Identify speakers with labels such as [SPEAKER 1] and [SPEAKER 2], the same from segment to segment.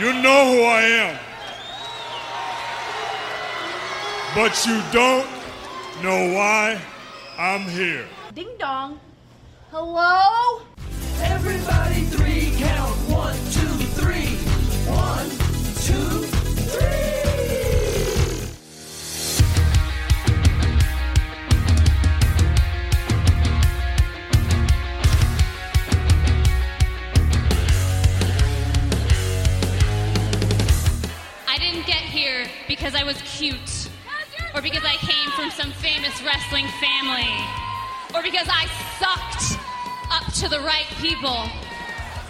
[SPEAKER 1] You know who I am. But you don't know why I'm here.
[SPEAKER 2] Ding dong. Hello?
[SPEAKER 3] Everybody three count. One, two, three. One, two, three.
[SPEAKER 4] I didn't get here because I was cute, or because I came from some famous wrestling family, or because I sucked up to the right people.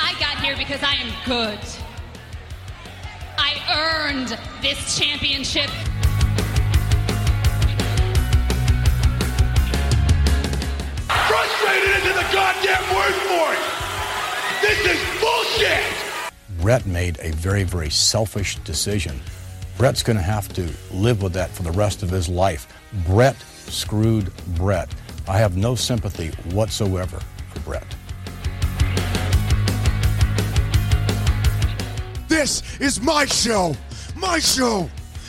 [SPEAKER 4] I got here because I am good. I earned this championship.
[SPEAKER 1] Frustrated isn't a goddamn word for it. This is bullshit.
[SPEAKER 5] Brett made a very, very selfish decision. Brett's going to have to live with that for the rest of his life. Brett screwed Brett. I have no sympathy whatsoever for Brett.
[SPEAKER 6] This is my show. My show.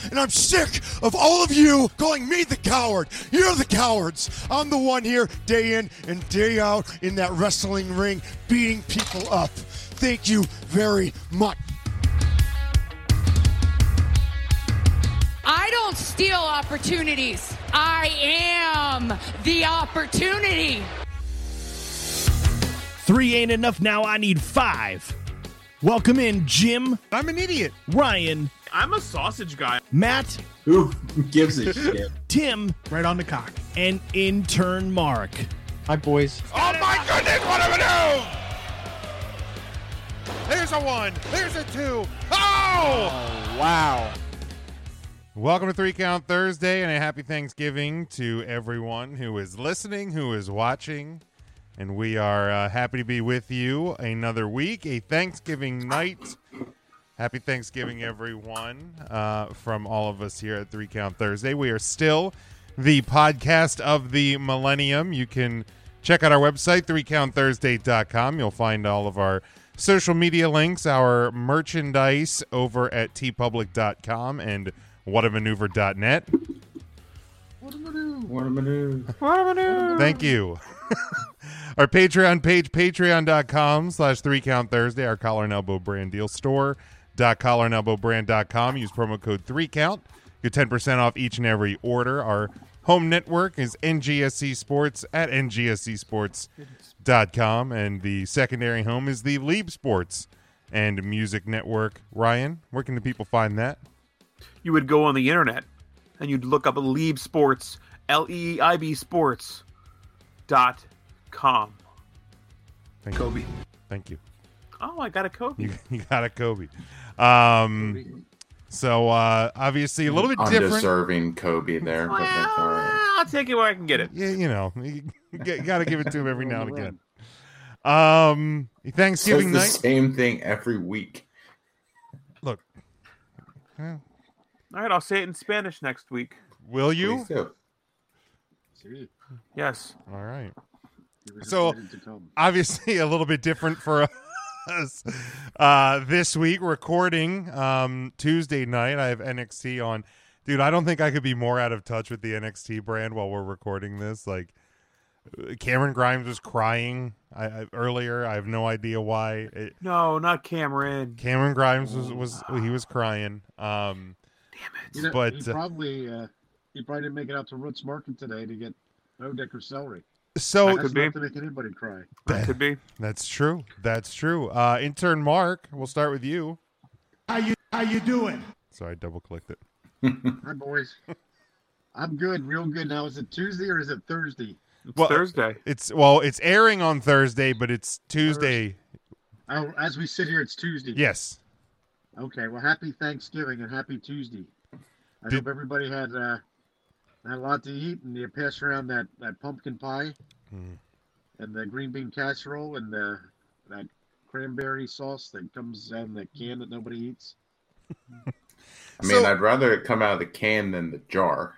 [SPEAKER 6] And I'm sick of all of you calling me the coward. You're the cowards. I'm the one here day in and day out in that wrestling ring beating people up. Thank you very much.
[SPEAKER 7] I don't steal opportunities. I am the opportunity.
[SPEAKER 8] Three ain't enough now. I need five. Welcome in, Jim,
[SPEAKER 9] I'm an idiot.
[SPEAKER 8] Ryan,
[SPEAKER 10] I'm a sausage guy.
[SPEAKER 8] Matt,
[SPEAKER 11] Who gives a shit?
[SPEAKER 8] Tim,
[SPEAKER 10] Right on the cock.
[SPEAKER 8] and intern Mark.
[SPEAKER 12] Hi, boys.
[SPEAKER 1] Oh my goodness, what am I doing?
[SPEAKER 9] There's a one. There's a two. Oh!
[SPEAKER 12] Wow.
[SPEAKER 9] Welcome to Three Count Thursday and a happy Thanksgiving to everyone who is listening, who is watching. And we are uh, happy to be with you another week, a Thanksgiving night. Happy Thanksgiving, everyone, uh, from all of us here at Three Count Thursday. We are still the podcast of the millennium. You can check out our website, threecounthursday.com. You'll find all of our social media links, our merchandise over at tpublic.com and whatamaneuver.net.
[SPEAKER 11] What am I doing?
[SPEAKER 9] Thank you. our Patreon page, patreon.com slash three count Thursday, our collar and elbow brand deal store, dot collar and elbow brand.com. Use promo code three count. Get 10% off each and every order. Our home network is NGSC Sports at NGSCSports.com. And the secondary home is the Leap Sports and Music Network. Ryan, where can the people find that?
[SPEAKER 10] You would go on the internet and you'd look up Leib Sports, L E I B Sports dot com.
[SPEAKER 9] Thank You. Thank you.
[SPEAKER 10] Oh, I got a Kobe.
[SPEAKER 9] You, you got a Kobe. Um, So uh, obviously a little bit different.
[SPEAKER 11] Undeserving Kobe there, but
[SPEAKER 10] Well,
[SPEAKER 11] that's all right.
[SPEAKER 10] I'll take it where I can get it.
[SPEAKER 9] Yeah, you know, you got to give it to him every now and again. Um,
[SPEAKER 11] It's
[SPEAKER 9] Thanksgiving
[SPEAKER 11] the
[SPEAKER 9] night.
[SPEAKER 11] same thing every week.
[SPEAKER 9] Look,
[SPEAKER 10] All right, I'll say it in Spanish next week.
[SPEAKER 9] will you?
[SPEAKER 11] Please do.
[SPEAKER 10] Yes.
[SPEAKER 9] All right. So obviously a little bit different for us uh, this week. Recording um, Tuesday night. I have NXT on. Dude, I don't think I could be more out of touch with the NXT brand while we're recording this. Like uh, Cameron Grimes was crying I, I, earlier. I have no idea why. It,
[SPEAKER 10] No, not Cameron.
[SPEAKER 9] Cameron Grimes was, was he was crying. Um,
[SPEAKER 12] You know,
[SPEAKER 9] But,
[SPEAKER 12] he
[SPEAKER 9] uh,
[SPEAKER 12] probably uh, he probably didn't make it out to Roots Market today to get Odeck or celery.
[SPEAKER 9] so
[SPEAKER 10] That
[SPEAKER 12] That's
[SPEAKER 10] could be.
[SPEAKER 12] enough to make anybody cry.
[SPEAKER 10] That could be.
[SPEAKER 9] that's true. That's true. Uh, intern Mark, we'll start with you.
[SPEAKER 1] How you how you doing?
[SPEAKER 9] Sorry, double clicked it.
[SPEAKER 12] Hi, boys. I'm good, real good. Now, is it Tuesday or is it Thursday?
[SPEAKER 10] It's Thursday.
[SPEAKER 9] It's well, it's airing on Thursday, but it's Tuesday.
[SPEAKER 12] Oh, as we sit here, it's Tuesday.
[SPEAKER 9] Yes.
[SPEAKER 12] Okay. Well, happy Thanksgiving and happy Tuesday. I
[SPEAKER 9] Did-
[SPEAKER 12] hope everybody had uh, had a lot to eat and you passed around that, that pumpkin pie and the green bean casserole and the, that cranberry sauce that comes out in the can that nobody eats.
[SPEAKER 11] I mean, I'd rather it come out of the can than the jar.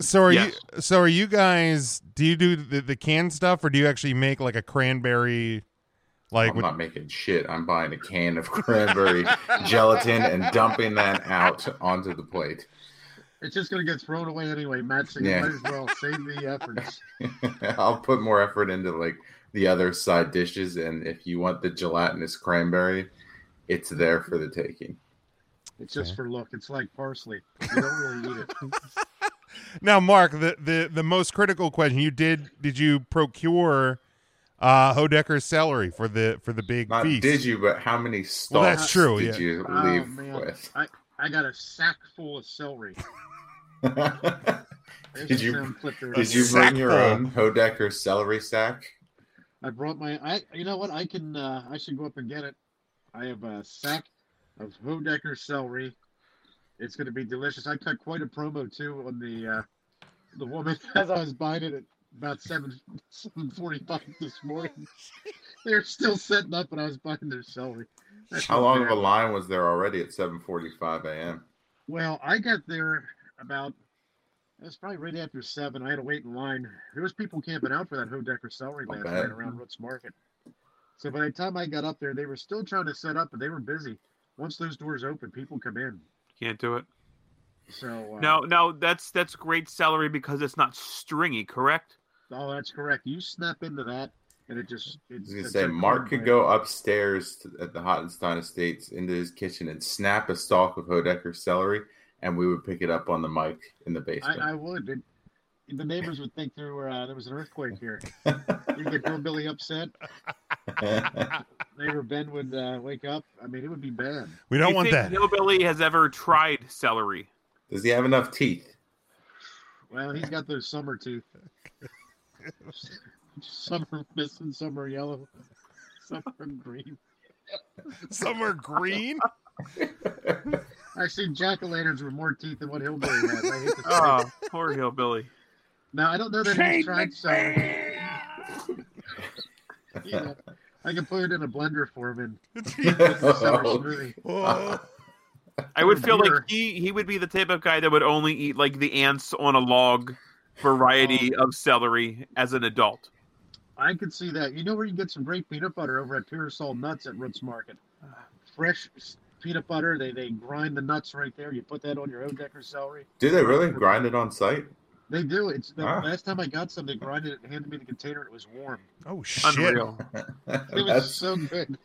[SPEAKER 9] So are you? So are you guys? Do you do the, the canned stuff, or do you actually make like a cranberry? Like
[SPEAKER 11] I'm
[SPEAKER 9] with-
[SPEAKER 11] not making shit. I'm buying a can of cranberry gelatin and dumping that out onto the plate.
[SPEAKER 12] It's just going to get thrown away anyway, Matt. So
[SPEAKER 11] Yeah.
[SPEAKER 12] you might as well save the efforts.
[SPEAKER 11] I'll put more effort into like the other side dishes, and if you want the gelatinous cranberry, it's there for the taking.
[SPEAKER 12] It's just for look. It's like parsley. You don't really eat it.
[SPEAKER 11] Uh-huh.
[SPEAKER 9] now, Mark, the, the the most critical question you did did you procure uh Hodecker's celery for the for the big
[SPEAKER 11] Not
[SPEAKER 9] feast?
[SPEAKER 11] Uh, did you, but how many stalks
[SPEAKER 9] Well, that's true,
[SPEAKER 11] did
[SPEAKER 9] yeah.
[SPEAKER 11] you
[SPEAKER 12] Oh
[SPEAKER 11] leave
[SPEAKER 12] man,
[SPEAKER 11] with?
[SPEAKER 12] I, I got a sack full of celery. There's
[SPEAKER 11] Did
[SPEAKER 12] a
[SPEAKER 11] you
[SPEAKER 12] sound clip there.
[SPEAKER 11] did you bring your own Hodecker celery sack?
[SPEAKER 12] I brought my. I you know what? I can. Uh, I should go up and get it. I have a sack of Hodecker celery. It's going to be delicious. I cut quite a promo too on the uh, the woman as I was buying it at about seven seven forty five this morning. They're still setting up, and I was buying their celery. That's
[SPEAKER 11] How
[SPEAKER 12] not
[SPEAKER 11] long
[SPEAKER 12] fair.
[SPEAKER 11] of a line was there already at 7:45 a.m.?
[SPEAKER 12] Well, I got there about it was probably right after seven. I had to wait in line. There was people camping out for that Hodecker celery last
[SPEAKER 11] bet.
[SPEAKER 12] night around Roots Market. So by the time I got up there, they were still trying to set up, but they were busy. Once those doors open, people come in.
[SPEAKER 10] Can't do it.
[SPEAKER 12] So uh,
[SPEAKER 10] No, no, that's that's great celery because it's not stringy, correct?
[SPEAKER 12] oh, that's correct. You snap into that, and it just
[SPEAKER 11] I
[SPEAKER 12] it's,
[SPEAKER 11] was gonna
[SPEAKER 12] it's
[SPEAKER 11] say
[SPEAKER 12] a
[SPEAKER 11] Mark could
[SPEAKER 12] cornbread.
[SPEAKER 11] go upstairs to, at the Hottenstein Estates into his kitchen and snap a stalk of Hodecker celery, and we would pick it up on the mic in the basement.
[SPEAKER 12] I, I would. It, the neighbors would think there were uh, there was an earthquake here. you get Billy upset. Neighbor Ben would uh, wake up. I mean, it would be bad.
[SPEAKER 9] We don't
[SPEAKER 10] Do you
[SPEAKER 9] want
[SPEAKER 10] think
[SPEAKER 9] that.
[SPEAKER 10] Hillbilly has ever tried celery.
[SPEAKER 11] Does he have enough teeth?
[SPEAKER 12] Well, he's got those summer teeth. some are missing, some are yellow, some are green.
[SPEAKER 9] Some are green.
[SPEAKER 12] I've seen jack o' lanterns with more teeth than what hillbilly has. I hate to say
[SPEAKER 10] Oh,
[SPEAKER 12] it.
[SPEAKER 10] poor Hillbilly.
[SPEAKER 12] Now I don't know that
[SPEAKER 10] Shane
[SPEAKER 12] he's tried celery. you know, I can put it in a blender for him and celery smoothie.
[SPEAKER 10] I would feel like he he would be the type of guy that would only eat like the ants on a log variety
[SPEAKER 12] Oh.
[SPEAKER 10] of celery as an adult.
[SPEAKER 12] I could see that. You know where you get some great peanut butter over at Purasol Nuts at Roots Market. Fresh s- peanut butter. They they grind the nuts right there. You put that on your Odecker celery.
[SPEAKER 11] Do they really grind it on site?
[SPEAKER 12] They do. It's the
[SPEAKER 11] Ah.
[SPEAKER 12] last time I got some, they grinded it and handed me the container. and It was warm.
[SPEAKER 9] Oh
[SPEAKER 10] Unreal.
[SPEAKER 12] It was
[SPEAKER 11] That's-
[SPEAKER 12] so good.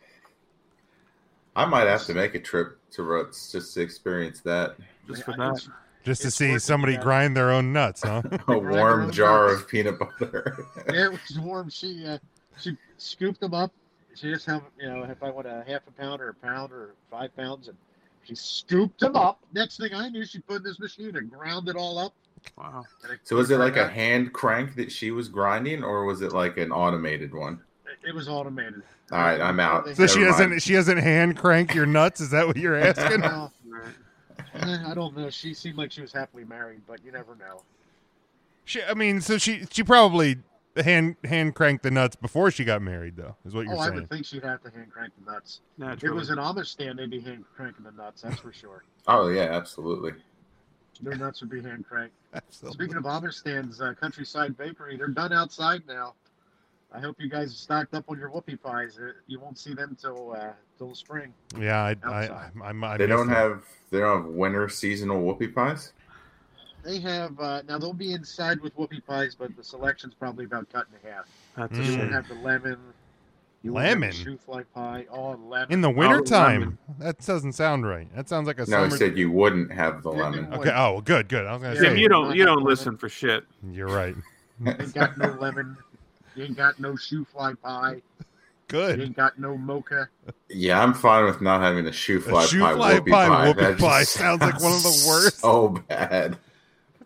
[SPEAKER 11] I might have to make a trip to Roots just to experience that.
[SPEAKER 10] Just
[SPEAKER 12] for that.
[SPEAKER 9] Just to see somebody grind their own nuts, huh?
[SPEAKER 11] A warm jar of peanut butter.
[SPEAKER 12] Yeah, it was warm. She uh, she scooped them up. She just have you know if I want a half a pound or a pound or five pounds, and she scooped them up. Next thing I knew, she put in this machine and ground it all up.
[SPEAKER 10] Wow.
[SPEAKER 11] So was it like a hand crank that she was grinding, or was it like an automated one?
[SPEAKER 12] It was automated.
[SPEAKER 11] All right, I'm out.
[SPEAKER 9] So she
[SPEAKER 11] Never
[SPEAKER 9] doesn't
[SPEAKER 11] mind.
[SPEAKER 9] she doesn't hand crank your nuts? Is that what you're asking?
[SPEAKER 12] Well, eh, I don't know. She seemed like she was happily married, but you never know.
[SPEAKER 9] She, I mean, so she she probably hand hand cranked the nuts before she got married, though, is what you're
[SPEAKER 12] oh, I
[SPEAKER 9] saying.
[SPEAKER 12] would think she'd have to hand crank the nuts. If it
[SPEAKER 10] Naturally.
[SPEAKER 12] was an Amish stand, they'd be hand cranking the nuts. That's for sure.
[SPEAKER 11] Oh yeah, absolutely.
[SPEAKER 12] Their nuts would be hand cranked.
[SPEAKER 9] Absolutely.
[SPEAKER 12] Speaking of Amish stands, uh, Countryside Bakery, they're done outside now. I hope you guys stocked up on your whoopie pies. Uh, You won't see them till uh, till spring.
[SPEAKER 9] yeah, I, I, I,
[SPEAKER 12] Outside.
[SPEAKER 9] I, I
[SPEAKER 11] they
[SPEAKER 9] missed
[SPEAKER 11] don't
[SPEAKER 9] it.
[SPEAKER 11] have they don't have winter seasonal whoopie pies.
[SPEAKER 12] They have uh, now they'll be inside with whoopie pies, but the selection's probably about cut in half.
[SPEAKER 10] That's
[SPEAKER 9] a
[SPEAKER 12] you won't
[SPEAKER 9] shame.
[SPEAKER 12] have the lemon. You
[SPEAKER 9] lemon
[SPEAKER 12] Shoe fly pie. Oh, lemon.
[SPEAKER 9] in the wintertime. that doesn't sound right. That sounds like a
[SPEAKER 11] No, he
[SPEAKER 9] summer.
[SPEAKER 11] said you wouldn't have the lemon.
[SPEAKER 9] okay. Oh, well, good, good. I was gonna
[SPEAKER 10] Jim,
[SPEAKER 9] say
[SPEAKER 10] you don't you don't listen for shit.
[SPEAKER 9] You're right.
[SPEAKER 12] You ain't got no lemon. You ain't got no shoe fly pie.
[SPEAKER 9] Good.
[SPEAKER 12] You ain't got no mocha.
[SPEAKER 11] Yeah, I'm fine with not having a shoe fly
[SPEAKER 9] shoe
[SPEAKER 11] pie
[SPEAKER 9] fly
[SPEAKER 11] whoopie
[SPEAKER 9] pie
[SPEAKER 11] pie.
[SPEAKER 9] whoopie
[SPEAKER 11] That Oh. just
[SPEAKER 9] pie sounds like one of the worst.
[SPEAKER 11] So bad.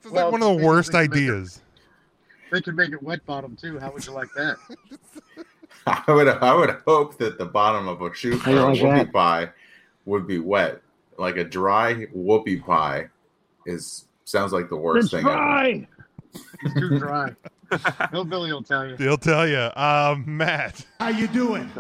[SPEAKER 9] It's like one of the worst ideas.
[SPEAKER 12] They can make it wet bottom too. How would you like that?
[SPEAKER 11] I would I would hope that the bottom of a shoe
[SPEAKER 12] How
[SPEAKER 11] for
[SPEAKER 12] you
[SPEAKER 11] a
[SPEAKER 12] like
[SPEAKER 11] whoopie
[SPEAKER 12] that?
[SPEAKER 11] pie would be wet. Like a dry whoopie pie is sounds like the worst thing ever.
[SPEAKER 12] It's too dry. Hillbilly will tell you.
[SPEAKER 9] They'll tell you. Um, Matt,
[SPEAKER 12] How you doing?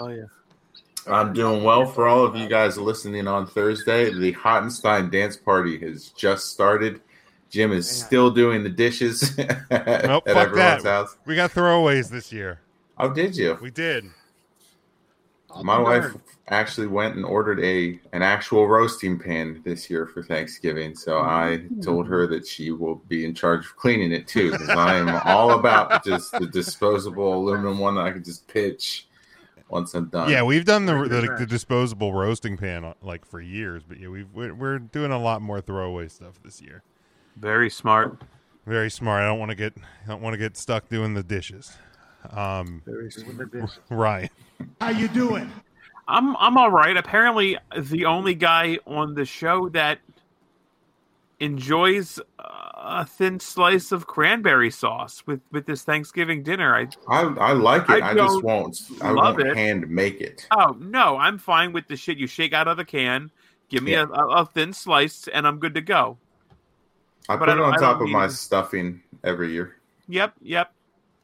[SPEAKER 11] I'm doing well for all of you guys listening on Thursday. The Hottenstein dance party has just started. Jim is still doing the dishes at,
[SPEAKER 9] nope.
[SPEAKER 11] at
[SPEAKER 9] fuck that.
[SPEAKER 11] everyone's house.
[SPEAKER 9] We got throwaways this year.
[SPEAKER 11] Oh, did you?
[SPEAKER 9] We did.
[SPEAKER 11] My
[SPEAKER 9] the
[SPEAKER 11] wife actually went and ordered a an actual roasting pan this year for Thanksgiving. So I told her that she will be in charge of cleaning it too, because I am all about just the disposable aluminum one that I can just pitch once I'm done.
[SPEAKER 9] Yeah, we've done the the, the disposable roasting pan uh, like for years, but yeah, we've we're, we're doing a lot more throwaway stuff this year.
[SPEAKER 10] Very smart.
[SPEAKER 9] Very smart. I don't want to get I don't want to get stuck doing the dishes. Um,
[SPEAKER 10] Very smart.
[SPEAKER 9] Ryan,
[SPEAKER 10] How you doing? I'm I'm all right. Apparently, the only guy on the show that enjoys uh, a thin slice of cranberry sauce with with this Thanksgiving dinner. I
[SPEAKER 11] I, I like it.
[SPEAKER 10] I
[SPEAKER 11] I, just
[SPEAKER 10] don't
[SPEAKER 11] won't I
[SPEAKER 10] love
[SPEAKER 11] won't
[SPEAKER 10] it.
[SPEAKER 11] hand make it.
[SPEAKER 10] oh no, I'm fine with the shit you shake out of the can. Give me a, a, a thin slice, and I'm good to go.
[SPEAKER 11] I
[SPEAKER 10] But
[SPEAKER 11] put
[SPEAKER 10] I
[SPEAKER 11] it
[SPEAKER 10] don't-
[SPEAKER 11] on
[SPEAKER 10] I don't
[SPEAKER 11] top of
[SPEAKER 10] need
[SPEAKER 11] my
[SPEAKER 10] it.
[SPEAKER 11] stuffing every year.
[SPEAKER 10] Yep, yep.
[SPEAKER 9] Mm-hmm.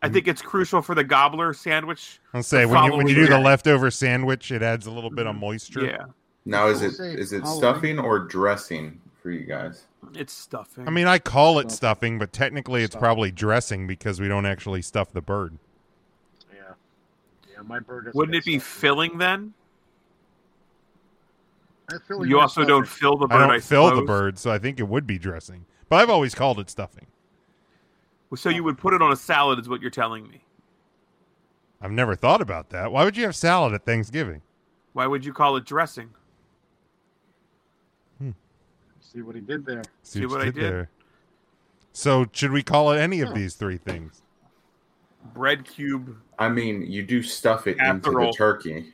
[SPEAKER 10] I think it's crucial for the gobbler sandwich.
[SPEAKER 9] I'll say
[SPEAKER 10] the
[SPEAKER 9] when you when you do the
[SPEAKER 10] following year.
[SPEAKER 9] leftover sandwich, it adds a little bit of moisture.
[SPEAKER 10] Yeah.
[SPEAKER 11] Now is it
[SPEAKER 10] Say
[SPEAKER 11] is it
[SPEAKER 10] Halloween.
[SPEAKER 11] stuffing or dressing for you guys?
[SPEAKER 10] it's stuffing.
[SPEAKER 9] I mean, I call it stuffing, but technically it's probably dressing because we don't actually stuff the bird.
[SPEAKER 12] Yeah, my bird.
[SPEAKER 10] wouldn't it be filling then?
[SPEAKER 12] feel
[SPEAKER 10] You also don't fill the bird.
[SPEAKER 9] I don't fill the
[SPEAKER 10] suppose.
[SPEAKER 9] bird, so I think it would be dressing. But I've always called it stuffing.
[SPEAKER 10] So you would put it on a salad, is what you're telling me.
[SPEAKER 9] I've never thought about that. Why would you have salad at Thanksgiving?
[SPEAKER 10] Why would you call it dressing?
[SPEAKER 12] See what he did there.
[SPEAKER 10] See what I
[SPEAKER 9] you
[SPEAKER 10] did?
[SPEAKER 9] So should we call it any of
[SPEAKER 12] Huh.
[SPEAKER 9] these three things?
[SPEAKER 10] Bread cube.
[SPEAKER 11] I mean, you do stuff it into
[SPEAKER 10] Casserole.
[SPEAKER 11] the turkey.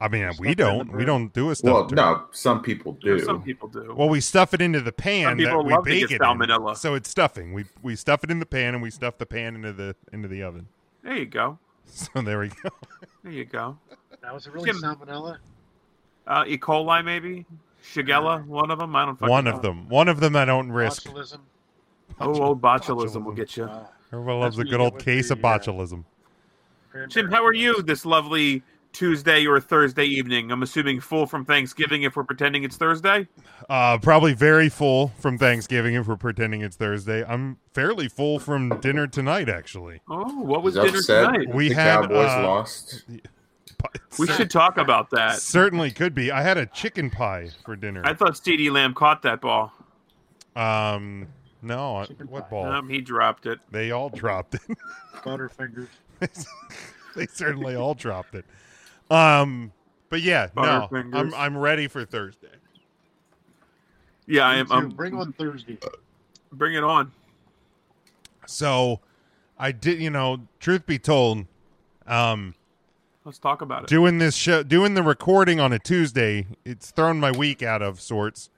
[SPEAKER 9] I mean, we don't. We don't do a
[SPEAKER 11] Well,
[SPEAKER 9] stuffed
[SPEAKER 11] no, some people do.
[SPEAKER 10] Some people do.
[SPEAKER 9] Well, we stuff it into the pan
[SPEAKER 10] people
[SPEAKER 9] that we
[SPEAKER 10] love to
[SPEAKER 9] bake
[SPEAKER 10] get
[SPEAKER 9] it in.
[SPEAKER 10] salmonella.
[SPEAKER 9] So it's stuffing. We we stuff it in the pan and we stuff the pan into the into the oven.
[SPEAKER 10] There you go.
[SPEAKER 9] So there we go.
[SPEAKER 10] There you go.
[SPEAKER 12] That was really
[SPEAKER 10] Jim.
[SPEAKER 12] salmonella.
[SPEAKER 10] Uh, e. coli, maybe Shigella, one of them. I don't. Fucking
[SPEAKER 9] One
[SPEAKER 10] know.
[SPEAKER 9] of them. One of them I don't risk.
[SPEAKER 12] Botulism.
[SPEAKER 10] Oh, old botulism will get you.
[SPEAKER 12] Oh,
[SPEAKER 9] Everyone loves a good old case of botulism.
[SPEAKER 10] Jim, how are you this lovely Tuesday or Thursday evening? I'm assuming full from Thanksgiving if we're pretending it's Thursday.
[SPEAKER 9] Uh, probably very full from Thanksgiving if we're pretending it's Thursday. I'm fairly full from dinner tonight, actually.
[SPEAKER 10] Oh, what was
[SPEAKER 11] He's
[SPEAKER 10] dinner
[SPEAKER 11] upset
[SPEAKER 10] tonight?
[SPEAKER 9] We The had, Cowboys uh,
[SPEAKER 11] lost.
[SPEAKER 10] We should talk about that.
[SPEAKER 9] Certainly could be. I had a chicken pie for dinner.
[SPEAKER 10] I thought C.D. Lamb caught that ball.
[SPEAKER 9] Um, no, I- what ball?
[SPEAKER 10] Um, he dropped it.
[SPEAKER 9] They all dropped it.
[SPEAKER 12] Butterfingers.
[SPEAKER 9] they certainly all dropped it. Um, but yeah, no,
[SPEAKER 10] Butterfingers.
[SPEAKER 9] I'm I'm ready for Thursday.
[SPEAKER 10] Yeah, I
[SPEAKER 12] Me
[SPEAKER 10] am.
[SPEAKER 12] too.
[SPEAKER 10] I'm,
[SPEAKER 12] Bring on Thursday.
[SPEAKER 10] bring it on.
[SPEAKER 9] So, I did. You know, truth be told, um,
[SPEAKER 10] Let's talk about it.
[SPEAKER 9] doing this show, doing the recording on a Tuesday, it's thrown my week out of sorts,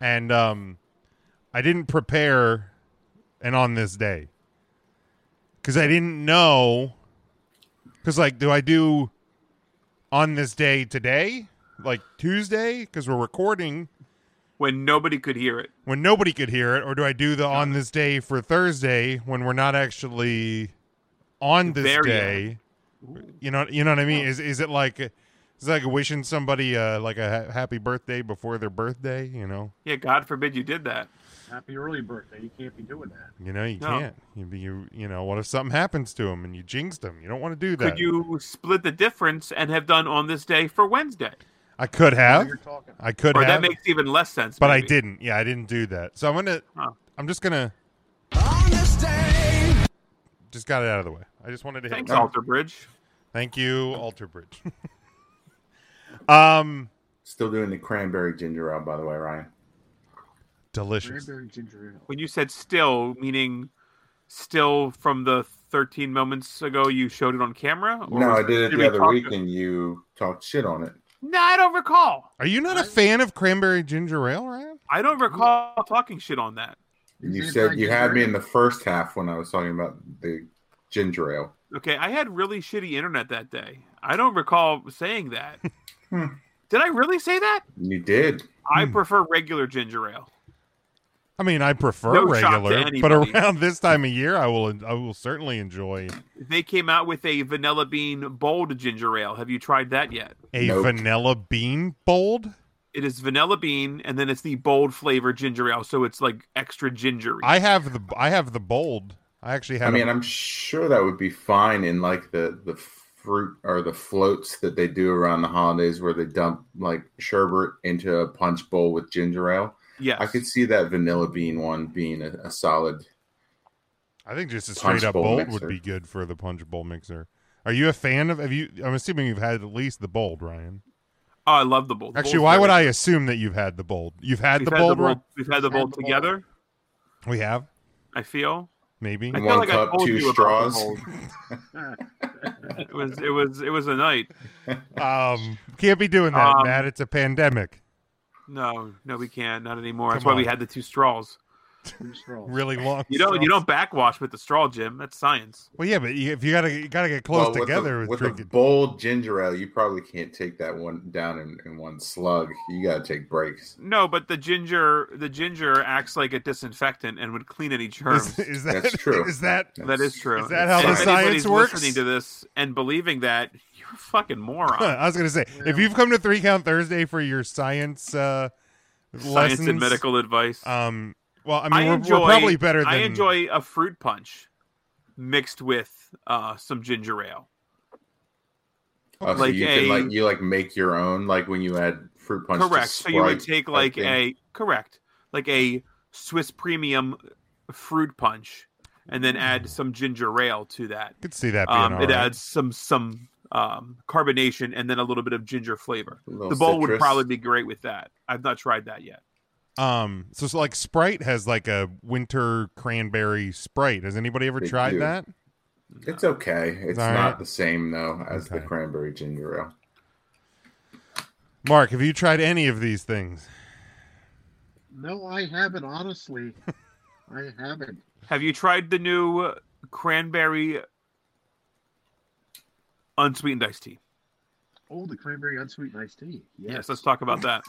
[SPEAKER 9] and um, I didn't prepare, and on this day, because I didn't know, because like, do I do on this day today, like Tuesday, because we're recording
[SPEAKER 10] when nobody could hear it.
[SPEAKER 9] when nobody could hear it, or do I do the on this day for Thursday when we're not actually on this
[SPEAKER 10] Very
[SPEAKER 9] day? You know, you know what I mean. Is is it like is it like wishing somebody uh, like a ha- happy birthday before their birthday? You know,
[SPEAKER 10] Yeah, God forbid you did that.
[SPEAKER 12] Happy early birthday. You can't be doing that.
[SPEAKER 9] you know you
[SPEAKER 10] No.
[SPEAKER 9] can't. You be you, you know what if something happens to them and you jinxed them? You don't want to do that.
[SPEAKER 10] Could you split the difference and have done on this day for Wednesday?
[SPEAKER 9] I could have.
[SPEAKER 10] you're talking.
[SPEAKER 9] I could
[SPEAKER 10] or
[SPEAKER 9] have.
[SPEAKER 10] that makes even less sense.
[SPEAKER 9] but I
[SPEAKER 10] maybe.
[SPEAKER 9] didn't. Yeah, I didn't do that. So I'm gonna. I'm just gonna. Just got it out of the way. I just wanted to hit.
[SPEAKER 10] Thanks,
[SPEAKER 9] it.
[SPEAKER 10] Alter Bridge.
[SPEAKER 9] Thank you, Alter Bridge. um,
[SPEAKER 11] Still doing the cranberry ginger ale, by the way, Ryan.
[SPEAKER 9] Delicious.
[SPEAKER 10] When you said still, meaning still from the 13 moments ago, you showed it on camera? Or
[SPEAKER 11] No,
[SPEAKER 10] was-
[SPEAKER 11] I did it
[SPEAKER 10] we
[SPEAKER 11] the other
[SPEAKER 10] talk-
[SPEAKER 11] week, and you talked shit on it.
[SPEAKER 10] No, I don't recall.
[SPEAKER 9] Are you not a fan of cranberry ginger ale, Ryan?
[SPEAKER 10] I don't recall talking shit on that.
[SPEAKER 11] You
[SPEAKER 10] said
[SPEAKER 11] said
[SPEAKER 10] I
[SPEAKER 11] you
[SPEAKER 10] did
[SPEAKER 11] had
[SPEAKER 10] it.
[SPEAKER 11] me in the first half when I was talking about the ginger ale.
[SPEAKER 10] Okay, I had really shitty internet that day. I don't recall saying that.
[SPEAKER 11] Hmm.
[SPEAKER 10] Did I really say that?
[SPEAKER 11] You did.
[SPEAKER 10] I
[SPEAKER 9] Hmm.
[SPEAKER 10] prefer regular ginger ale.
[SPEAKER 9] I mean, I prefer
[SPEAKER 10] No shock to
[SPEAKER 9] regular, but
[SPEAKER 10] anybody.
[SPEAKER 9] around this time of year, I will I will certainly enjoy
[SPEAKER 10] They came out with a vanilla bean bold ginger ale. Have you tried that yet?
[SPEAKER 9] a vanilla bean bold.
[SPEAKER 10] It is vanilla bean, and then it's the bold flavor ginger ale, so it's like extra gingery.
[SPEAKER 9] I have the I have the bold. I actually have.
[SPEAKER 11] I mean, i I'm sure that would be fine in like the the fruit or the floats that they do around the holidays, where they dump like sherbet into a punch bowl with ginger ale.
[SPEAKER 10] Yes.
[SPEAKER 11] I could see that vanilla bean one being a, a solid.
[SPEAKER 9] I think just a
[SPEAKER 11] punch
[SPEAKER 9] straight up
[SPEAKER 11] bowl
[SPEAKER 9] bold
[SPEAKER 11] mixer.
[SPEAKER 9] would be good for the punch bowl mixer. Are you a fan of? Have you? I'm assuming you've had at least the bold, Ryan.
[SPEAKER 10] Oh, I love the bold. The
[SPEAKER 9] Actually,
[SPEAKER 10] bold's
[SPEAKER 9] why would
[SPEAKER 10] great.
[SPEAKER 9] I assume that you've had the bold? You've had
[SPEAKER 10] We've
[SPEAKER 9] the bold,
[SPEAKER 10] the
[SPEAKER 9] Ryan?
[SPEAKER 10] bold. We've had the bold together.
[SPEAKER 9] We have
[SPEAKER 10] I feel.
[SPEAKER 9] maybe
[SPEAKER 10] I feel like I told you about the bold. it was. It was. It was a night.
[SPEAKER 9] Um, can't be doing that,
[SPEAKER 10] Um,
[SPEAKER 9] Matt. It's a pandemic.
[SPEAKER 10] No, no, we can't. Not anymore. That's
[SPEAKER 9] Come
[SPEAKER 10] why we
[SPEAKER 9] on.
[SPEAKER 10] had the two straws.
[SPEAKER 9] Really long.
[SPEAKER 10] You don't.
[SPEAKER 9] straws.
[SPEAKER 10] You don't backwash with the straw, Jim. That's science.
[SPEAKER 9] Well, yeah, but you- if you gotta you gotta get close
[SPEAKER 11] Well, with the-
[SPEAKER 9] together with,
[SPEAKER 11] with,
[SPEAKER 9] drinking.
[SPEAKER 11] a bold ginger ale, you probably can't take that one down in, in one slug. You got to take breaks.
[SPEAKER 10] No, but the ginger. The ginger acts like a disinfectant and would clean any germs.
[SPEAKER 9] is that- That's true. is that-
[SPEAKER 10] That is true.
[SPEAKER 9] is that how
[SPEAKER 10] And
[SPEAKER 9] the
[SPEAKER 10] if
[SPEAKER 9] science
[SPEAKER 10] anybody's
[SPEAKER 9] works?
[SPEAKER 10] Listening to this and believing that you're a fucking
[SPEAKER 9] I
[SPEAKER 10] moron.
[SPEAKER 9] was gonna say, if you've come to Three Count Thursday for your science, uh,
[SPEAKER 10] Science
[SPEAKER 9] lessons,
[SPEAKER 10] and medical advice.
[SPEAKER 9] Um, well, I mean, we're, we're probably better than
[SPEAKER 10] I enjoy a fruit punch mixed with uh, some ginger ale.
[SPEAKER 11] Oh, so
[SPEAKER 10] Like
[SPEAKER 11] you
[SPEAKER 10] a-
[SPEAKER 11] can like you like make your own like when you add fruit punch. to
[SPEAKER 10] correct. So you would
[SPEAKER 11] Sprite
[SPEAKER 10] take
[SPEAKER 11] type
[SPEAKER 10] like
[SPEAKER 11] thing.
[SPEAKER 10] a correct, like a Swiss premium fruit punch, and then add some ginger ale to that.
[SPEAKER 9] Could see that being
[SPEAKER 10] Um, it
[SPEAKER 9] alright.
[SPEAKER 10] adds some some um, carbonation and then a little bit of ginger flavor.
[SPEAKER 9] little
[SPEAKER 10] The bowl would
[SPEAKER 9] citrus.
[SPEAKER 10] probably be great with that. I've not tried that yet.
[SPEAKER 9] Um, so, so like Sprite has like a winter cranberry Sprite. Has anybody ever
[SPEAKER 11] They
[SPEAKER 9] tried
[SPEAKER 11] do.
[SPEAKER 9] that?
[SPEAKER 11] It's okay. It's
[SPEAKER 9] All
[SPEAKER 11] not
[SPEAKER 9] right.
[SPEAKER 11] the same though as the cranberry ginger ale.
[SPEAKER 9] Mark, have you tried any of these things?
[SPEAKER 12] No, I haven't. Honestly, I haven't.
[SPEAKER 10] Have you tried the new cranberry unsweetened iced tea?
[SPEAKER 12] Oh, the cranberry unsweetened iced tea.
[SPEAKER 10] Yes,
[SPEAKER 12] Yes.
[SPEAKER 10] let's talk about that.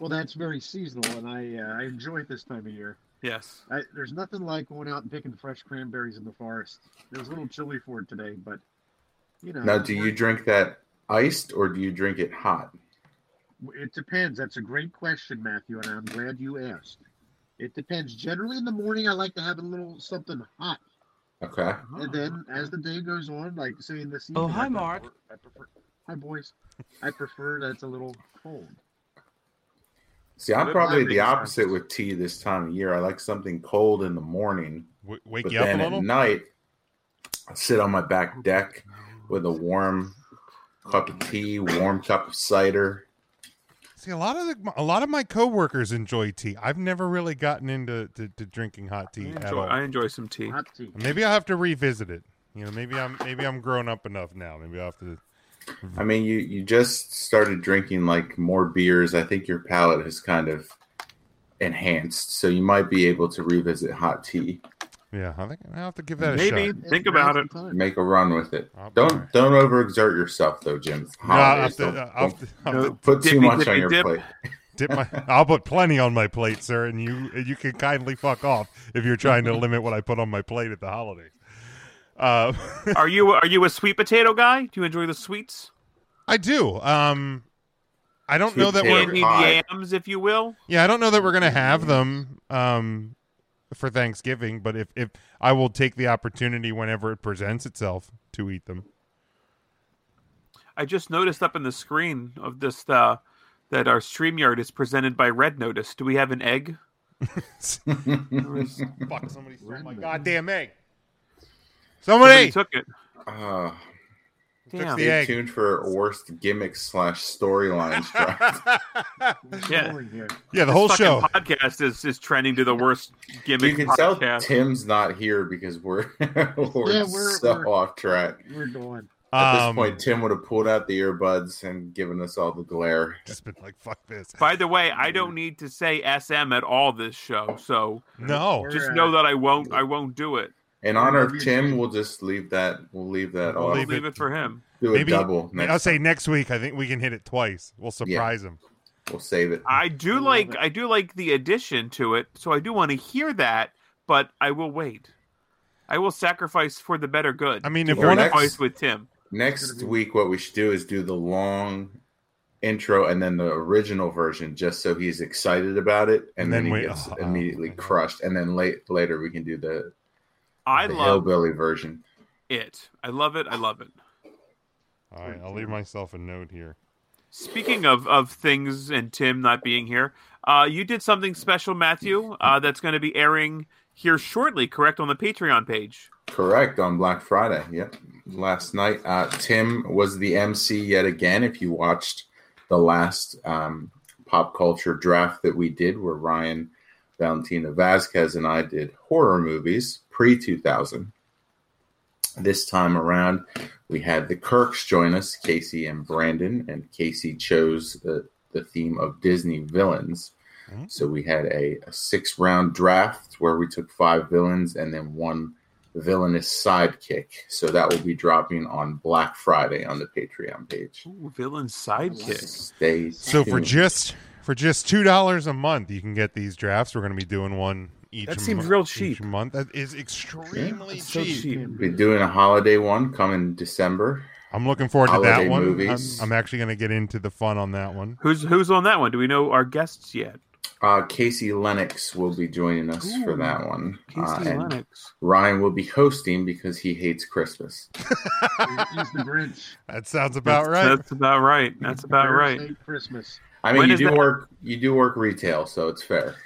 [SPEAKER 12] Well, that's very seasonal, and I uh, I enjoy it this time of year.
[SPEAKER 10] Yes.
[SPEAKER 12] I, there's nothing like going out and picking fresh cranberries in the forest. It was a little chilly for it today, but you know.
[SPEAKER 11] Now, do you drink that iced or do you drink it hot?
[SPEAKER 12] It depends. That's a great question, Matthew, and I'm glad you asked. It depends. Generally, in the morning, I like to have a little something hot,
[SPEAKER 11] Okay.
[SPEAKER 12] and then as the day goes on, like say in this.
[SPEAKER 11] Ah. Oh,
[SPEAKER 12] evening,
[SPEAKER 11] hi,
[SPEAKER 12] I prefer-
[SPEAKER 11] Mark.
[SPEAKER 12] I prefer, hi, boys. I prefer that's a little cold.
[SPEAKER 11] See, I'm
[SPEAKER 12] That
[SPEAKER 11] probably
[SPEAKER 12] makes
[SPEAKER 11] the opposite with tea this time of year. I like something cold in the morning.
[SPEAKER 9] W- wake
[SPEAKER 11] but
[SPEAKER 9] you up a
[SPEAKER 11] then
[SPEAKER 9] little?
[SPEAKER 11] At night, I sit on my back deck with a warm cup of tea, warm cup of cider.
[SPEAKER 9] See, a lot of the, a lot of my coworkers enjoy tea. I've never really gotten into to, to drinking hot tea
[SPEAKER 10] I
[SPEAKER 9] at
[SPEAKER 10] enjoy,
[SPEAKER 9] all.
[SPEAKER 10] I enjoy some tea.
[SPEAKER 12] Hot tea.
[SPEAKER 9] Maybe I'll have to revisit it. You know, maybe I'm maybe I'm grown up enough now. Maybe I'll have to.
[SPEAKER 11] I mean, you you just started drinking like more beers. I think your palate has kind of enhanced, so you might be able to revisit hot tea.
[SPEAKER 9] Yeah, I think I'll have to give that a
[SPEAKER 10] Maybe
[SPEAKER 9] shot.
[SPEAKER 10] think about it.
[SPEAKER 11] Make a run with it.
[SPEAKER 9] I'll be
[SPEAKER 11] Don't
[SPEAKER 9] all right.
[SPEAKER 11] don't overexert yourself though, Jim.
[SPEAKER 9] Oh, No, I'll have
[SPEAKER 11] Holidays,
[SPEAKER 9] to, uh,
[SPEAKER 11] don't-
[SPEAKER 9] I'll have to-
[SPEAKER 11] don't
[SPEAKER 9] I'll have to-
[SPEAKER 11] put too much on your plate.
[SPEAKER 9] Dip my, I'll put plenty on my plate, sir, and you you can kindly fuck off if you're trying to limit what I put on my plate at the holidays. Uh,
[SPEAKER 10] Are you are you a sweet potato guy? Do you enjoy the sweets?
[SPEAKER 9] I do. Um, I don't know that we're
[SPEAKER 10] candied yams, if you will.
[SPEAKER 9] Yeah, I don't know that we're gonna have them um, for Thanksgiving, but if, if I will take the opportunity whenever it presents itself to eat them.
[SPEAKER 10] I just noticed up in the screen of this uh, that our StreamYard is presented by Red Notice. Do we have an egg?
[SPEAKER 9] Fuck! Somebody stole my goddamn egg. Somebody!
[SPEAKER 10] took it.
[SPEAKER 11] Uh,
[SPEAKER 9] Took Damn. the
[SPEAKER 11] Stay
[SPEAKER 9] egg.
[SPEAKER 11] tuned for worst gimmicks slash storylines. draft.
[SPEAKER 10] Yeah,
[SPEAKER 9] Yeah, the
[SPEAKER 10] This
[SPEAKER 9] whole
[SPEAKER 10] fucking
[SPEAKER 9] show.
[SPEAKER 10] podcast is is trending to the worst
[SPEAKER 11] you
[SPEAKER 10] gimmick
[SPEAKER 11] can tell
[SPEAKER 10] podcast.
[SPEAKER 11] Tim's not here because we're we're,
[SPEAKER 12] Yeah, we're-
[SPEAKER 11] so
[SPEAKER 12] we're-
[SPEAKER 11] off track.
[SPEAKER 12] We're going.
[SPEAKER 11] At this
[SPEAKER 9] Um,
[SPEAKER 11] point, Tim would have pulled out the earbuds and given us all the glare.
[SPEAKER 9] Just been like, "Fuck this."
[SPEAKER 10] By the way, I don't need to say SM at all this show, so
[SPEAKER 9] No.
[SPEAKER 10] just know that I won't. I won't do it.
[SPEAKER 11] In honor of Tim, we'll just leave that. We'll leave that
[SPEAKER 9] We'll
[SPEAKER 11] off.
[SPEAKER 9] leave Leave it- it
[SPEAKER 10] for him.
[SPEAKER 11] Do a double. Next
[SPEAKER 9] I'll say next week. I think we can hit it twice. We'll surprise him.
[SPEAKER 11] We'll save it.
[SPEAKER 10] I do like I do like the addition to it, so I do want to hear that, but I will wait. I will sacrifice for the better good.
[SPEAKER 9] I mean,
[SPEAKER 10] to
[SPEAKER 11] if one of-
[SPEAKER 10] sacrifice with Tim.
[SPEAKER 11] Next week, what we should do is do the long intro and then the original version, just so he's excited about it, and,
[SPEAKER 9] And
[SPEAKER 11] then,
[SPEAKER 9] then
[SPEAKER 11] he
[SPEAKER 9] we-
[SPEAKER 11] gets immediately crushed. And then late later, we can do the,
[SPEAKER 10] I
[SPEAKER 11] the
[SPEAKER 10] love
[SPEAKER 11] hillbilly version.
[SPEAKER 10] it. I love it. I love it.
[SPEAKER 9] All right, I'll leave myself a note here.
[SPEAKER 10] Speaking of, of things and Tim not being here, uh, you did something special, Matthew, uh, that's going to be airing here shortly, correct, on the Patreon page.
[SPEAKER 11] Correct on Black Friday. Yep. Last night, uh, Tim was the MC yet again. If you watched the last um, pop culture draft that we did, where Ryan Valentina Vasquez and I did horror movies pre 2000, this time around, we had the Kirks join us, Casey and Brandon, and Casey chose the, the theme of Disney villains. So we had a, a six round draft where we took five villains and then one villainous sidekick. So that will be dropping on Black Friday on the Patreon page.
[SPEAKER 10] Ooh, villain sidekick.
[SPEAKER 11] Stay
[SPEAKER 9] So for
[SPEAKER 11] tuned.
[SPEAKER 9] just for just two dollars a month, you can get these drafts. We're going to be doing one each.
[SPEAKER 10] That seems
[SPEAKER 9] mo-
[SPEAKER 10] real
[SPEAKER 9] each
[SPEAKER 10] cheap.
[SPEAKER 9] month. That is extremely cheap.
[SPEAKER 11] We're doing a holiday one coming December.
[SPEAKER 9] I'm looking forward to that
[SPEAKER 11] Holiday
[SPEAKER 9] one.
[SPEAKER 11] movies.
[SPEAKER 9] I'm, I'm actually going to get into the fun on that one.
[SPEAKER 10] Who's who's on that one? Do we know our guests yet?
[SPEAKER 11] Uh, Casey Lennox will be joining us for
[SPEAKER 10] Ooh,
[SPEAKER 11] that one.
[SPEAKER 10] Casey
[SPEAKER 11] Uh, and
[SPEAKER 10] Lennox.
[SPEAKER 11] Ryan will be hosting because he hates Christmas.
[SPEAKER 12] He's the Grinch.
[SPEAKER 9] That sounds about
[SPEAKER 10] That's-
[SPEAKER 9] right.
[SPEAKER 10] That's about right. That's about right.
[SPEAKER 12] Thursday, Christmas.
[SPEAKER 11] I mean,
[SPEAKER 10] When
[SPEAKER 11] you
[SPEAKER 10] is
[SPEAKER 11] do
[SPEAKER 10] that?
[SPEAKER 11] work. You do work retail, so it's fair.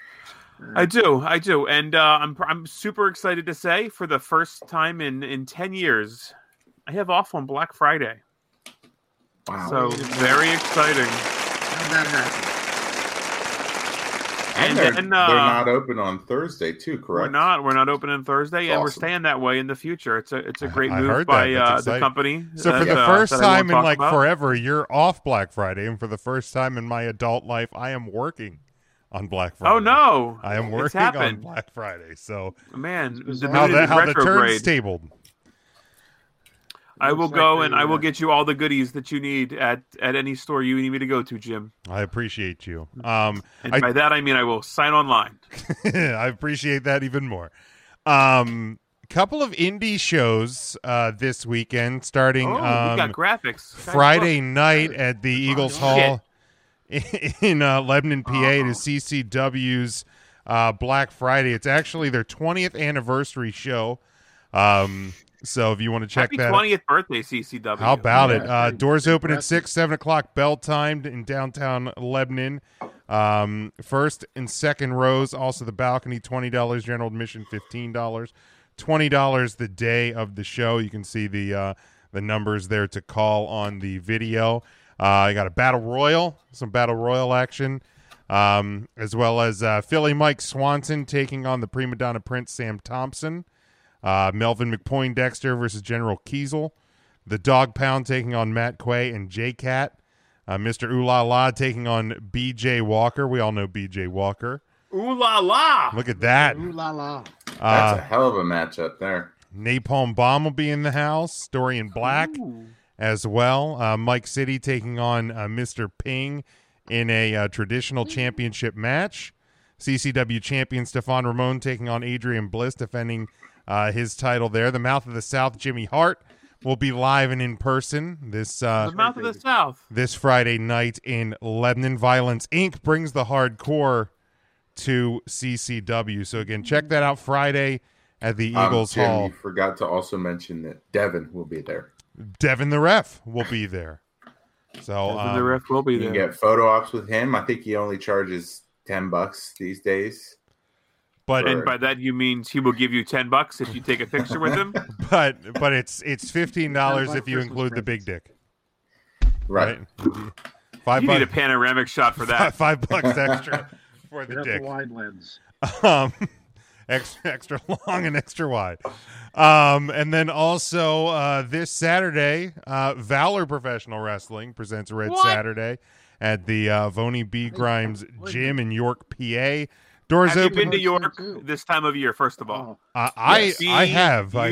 [SPEAKER 10] I do, I do, and uh, I'm I'm super excited to say for the first time in in ten years, I have off on Black Friday.
[SPEAKER 11] Wow.
[SPEAKER 10] So very exciting.
[SPEAKER 11] And,
[SPEAKER 10] And
[SPEAKER 11] they're,
[SPEAKER 10] then, uh,
[SPEAKER 11] they're not open on Thursday too,
[SPEAKER 10] We're
[SPEAKER 11] correct?
[SPEAKER 10] not we're not opening Thursday,
[SPEAKER 11] That's
[SPEAKER 10] and we're
[SPEAKER 11] awesome.
[SPEAKER 10] staying that way in the future. It's a it's a great
[SPEAKER 9] I
[SPEAKER 10] move
[SPEAKER 9] heard
[SPEAKER 10] by
[SPEAKER 9] that. That's
[SPEAKER 10] uh, the
[SPEAKER 9] exciting.
[SPEAKER 10] company.
[SPEAKER 9] So for
[SPEAKER 10] that,
[SPEAKER 9] the
[SPEAKER 10] uh,
[SPEAKER 9] first
[SPEAKER 10] that I won't
[SPEAKER 9] time in
[SPEAKER 10] talk
[SPEAKER 9] like
[SPEAKER 10] about.
[SPEAKER 9] forever, you're off Black Friday, and for the first time in my adult life, I am working on Black Friday.
[SPEAKER 10] Oh no!
[SPEAKER 9] I am
[SPEAKER 10] It's
[SPEAKER 9] working on
[SPEAKER 10] happened.
[SPEAKER 9] Black Friday. So
[SPEAKER 10] Man, the
[SPEAKER 9] how
[SPEAKER 10] moon
[SPEAKER 9] the,
[SPEAKER 10] is
[SPEAKER 9] how the
[SPEAKER 10] retrograde.
[SPEAKER 9] turns tabled.
[SPEAKER 10] I will go
[SPEAKER 12] like
[SPEAKER 10] and
[SPEAKER 12] they,
[SPEAKER 10] I will
[SPEAKER 12] uh,
[SPEAKER 10] get you all the goodies that you need at at any store you need me to go to, Jim.
[SPEAKER 9] I appreciate you. Um,
[SPEAKER 10] And
[SPEAKER 9] I,
[SPEAKER 10] by that I mean I will sign online.
[SPEAKER 9] I appreciate that even more. Um, couple of indie shows uh, this weekend, starting
[SPEAKER 10] Oh, we
[SPEAKER 9] um,
[SPEAKER 10] got graphics. Guys,
[SPEAKER 9] Friday
[SPEAKER 10] look.
[SPEAKER 9] night at the Eagles Hall in uh, Lebanon, PA,
[SPEAKER 10] Uh-huh.
[SPEAKER 9] to CCW's uh, Black Friday. It's actually their 20th anniversary show. Um, so if you want to check
[SPEAKER 10] Happy
[SPEAKER 9] that, out-
[SPEAKER 10] twentieth birthday, CCW.
[SPEAKER 9] how about it? Uh, doors open at six, seven o'clock, bell timed in downtown Lebanon. Um, first and second rows, also the balcony, twenty dollars. General admission, fifteen dollars. Twenty dollars the day of the show. You can see the uh, the numbers there to call on the video. Uh, you got a battle royal, some battle royal action, um, as well as uh, Philly Mike Swanson taking on the prima donna Prince Sam Thompson. Uh, Melvin McPoindexter versus General Kiesel. The Dog Pound taking on Matt Quay and J Cat. Uh, Mr. Ooh La La taking on BJ Walker. We all know BJ Walker.
[SPEAKER 10] Ooh la la!
[SPEAKER 9] Look at that.
[SPEAKER 12] Ooh la la.
[SPEAKER 11] That's
[SPEAKER 9] Uh,
[SPEAKER 11] a hell of a matchup there.
[SPEAKER 9] Napalm Bomb will be in the house. Dorian Black as well. Uh, Mike City taking on uh, Mr. Ping in a uh, traditional championship match. CCW champion Stefan Ramon taking on Adrian Bliss, defending uh, his title there. The Mouth of the South, Jimmy Hart, will be live and in person this uh,
[SPEAKER 10] The mouth of the south.
[SPEAKER 9] this Friday night in Lebanon. Violence Inc. brings the hardcore to CCW. So again, check that out Friday at the
[SPEAKER 11] Um,
[SPEAKER 9] Eagles
[SPEAKER 11] Tim,
[SPEAKER 9] Hall.
[SPEAKER 11] You forgot to also mention that Devin will be there.
[SPEAKER 9] Devin the ref will be there. So
[SPEAKER 10] And the
[SPEAKER 9] um,
[SPEAKER 10] ref will be
[SPEAKER 11] You can
[SPEAKER 10] there.
[SPEAKER 11] get photo ops with him. I think he only charges ten bucks these days.
[SPEAKER 9] but
[SPEAKER 10] And by that you means he will give you ten bucks if you take a picture with him.
[SPEAKER 9] but but it's it's fifteen dollars
[SPEAKER 12] Sounds like
[SPEAKER 9] if you
[SPEAKER 12] Christmas
[SPEAKER 9] include the big dick.
[SPEAKER 11] Right.
[SPEAKER 9] Five
[SPEAKER 10] You need a
[SPEAKER 9] bucks.
[SPEAKER 10] panoramic shot for that.
[SPEAKER 9] Five bucks extra for
[SPEAKER 12] Get
[SPEAKER 9] the
[SPEAKER 12] up
[SPEAKER 9] dick.
[SPEAKER 12] the wide lens.
[SPEAKER 9] um, extra extra long and extra wide. Um, and then also uh, this Saturday, uh, Valor Professional Wrestling presents Red
[SPEAKER 10] What?
[SPEAKER 9] Saturday at the uh, Vonnie B. Grimes Gym in York, PA. Doors
[SPEAKER 10] Have
[SPEAKER 9] open.
[SPEAKER 10] you been to York this time of year? First of all,
[SPEAKER 9] Uh, I- I have. I-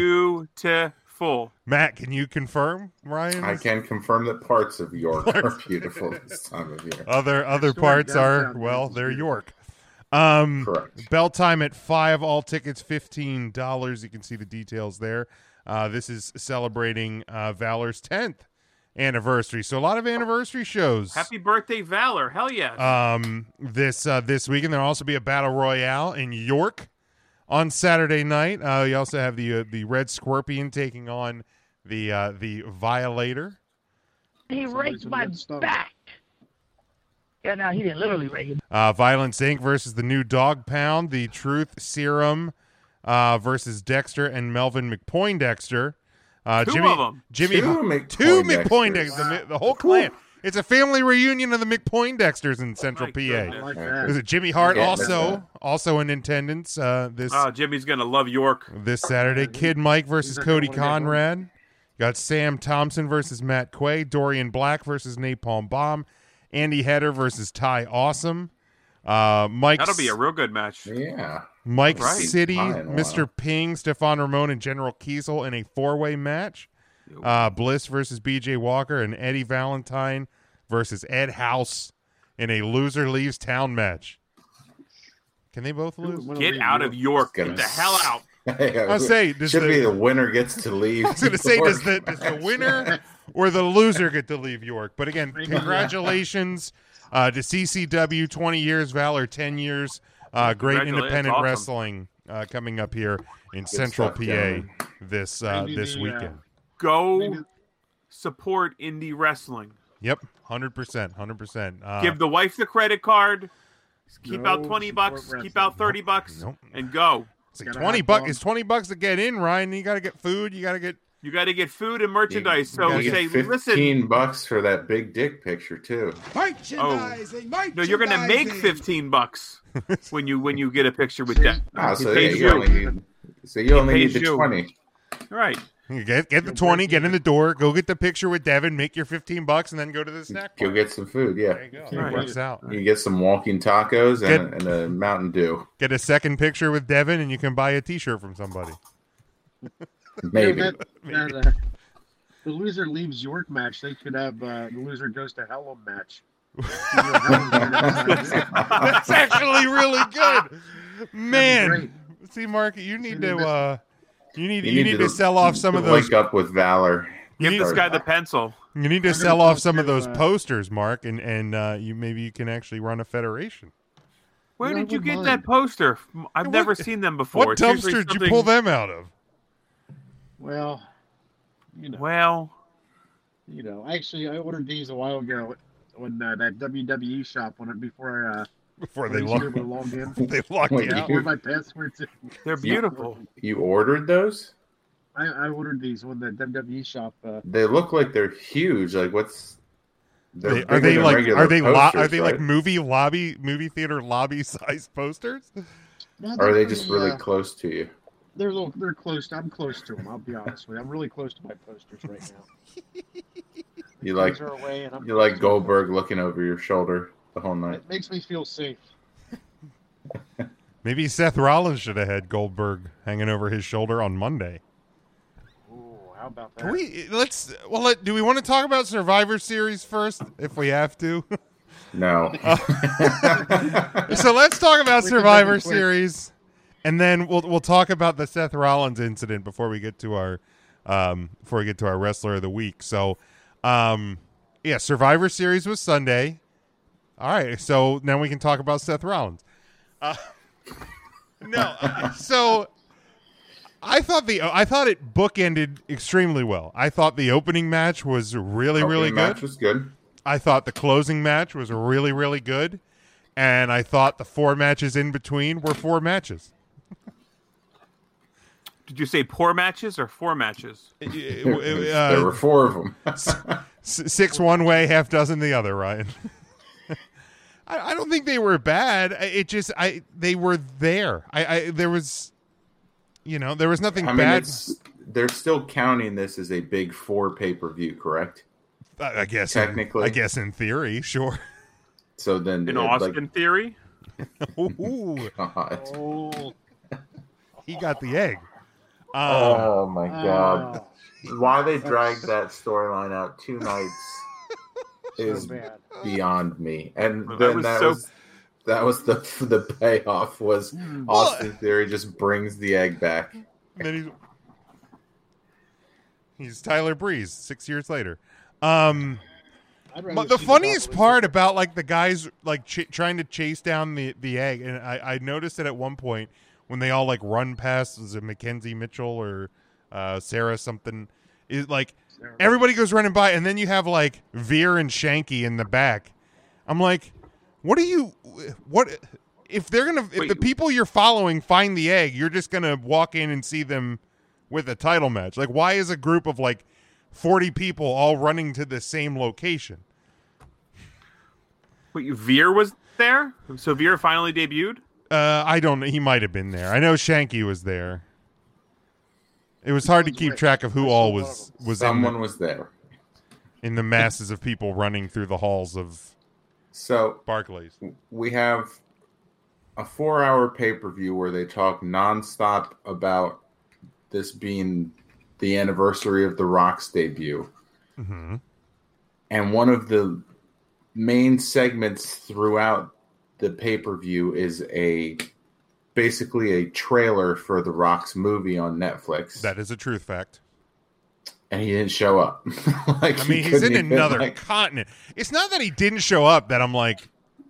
[SPEAKER 10] Beautiful.
[SPEAKER 9] Matt, can you confirm Ryan?
[SPEAKER 11] I can confirm that parts of York are beautiful this time of year.
[SPEAKER 9] Other other
[SPEAKER 11] Story
[SPEAKER 9] parts are
[SPEAKER 11] downtown
[SPEAKER 9] well, they're York. Um, Bell time at five. All tickets fifteen dollars. You can see the details there. Uh, this is celebrating uh, Valor's tenth anniversary. So a lot of anniversary shows.
[SPEAKER 10] Happy birthday, Valor! Hell yeah!
[SPEAKER 9] um, this uh, this weekend. There'll also be a battle royale in York on Saturday night. Uh, you also have the uh, the Red Scorpion taking on the uh, the Violator.
[SPEAKER 13] He raked my back. Yeah, no, he didn't literally rake it.
[SPEAKER 9] Uh, Violence Inc. versus the New Dog Pound. The Truth Serum uh, versus Dexter and Melvin McPoindexter. Uh,
[SPEAKER 10] Two
[SPEAKER 9] Jimmy,
[SPEAKER 10] of 'em.
[SPEAKER 9] Jimmy,
[SPEAKER 10] Two
[SPEAKER 9] two
[SPEAKER 10] McPoindexters.
[SPEAKER 9] McPoindexters. The mi- The, whole clan. It's a family reunion of the McPoindexters in Central PA.
[SPEAKER 10] Oh goodness. I like that.
[SPEAKER 9] There's a Jimmy Hart
[SPEAKER 10] Yeah, that's
[SPEAKER 9] also
[SPEAKER 10] that.
[SPEAKER 9] also in attendance uh, this
[SPEAKER 10] Oh, Jimmy's gonna love York.
[SPEAKER 9] this Saturday. Kid Mike versus
[SPEAKER 10] not gonna
[SPEAKER 9] Cody
[SPEAKER 10] wanna get one.
[SPEAKER 9] Conrad. You got Sam Thompson versus Matt Quay. Dorian Black versus Napalm Bomb. Andy Header versus Ty Awesome. Uh, Mike
[SPEAKER 10] That'll be a real good match.
[SPEAKER 11] Yeah.
[SPEAKER 9] Mike
[SPEAKER 10] Right.
[SPEAKER 9] City,
[SPEAKER 10] Fine, wow.
[SPEAKER 9] Mr. Ping, Stefan Ramon, and General Kiesel in a four-way match. Uh, Bliss versus B.J. Walker and Eddie Valentine versus Ed House in a loser leaves town match. Can they both lose?
[SPEAKER 10] Get out of York. Get the hell out.
[SPEAKER 9] I'll say, does
[SPEAKER 11] should
[SPEAKER 9] the-
[SPEAKER 11] be the winner gets to leave.
[SPEAKER 9] I was going to say, does the, does the winner or the loser get to leave York? But again, congratulations uh, to CCW, 20 years, Valor, 10 years. Uh, great
[SPEAKER 10] Congratulations.
[SPEAKER 9] independent
[SPEAKER 10] Awesome.
[SPEAKER 9] wrestling uh, coming up here in Central
[SPEAKER 11] stuff,
[SPEAKER 9] PA
[SPEAKER 11] gentlemen.
[SPEAKER 9] this uh, this weekend.
[SPEAKER 10] Go support indie wrestling.
[SPEAKER 9] Yep, 100%. 100%. Uh,
[SPEAKER 10] Give the wife the credit card. Keep
[SPEAKER 9] No
[SPEAKER 10] out twenty bucks.
[SPEAKER 9] support
[SPEAKER 10] Keep out thirty bucks, and go.
[SPEAKER 9] it's like 20 bucks. It's 20 bucks to get in, Ryan. You got to get food. You got to get.
[SPEAKER 10] You got to get food and merchandise. So
[SPEAKER 11] You
[SPEAKER 10] say,
[SPEAKER 11] get
[SPEAKER 10] listen,
[SPEAKER 11] fifteen bucks for that big dick picture too.
[SPEAKER 10] Merchandising, oh, no, you're gonna make fifteen bucks when you when you get a picture with that.
[SPEAKER 11] Ah, so
[SPEAKER 10] He
[SPEAKER 11] yeah,
[SPEAKER 10] pays
[SPEAKER 11] you only need, so you
[SPEAKER 10] He
[SPEAKER 11] only need
[SPEAKER 10] pays
[SPEAKER 11] the
[SPEAKER 10] you.
[SPEAKER 11] twenty.
[SPEAKER 10] Right.
[SPEAKER 9] Get, get the 20, get in the door, go get the picture with Devin, make your 15 bucks, and then go to the snack
[SPEAKER 11] Go get some food. Yeah,
[SPEAKER 9] There you go. It works out.
[SPEAKER 11] You get some walking tacos and, and a Mountain Dew.
[SPEAKER 9] Get a second picture with Devin, and you can buy a T-shirt from somebody.
[SPEAKER 11] Maybe.
[SPEAKER 12] Yeah, that- that, uh, the loser leaves York match. They could have uh, the loser goes to Hellum match.
[SPEAKER 9] That's actually really good, man. See, Mark, you need to uh, you need you, need to, sell off some of those.
[SPEAKER 11] Wake up with valor.
[SPEAKER 10] Give this guy the pencil.
[SPEAKER 9] You need to
[SPEAKER 10] I'm gonna
[SPEAKER 9] sell off
[SPEAKER 10] talk
[SPEAKER 9] some of
[SPEAKER 10] to,
[SPEAKER 9] those
[SPEAKER 10] uh,
[SPEAKER 9] posters, Mark, and and uh, you maybe you can actually run a federation.
[SPEAKER 10] Where
[SPEAKER 12] Yeah, I
[SPEAKER 10] did you
[SPEAKER 12] wouldn't
[SPEAKER 10] get
[SPEAKER 12] mind.
[SPEAKER 10] that poster? I've
[SPEAKER 12] What-
[SPEAKER 10] never seen them before.
[SPEAKER 9] what
[SPEAKER 10] It's usually
[SPEAKER 9] dumpster did you
[SPEAKER 10] something-
[SPEAKER 9] pull them out of?
[SPEAKER 12] Well, you know.
[SPEAKER 10] Well,
[SPEAKER 12] you know, actually, I ordered these a while ago when uh, that WWE shop when it before I, uh,
[SPEAKER 9] before
[SPEAKER 11] they
[SPEAKER 12] each
[SPEAKER 11] lock-
[SPEAKER 12] year we logged in.
[SPEAKER 9] they locked
[SPEAKER 11] you
[SPEAKER 12] yeah,
[SPEAKER 11] out.
[SPEAKER 12] Or my passwords.
[SPEAKER 10] They're beautiful.
[SPEAKER 11] You ordered those?
[SPEAKER 12] I, I ordered these when the WWE shop. Uh,
[SPEAKER 11] They look like they're huge. Like what's? they're
[SPEAKER 9] They- are
[SPEAKER 11] bigger
[SPEAKER 9] they
[SPEAKER 11] than
[SPEAKER 9] like
[SPEAKER 11] regular
[SPEAKER 9] are they lo- are
[SPEAKER 11] posters,
[SPEAKER 9] they like
[SPEAKER 11] right?
[SPEAKER 9] movie lobby movie theater lobby size posters?
[SPEAKER 12] no,
[SPEAKER 11] Or are they
[SPEAKER 12] they're
[SPEAKER 11] just
[SPEAKER 12] pretty,
[SPEAKER 11] really
[SPEAKER 12] uh,
[SPEAKER 11] close to you?
[SPEAKER 12] They're a little, they're close. To, I'm close to them. I'll be honest with you. I'm really close to my posters right now.
[SPEAKER 11] You like
[SPEAKER 12] These are away and I'm
[SPEAKER 11] you like
[SPEAKER 12] close.
[SPEAKER 11] Goldberg looking over your shoulder the whole night.
[SPEAKER 12] It makes me feel safe.
[SPEAKER 9] Maybe Seth Rollins should have had Goldberg hanging over his shoulder on Monday.
[SPEAKER 12] Ooh, how about that?
[SPEAKER 9] Can we let's well let, do we want to talk about Survivor Series first if we have to?
[SPEAKER 11] No.
[SPEAKER 9] so let's talk about
[SPEAKER 11] We can make it
[SPEAKER 9] Survivor
[SPEAKER 11] quick.
[SPEAKER 9] Series, and then we'll we'll talk about the Seth Rollins incident before we get to our um, before we get to our wrestler of the week. So, um, yeah, Survivor Series was Sunday. All right, so now we can talk about Seth Rollins. Uh, no, uh, so I thought the I thought it bookended extremely well. I thought the opening match was really
[SPEAKER 11] Opening
[SPEAKER 9] really good.
[SPEAKER 11] match was good.
[SPEAKER 9] I thought the closing match was really really good, and I thought the four matches in between were four matches.
[SPEAKER 10] Did you say poor matches or four matches?
[SPEAKER 9] There
[SPEAKER 11] were four of them.
[SPEAKER 9] S- six one way, half dozen the other. Ryan, I, I don't think they were bad. I- It just I they were there. I, I there was, you know, there was nothing
[SPEAKER 11] I mean,
[SPEAKER 9] bad.
[SPEAKER 11] it's, they're still counting this as a big four pay per view, correct?
[SPEAKER 9] I I guess in-
[SPEAKER 11] technically.
[SPEAKER 9] I guess in theory, sure.
[SPEAKER 11] So then,
[SPEAKER 10] In
[SPEAKER 11] it, like, uh-huh,
[SPEAKER 10] Austin theory,
[SPEAKER 9] Ooh.
[SPEAKER 12] Oh.
[SPEAKER 9] He got the egg.
[SPEAKER 11] oh
[SPEAKER 9] Um,
[SPEAKER 11] my god! Why they dragged that storyline out two nights is
[SPEAKER 9] bad.
[SPEAKER 11] beyond me. And
[SPEAKER 10] I
[SPEAKER 11] then
[SPEAKER 10] was
[SPEAKER 11] that
[SPEAKER 10] so-
[SPEAKER 11] was that was the the payoff was Austin Theory just brings the egg back.
[SPEAKER 9] And then he's he's Tyler Breeze six years later. Um,
[SPEAKER 12] I'd
[SPEAKER 9] but
[SPEAKER 12] rather
[SPEAKER 9] the
[SPEAKER 12] see
[SPEAKER 9] funniest
[SPEAKER 12] Buffalo-
[SPEAKER 9] part about like the guys like ch- trying to chase down the the egg, and I, I noticed it at one point when they all like run past was it Mackenzie Mitchell or uh, Sarah something is like everybody goes running by, and then you have like Veer and Shanky in the back. I'm like, what are you? What if they're gonna? If the people you're following find the egg, you're just gonna walk in and see them with a title match. Like, why is a group of like 40 people all running to the same location?
[SPEAKER 10] Wait, Veer was there, so Veer finally debuted.
[SPEAKER 9] Uh, I don't know. He might have been there. I know Shanky was there. It was hard to keep track of who all was was in
[SPEAKER 11] Someone
[SPEAKER 9] the,
[SPEAKER 11] was there.
[SPEAKER 9] in the masses of people running through the halls of
[SPEAKER 11] So
[SPEAKER 9] Barclays.
[SPEAKER 11] We have a four-hour pay-per-view where they talk nonstop about this being the anniversary of The Rock's debut.
[SPEAKER 9] Mm-hmm.
[SPEAKER 11] and one of the main segments throughout the pay-per-view is a basically a trailer for the rock's movie on netflix
[SPEAKER 9] That is a truth fact.
[SPEAKER 11] and he didn't show up like
[SPEAKER 9] I
[SPEAKER 11] he
[SPEAKER 9] mean, he's
[SPEAKER 11] couldn't
[SPEAKER 9] in
[SPEAKER 11] even,
[SPEAKER 9] another
[SPEAKER 11] like,
[SPEAKER 9] continent. It's not that he didn't show up that I'm like,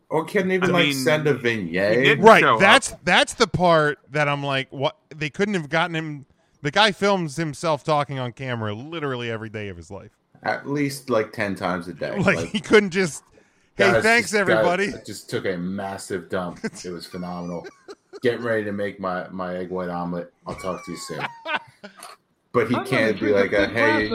[SPEAKER 11] or couldn't even
[SPEAKER 9] I
[SPEAKER 11] like
[SPEAKER 9] mean,
[SPEAKER 11] send a vignette
[SPEAKER 9] right. That's that's the part that I'm like, what? They couldn't have gotten him. The guy films himself talking on camera literally every day of his life.
[SPEAKER 11] at least like 10 times a day
[SPEAKER 9] Like, he couldn't just. Hey,
[SPEAKER 11] guys,
[SPEAKER 9] thanks
[SPEAKER 11] this guy
[SPEAKER 9] everybody.
[SPEAKER 11] just took a massive dump it was phenomenal getting ready to make my my egg white omelet i'll talk to you soon but he can't be like a, hey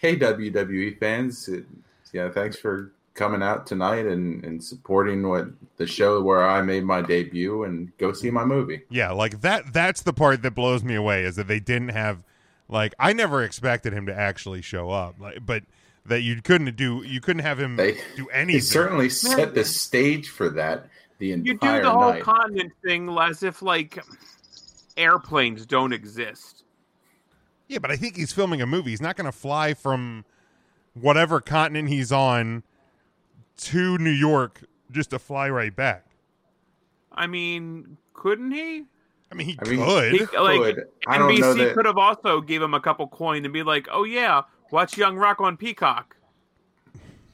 [SPEAKER 11] hey WWE fans, it- yeah, thanks for coming out tonight and, and supporting what the show where I made my debut and go see my movie.
[SPEAKER 9] Yeah, like that that's the part that blows me away is that they didn't have like I never expected him to actually show up. Like but that you couldn't do you couldn't have him do anything.
[SPEAKER 11] He certainly set the stage for that the entire
[SPEAKER 10] You do the whole
[SPEAKER 11] night.
[SPEAKER 10] continent thing as if like airplanes don't exist.
[SPEAKER 9] Yeah, but I think he's filming a movie. He's not going to fly from whatever continent he's on to New York just to fly right back.
[SPEAKER 10] I mean, couldn't he?
[SPEAKER 9] I mean, he
[SPEAKER 11] I mean,
[SPEAKER 9] could.
[SPEAKER 11] he
[SPEAKER 10] like
[SPEAKER 11] could. I don't know
[SPEAKER 10] NBC
[SPEAKER 11] that-
[SPEAKER 10] could have also gave him a couple coin and be like, "Oh yeah, watch Young Rock on Peacock."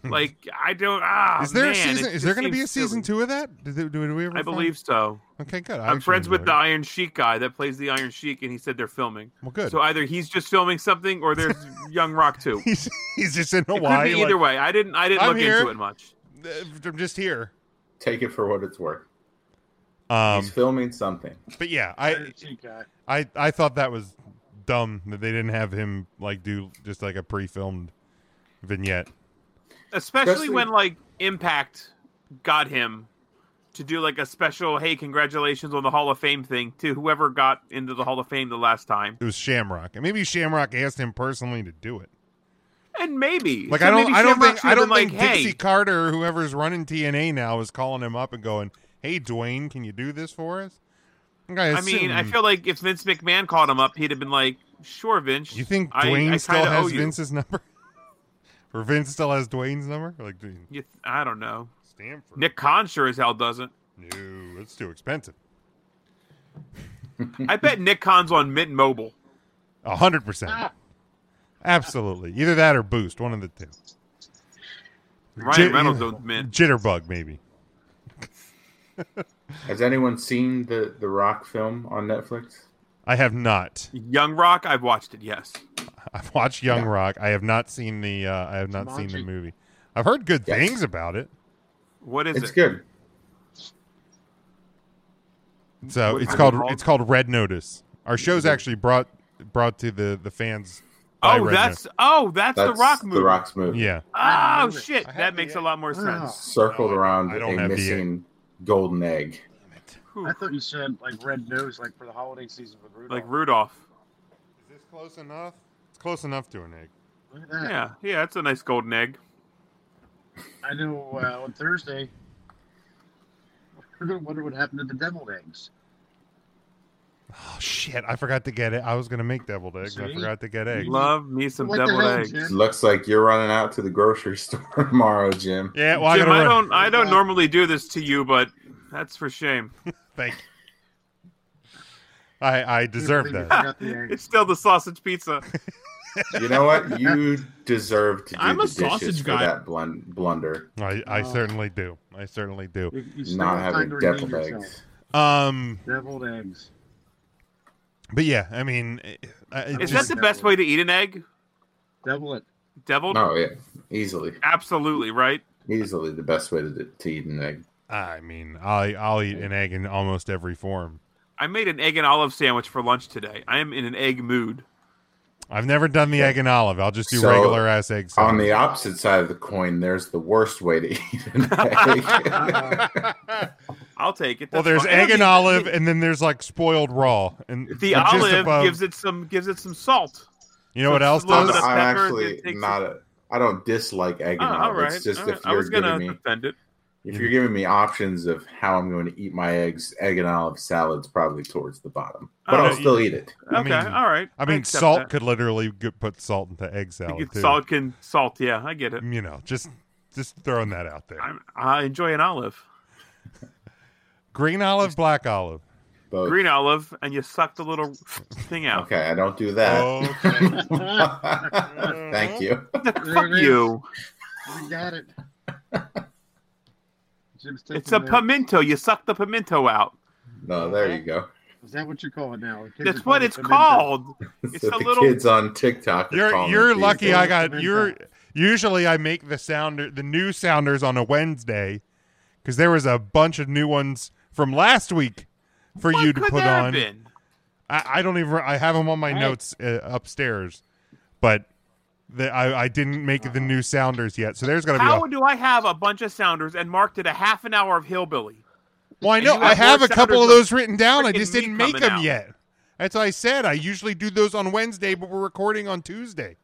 [SPEAKER 10] like I don't. Ah,
[SPEAKER 9] is there
[SPEAKER 10] man,
[SPEAKER 9] a season?
[SPEAKER 10] it
[SPEAKER 9] Is there
[SPEAKER 10] just
[SPEAKER 9] going to be a
[SPEAKER 10] seems
[SPEAKER 9] season
[SPEAKER 10] silly.
[SPEAKER 9] two of that? Did, they- do we ever
[SPEAKER 10] I
[SPEAKER 9] find-
[SPEAKER 10] believe so.
[SPEAKER 9] Okay, good. I
[SPEAKER 10] I'm
[SPEAKER 9] actually
[SPEAKER 10] friends with
[SPEAKER 9] enjoyed
[SPEAKER 10] the
[SPEAKER 9] it.
[SPEAKER 10] Iron Sheik guy that plays the Iron Sheik, and he said they're filming.
[SPEAKER 9] Well, good.
[SPEAKER 10] So either he's just filming something, or there's Young Rock too.
[SPEAKER 9] He's, he's just in
[SPEAKER 10] It
[SPEAKER 9] Hawaii.
[SPEAKER 10] could be
[SPEAKER 9] like,
[SPEAKER 10] either way. I didn't. I didn't
[SPEAKER 9] I'm
[SPEAKER 10] look
[SPEAKER 9] here.
[SPEAKER 10] into it much.
[SPEAKER 9] I'm just here.
[SPEAKER 11] Take it for what it's worth.
[SPEAKER 9] Um,
[SPEAKER 11] He's filming something.
[SPEAKER 9] But yeah, I I I thought that was dumb that they didn't have him like do just like a pre-filmed vignette.
[SPEAKER 10] Especially,
[SPEAKER 9] Especially-
[SPEAKER 10] when like Impact got him to do like a special "Hey, congratulations on the Hall of Fame" thing to whoever got into the Hall of Fame the last time,
[SPEAKER 9] It was Shamrock, and maybe Shamrock asked him personally to do it.
[SPEAKER 10] and maybe
[SPEAKER 9] Like
[SPEAKER 10] so
[SPEAKER 9] I don't
[SPEAKER 10] maybe
[SPEAKER 9] I don't
[SPEAKER 10] Shamrock
[SPEAKER 9] think
[SPEAKER 10] should
[SPEAKER 9] I
[SPEAKER 10] have
[SPEAKER 9] don't
[SPEAKER 10] been
[SPEAKER 9] think
[SPEAKER 10] like,
[SPEAKER 9] Dixie
[SPEAKER 10] hey,
[SPEAKER 9] Carter or whoever's running TNA now is calling him up and going, "Hey, Dwayne, can you do this for us?" Like,
[SPEAKER 10] I mean, I
[SPEAKER 9] assume-
[SPEAKER 10] feel like if Vince McMahon called him up, he'd have been like, "Sure, Vince."
[SPEAKER 9] You think
[SPEAKER 10] I-
[SPEAKER 9] Dwayne
[SPEAKER 10] I,
[SPEAKER 9] still
[SPEAKER 10] kinda owe
[SPEAKER 9] has
[SPEAKER 10] you.
[SPEAKER 9] Vince's number? or Vince still has Dwayne's number? Like, dude,
[SPEAKER 10] You th- I don't know.
[SPEAKER 9] Stanford.
[SPEAKER 10] Nick Khan sure as hell doesn't.
[SPEAKER 9] no, it's too expensive.
[SPEAKER 10] I bet Nick Khan's on Mint Mobile.
[SPEAKER 9] A hundred percent. Absolutely. Either that or boost, one of the two.
[SPEAKER 10] Ryan
[SPEAKER 9] Jit-
[SPEAKER 10] Reynolds owns Mint.
[SPEAKER 9] Jitterbug, maybe.
[SPEAKER 11] Has anyone seen the, the Rock film on Netflix?
[SPEAKER 9] I have not.
[SPEAKER 10] Young Rock, I've watched it. Yes.
[SPEAKER 9] I've watched Young Rock. I have not seen the uh, I have not seen the
[SPEAKER 10] Jumanji.
[SPEAKER 9] movie. I've heard good
[SPEAKER 10] Yes.
[SPEAKER 9] things about it.
[SPEAKER 10] What is
[SPEAKER 11] It's
[SPEAKER 10] it?
[SPEAKER 11] good.
[SPEAKER 9] So
[SPEAKER 10] What is
[SPEAKER 9] it's
[SPEAKER 10] it
[SPEAKER 9] called
[SPEAKER 10] called?
[SPEAKER 9] it's called Red Notice. Our show's actually brought brought to the the fans. by
[SPEAKER 10] Oh,
[SPEAKER 9] Red
[SPEAKER 10] that's
[SPEAKER 9] Notice.
[SPEAKER 10] oh, that's, the Rock movie.
[SPEAKER 11] movie.
[SPEAKER 9] Yeah.
[SPEAKER 10] Oh shit, that makes a
[SPEAKER 12] Oh,
[SPEAKER 10] lot more sense.
[SPEAKER 11] Circled around
[SPEAKER 9] I don't
[SPEAKER 11] a
[SPEAKER 9] have the-
[SPEAKER 11] missing golden egg.
[SPEAKER 12] I thought you said like red nose, like for the holiday season with Rudolph.
[SPEAKER 10] Like Rudolph.
[SPEAKER 9] Is this close enough? It's close enough to an egg.
[SPEAKER 12] Look at that.
[SPEAKER 10] Yeah, yeah, that's a nice golden egg.
[SPEAKER 12] I know uh, on Thursday, You're gonna wonder what happened to the deviled eggs.
[SPEAKER 9] Oh shit! I forgot to get it. I was gonna make deviled eggs. I
[SPEAKER 12] See?
[SPEAKER 9] forgot to get eggs.
[SPEAKER 10] Love me some
[SPEAKER 12] What the
[SPEAKER 10] deviled
[SPEAKER 12] hell,
[SPEAKER 10] eggs.
[SPEAKER 12] Jim?
[SPEAKER 11] Looks like you're running out to the grocery store tomorrow, Jim.
[SPEAKER 9] Yeah,
[SPEAKER 10] Jim, I don't, I don't normally do this to you, but that's for shame.
[SPEAKER 9] Thank you. I I deserve that.
[SPEAKER 10] it's still the sausage pizza.
[SPEAKER 11] You know what? You deserve to do
[SPEAKER 10] I'm
[SPEAKER 11] the
[SPEAKER 10] a
[SPEAKER 11] dishes
[SPEAKER 10] sausage
[SPEAKER 11] for
[SPEAKER 10] guy.
[SPEAKER 11] that blun- blunder.
[SPEAKER 9] I I
[SPEAKER 11] Oh.
[SPEAKER 9] certainly do. I certainly do.
[SPEAKER 11] you still Not have having time to redeem deviled yourself. eggs.
[SPEAKER 9] Um,
[SPEAKER 12] Deviled eggs.
[SPEAKER 9] but yeah, I mean, I- I
[SPEAKER 10] Is
[SPEAKER 9] just-
[SPEAKER 10] that the best way to eat an egg?
[SPEAKER 12] Devil it.
[SPEAKER 10] Deviled?
[SPEAKER 11] Oh yeah, easily,
[SPEAKER 10] Absolutely, right?
[SPEAKER 11] easily the best way to, to eat an egg.
[SPEAKER 9] I mean, I I'll eat an egg in almost every form.
[SPEAKER 10] I made an egg and olive sandwich for lunch today. I am in an egg mood.
[SPEAKER 9] I've never done the egg and olive. I'll just do
[SPEAKER 11] So,
[SPEAKER 9] regular ass egg
[SPEAKER 11] On the
[SPEAKER 9] sandwich.
[SPEAKER 11] opposite side of the coin, there's the worst way to eat an egg.
[SPEAKER 10] I'll take it.
[SPEAKER 9] Well,
[SPEAKER 10] That's
[SPEAKER 9] there's
[SPEAKER 10] fine.
[SPEAKER 9] egg
[SPEAKER 10] I
[SPEAKER 9] and
[SPEAKER 10] don't need-
[SPEAKER 9] olive, and then there's like spoiled raw. And
[SPEAKER 10] The
[SPEAKER 9] and just
[SPEAKER 10] olive
[SPEAKER 9] above-
[SPEAKER 10] gives it some gives it some salt.
[SPEAKER 9] You know what else
[SPEAKER 10] A little
[SPEAKER 9] does?
[SPEAKER 10] bit of
[SPEAKER 11] I'm
[SPEAKER 10] pepper,
[SPEAKER 11] actually
[SPEAKER 10] it takes-
[SPEAKER 11] not a. I don't dislike egg and
[SPEAKER 10] Oh,
[SPEAKER 11] olive.
[SPEAKER 10] alright,
[SPEAKER 11] It's just
[SPEAKER 10] alright.
[SPEAKER 11] if
[SPEAKER 10] I
[SPEAKER 11] you're
[SPEAKER 10] was gonna
[SPEAKER 11] giving me
[SPEAKER 10] defend it.
[SPEAKER 9] Mm-hmm.
[SPEAKER 11] if you're giving me options of how I'm going to eat my eggs, egg and olive salad's probably towards the bottom, but
[SPEAKER 10] Oh,
[SPEAKER 11] I'll still
[SPEAKER 10] you-
[SPEAKER 11] eat it.
[SPEAKER 9] I mean-
[SPEAKER 10] Okay, all right.
[SPEAKER 9] I
[SPEAKER 10] I
[SPEAKER 9] mean,
[SPEAKER 10] accept
[SPEAKER 9] salt
[SPEAKER 10] that.
[SPEAKER 9] could literally get, put salt into egg
[SPEAKER 10] You
[SPEAKER 9] salad
[SPEAKER 10] get
[SPEAKER 9] too. Mm.
[SPEAKER 10] salt can salt, yeah, I get it.
[SPEAKER 9] You know, just just throwing that out there.
[SPEAKER 10] I'm, I enjoy an olive.
[SPEAKER 9] Green olive, black olive.
[SPEAKER 11] Both.
[SPEAKER 10] Green olive, and you suck the little thing out.
[SPEAKER 11] Okay, I don't do that.
[SPEAKER 9] Oh.
[SPEAKER 10] Okay.
[SPEAKER 11] Thank you.
[SPEAKER 10] Fuck you.
[SPEAKER 12] We got it. Jim's taking
[SPEAKER 10] It's a
[SPEAKER 12] notes.
[SPEAKER 10] pimento. You suck the pimento out.
[SPEAKER 11] No, there you go.
[SPEAKER 12] Is that what you call it now? Kids are
[SPEAKER 10] That's
[SPEAKER 12] calling
[SPEAKER 10] what
[SPEAKER 12] it
[SPEAKER 10] it's
[SPEAKER 12] pimento.
[SPEAKER 10] called. It's
[SPEAKER 11] So
[SPEAKER 10] a
[SPEAKER 11] the
[SPEAKER 10] little.
[SPEAKER 11] kids on TikTok. are
[SPEAKER 9] You're
[SPEAKER 11] calling
[SPEAKER 9] you're
[SPEAKER 11] it these
[SPEAKER 9] lucky.
[SPEAKER 11] days.
[SPEAKER 9] I got you're. Usually, I make the sounder the new sounders on a Wednesday because there was a bunch of new ones from last week for
[SPEAKER 10] What
[SPEAKER 9] you to
[SPEAKER 10] could
[SPEAKER 9] put
[SPEAKER 10] there have
[SPEAKER 9] on.
[SPEAKER 10] been?
[SPEAKER 9] I, I don't even. I have them on my
[SPEAKER 10] All right.
[SPEAKER 9] notes uh, upstairs, but the, I I didn't make the new sounders yet. So there's gonna be.
[SPEAKER 10] How
[SPEAKER 9] a,
[SPEAKER 10] do I have a bunch of sounders and Mark did a half an hour of hillbilly?
[SPEAKER 9] well, I
[SPEAKER 10] and
[SPEAKER 9] know
[SPEAKER 10] you
[SPEAKER 9] I have
[SPEAKER 10] have more
[SPEAKER 9] a couple of
[SPEAKER 10] sounders
[SPEAKER 9] those
[SPEAKER 10] than
[SPEAKER 9] written down. I
[SPEAKER 10] frickin'
[SPEAKER 9] just
[SPEAKER 10] me
[SPEAKER 9] didn't make
[SPEAKER 10] coming
[SPEAKER 9] them
[SPEAKER 10] out.
[SPEAKER 9] yet. That's what I said. I usually do those on Wednesday, but we're recording on Tuesday.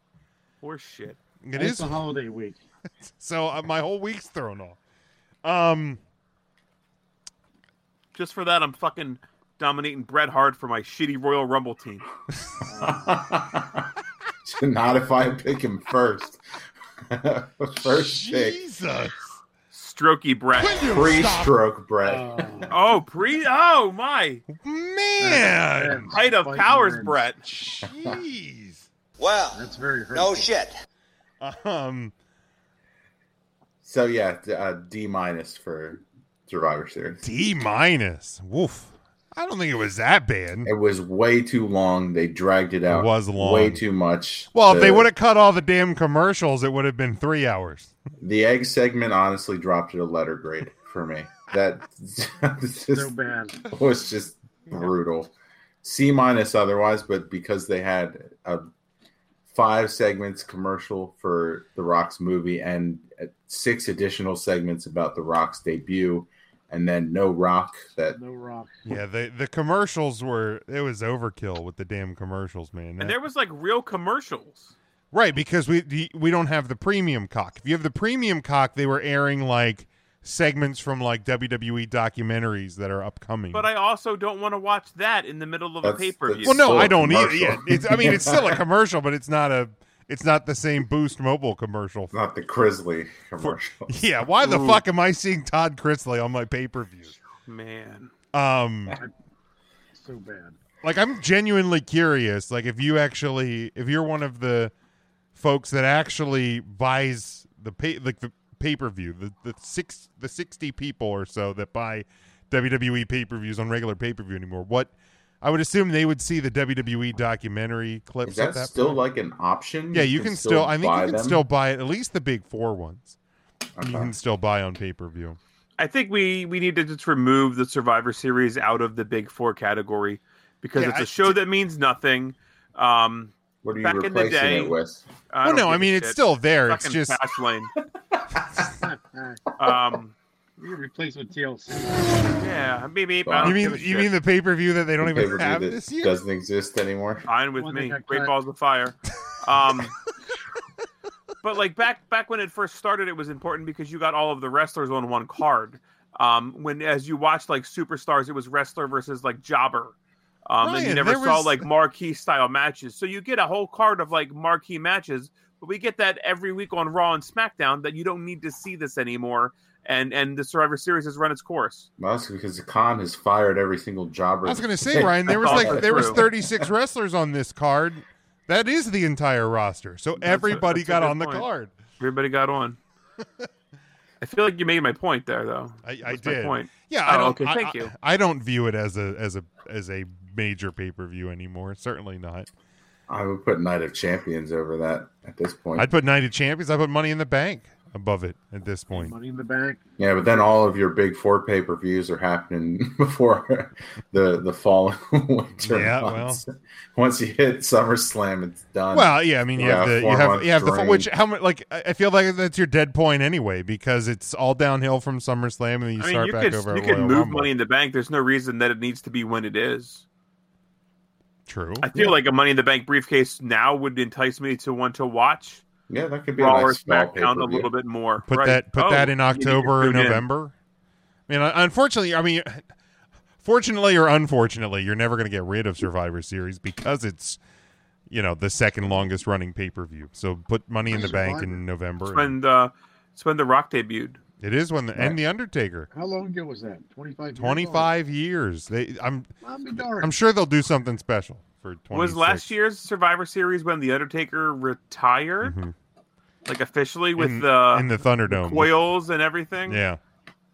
[SPEAKER 10] Or shit.
[SPEAKER 9] It
[SPEAKER 12] It's
[SPEAKER 9] is-
[SPEAKER 12] a holiday week.
[SPEAKER 9] So uh, my whole week's thrown off. Um.
[SPEAKER 10] Just for that, I'm fucking dominating Bret Hart for my shitty Royal Rumble team.
[SPEAKER 11] Not if I pick him first. first pick.
[SPEAKER 9] Jesus.
[SPEAKER 10] Strokey Brett.
[SPEAKER 11] Pre-stroke Brett.
[SPEAKER 10] Oh, pre. Oh, my.
[SPEAKER 9] Man.
[SPEAKER 10] Height of powers,
[SPEAKER 9] words.
[SPEAKER 10] Brett.
[SPEAKER 9] Jeez.
[SPEAKER 12] Wow. That's very hurtful. No shit.
[SPEAKER 9] Um.
[SPEAKER 11] So yeah, d- uh, D minus for Survivor Series.
[SPEAKER 9] D minus. Woof. I don't think it was that bad.
[SPEAKER 11] It was way too long. They dragged it out. It
[SPEAKER 9] was long.
[SPEAKER 11] Way too much.
[SPEAKER 9] Well, if they
[SPEAKER 11] The-
[SPEAKER 9] would have cut all the damn commercials, it would have been three hours.
[SPEAKER 11] The egg segment honestly dropped it a letter grade for me. That it's just,
[SPEAKER 12] So bad.
[SPEAKER 11] was just brutal. C minus otherwise, but because they had a five segments commercial for The Rock's movie and uh, six additional segments about The Rock's debut, and then No Rock that
[SPEAKER 12] No rock.
[SPEAKER 9] Yeah, the the commercials were it was overkill with the damn commercials, man.
[SPEAKER 10] And there was like real commercials.
[SPEAKER 9] right, because we the- we don't have the premium cock. If you have the premium cock, they were airing like segments from like WWE documentaries that are upcoming.
[SPEAKER 10] But I also don't want to watch that in the middle of a
[SPEAKER 9] That's-
[SPEAKER 10] pay per view.
[SPEAKER 9] well, no, I don't either. Yeah, it's, I mean, it's still a commercial, but it's not a it's not the same Boost Mobile commercial.
[SPEAKER 11] not the Grizzly
[SPEAKER 9] For-
[SPEAKER 11] commercial.
[SPEAKER 9] yeah, why the
[SPEAKER 11] Ooh.
[SPEAKER 9] fuck am I seeing Todd Chrisley on my pay per view?
[SPEAKER 10] Man.
[SPEAKER 9] Um,
[SPEAKER 12] So bad.
[SPEAKER 9] like I'm genuinely curious. Like if you actually, if you're one of the folks that actually buys the pay, like the pay per view, the the six the sixty people or so that buy WWE pay per views on regular pay per view anymore, what I would assume they would see the WWE documentary clips.
[SPEAKER 11] Is
[SPEAKER 9] at
[SPEAKER 11] that
[SPEAKER 9] that
[SPEAKER 11] still
[SPEAKER 9] point.
[SPEAKER 11] like an option?
[SPEAKER 9] Yeah, you can, still. I think you
[SPEAKER 11] buy
[SPEAKER 9] can
[SPEAKER 11] them?
[SPEAKER 9] still buy it, at least the big four ones. You
[SPEAKER 11] Okay.
[SPEAKER 9] can still buy on pay per view.
[SPEAKER 10] I think we we need to just remove the Survivor Series out of the Big Four category because
[SPEAKER 9] Yeah,
[SPEAKER 10] it's
[SPEAKER 9] I-
[SPEAKER 10] a show that means nothing. Um,
[SPEAKER 11] What are you
[SPEAKER 10] back in the
[SPEAKER 11] replacing
[SPEAKER 10] day,
[SPEAKER 11] it with?
[SPEAKER 10] I
[SPEAKER 9] Well,
[SPEAKER 10] don't
[SPEAKER 9] no, I
[SPEAKER 10] give a
[SPEAKER 9] mean, it's
[SPEAKER 10] shit.
[SPEAKER 9] still there, it's
[SPEAKER 10] Fucking
[SPEAKER 9] just-
[SPEAKER 10] fast lane.
[SPEAKER 12] um,
[SPEAKER 10] Um,
[SPEAKER 12] you replace with TLC.
[SPEAKER 10] Yeah, beep, beep, I
[SPEAKER 9] You
[SPEAKER 10] don't give
[SPEAKER 9] mean
[SPEAKER 10] a
[SPEAKER 9] you
[SPEAKER 10] shit.
[SPEAKER 9] mean the pay per view that they don't
[SPEAKER 11] The
[SPEAKER 9] even
[SPEAKER 11] pay-per-view
[SPEAKER 9] have
[SPEAKER 11] that
[SPEAKER 9] this year?
[SPEAKER 11] doesn't exist anymore.
[SPEAKER 10] Fine with
[SPEAKER 12] One
[SPEAKER 10] me.
[SPEAKER 12] that got
[SPEAKER 10] Great
[SPEAKER 12] cut.
[SPEAKER 10] balls of fire. Um, but like back back when it first started, it was important because you got all of the wrestlers on one card. Um, when as you watched like superstars, it was wrestler versus like jobber. Um, and you
[SPEAKER 14] Ryan,
[SPEAKER 10] never
[SPEAKER 14] there
[SPEAKER 10] saw
[SPEAKER 14] was-
[SPEAKER 10] like marquee style matches. So you get a whole card of like marquee matches, but we get that every week on Raw and SmackDown that you don't need to see this anymore. And and the Survivor Series has run its course.
[SPEAKER 11] Well, that's because the con has fired every single jobber.
[SPEAKER 9] I was gonna say, Ryan, there was like there was 36 wrestlers on this card. That is the entire roster. So everybody
[SPEAKER 10] That's a-
[SPEAKER 9] got
[SPEAKER 10] that's a
[SPEAKER 9] on the
[SPEAKER 10] good point.
[SPEAKER 9] card.
[SPEAKER 10] Everybody got on. I feel like you made my point there, though.
[SPEAKER 9] I, I
[SPEAKER 10] That's my
[SPEAKER 9] did.
[SPEAKER 10] point.
[SPEAKER 9] Yeah, I
[SPEAKER 10] Oh,
[SPEAKER 9] don't,
[SPEAKER 10] okay.
[SPEAKER 9] I-
[SPEAKER 10] thank
[SPEAKER 9] I-
[SPEAKER 10] you.
[SPEAKER 9] I don't view it as a as a as a major pay per view anymore. Certainly not.
[SPEAKER 11] I would put Night of Champions over that at this point.
[SPEAKER 9] I'd put Night of Champions. I put Money in the Bank above it at this point.
[SPEAKER 12] Money in the Bank.
[SPEAKER 11] Yeah, but then all of your big four pay per views are happening before the the fall and winter.
[SPEAKER 9] Yeah,
[SPEAKER 11] months. Once you hit SummerSlam, it's done.
[SPEAKER 9] Well, yeah, I mean, you
[SPEAKER 11] Yeah,
[SPEAKER 9] have the you
[SPEAKER 11] four
[SPEAKER 9] have
[SPEAKER 11] months
[SPEAKER 9] you have the
[SPEAKER 11] drain.
[SPEAKER 9] which how much like I I feel like that's your dead point anyway because it's all downhill from SummerSlam and then you
[SPEAKER 10] I mean,
[SPEAKER 9] start
[SPEAKER 10] you
[SPEAKER 9] back
[SPEAKER 10] could
[SPEAKER 9] over.
[SPEAKER 10] you
[SPEAKER 9] at
[SPEAKER 10] could
[SPEAKER 9] Royal
[SPEAKER 10] move
[SPEAKER 9] Rumble.
[SPEAKER 10] money in the bank. There's no reason that it needs to be when it is.
[SPEAKER 9] True.
[SPEAKER 10] I feel like a money in the bank briefcase now would entice me to want to watch.
[SPEAKER 11] Yeah, that could be a
[SPEAKER 10] Raw
[SPEAKER 11] nice
[SPEAKER 10] or
[SPEAKER 11] small
[SPEAKER 10] SmackDown a
[SPEAKER 11] pay-per-view.
[SPEAKER 10] little bit more.
[SPEAKER 9] Put
[SPEAKER 10] Right.
[SPEAKER 9] that put
[SPEAKER 10] Oh,
[SPEAKER 9] that
[SPEAKER 10] you
[SPEAKER 9] in
[SPEAKER 10] need to
[SPEAKER 9] October or
[SPEAKER 10] tune in.
[SPEAKER 9] November. I mean, un- unfortunately, I mean, fortunately or unfortunately, you're never going to get rid of Survivor Series because it's you know the second longest running pay per view. So put Money in the Bank in November.
[SPEAKER 10] It's
[SPEAKER 9] and-
[SPEAKER 10] when the it's when uh, the Rock debuted.
[SPEAKER 9] it is when the, and the Undertaker.
[SPEAKER 12] How long ago was that? 25 years old?
[SPEAKER 9] Twenty five years. They I'm
[SPEAKER 12] I'll be darned.
[SPEAKER 9] I'm sure they'll do something special for twenty.
[SPEAKER 10] Was last year's Survivor Series when the Undertaker retired, like officially with
[SPEAKER 9] Mm-hmm.
[SPEAKER 10] uh,
[SPEAKER 9] in,
[SPEAKER 10] the
[SPEAKER 9] in the Thunderdome.
[SPEAKER 10] coils and everything?
[SPEAKER 9] Yeah.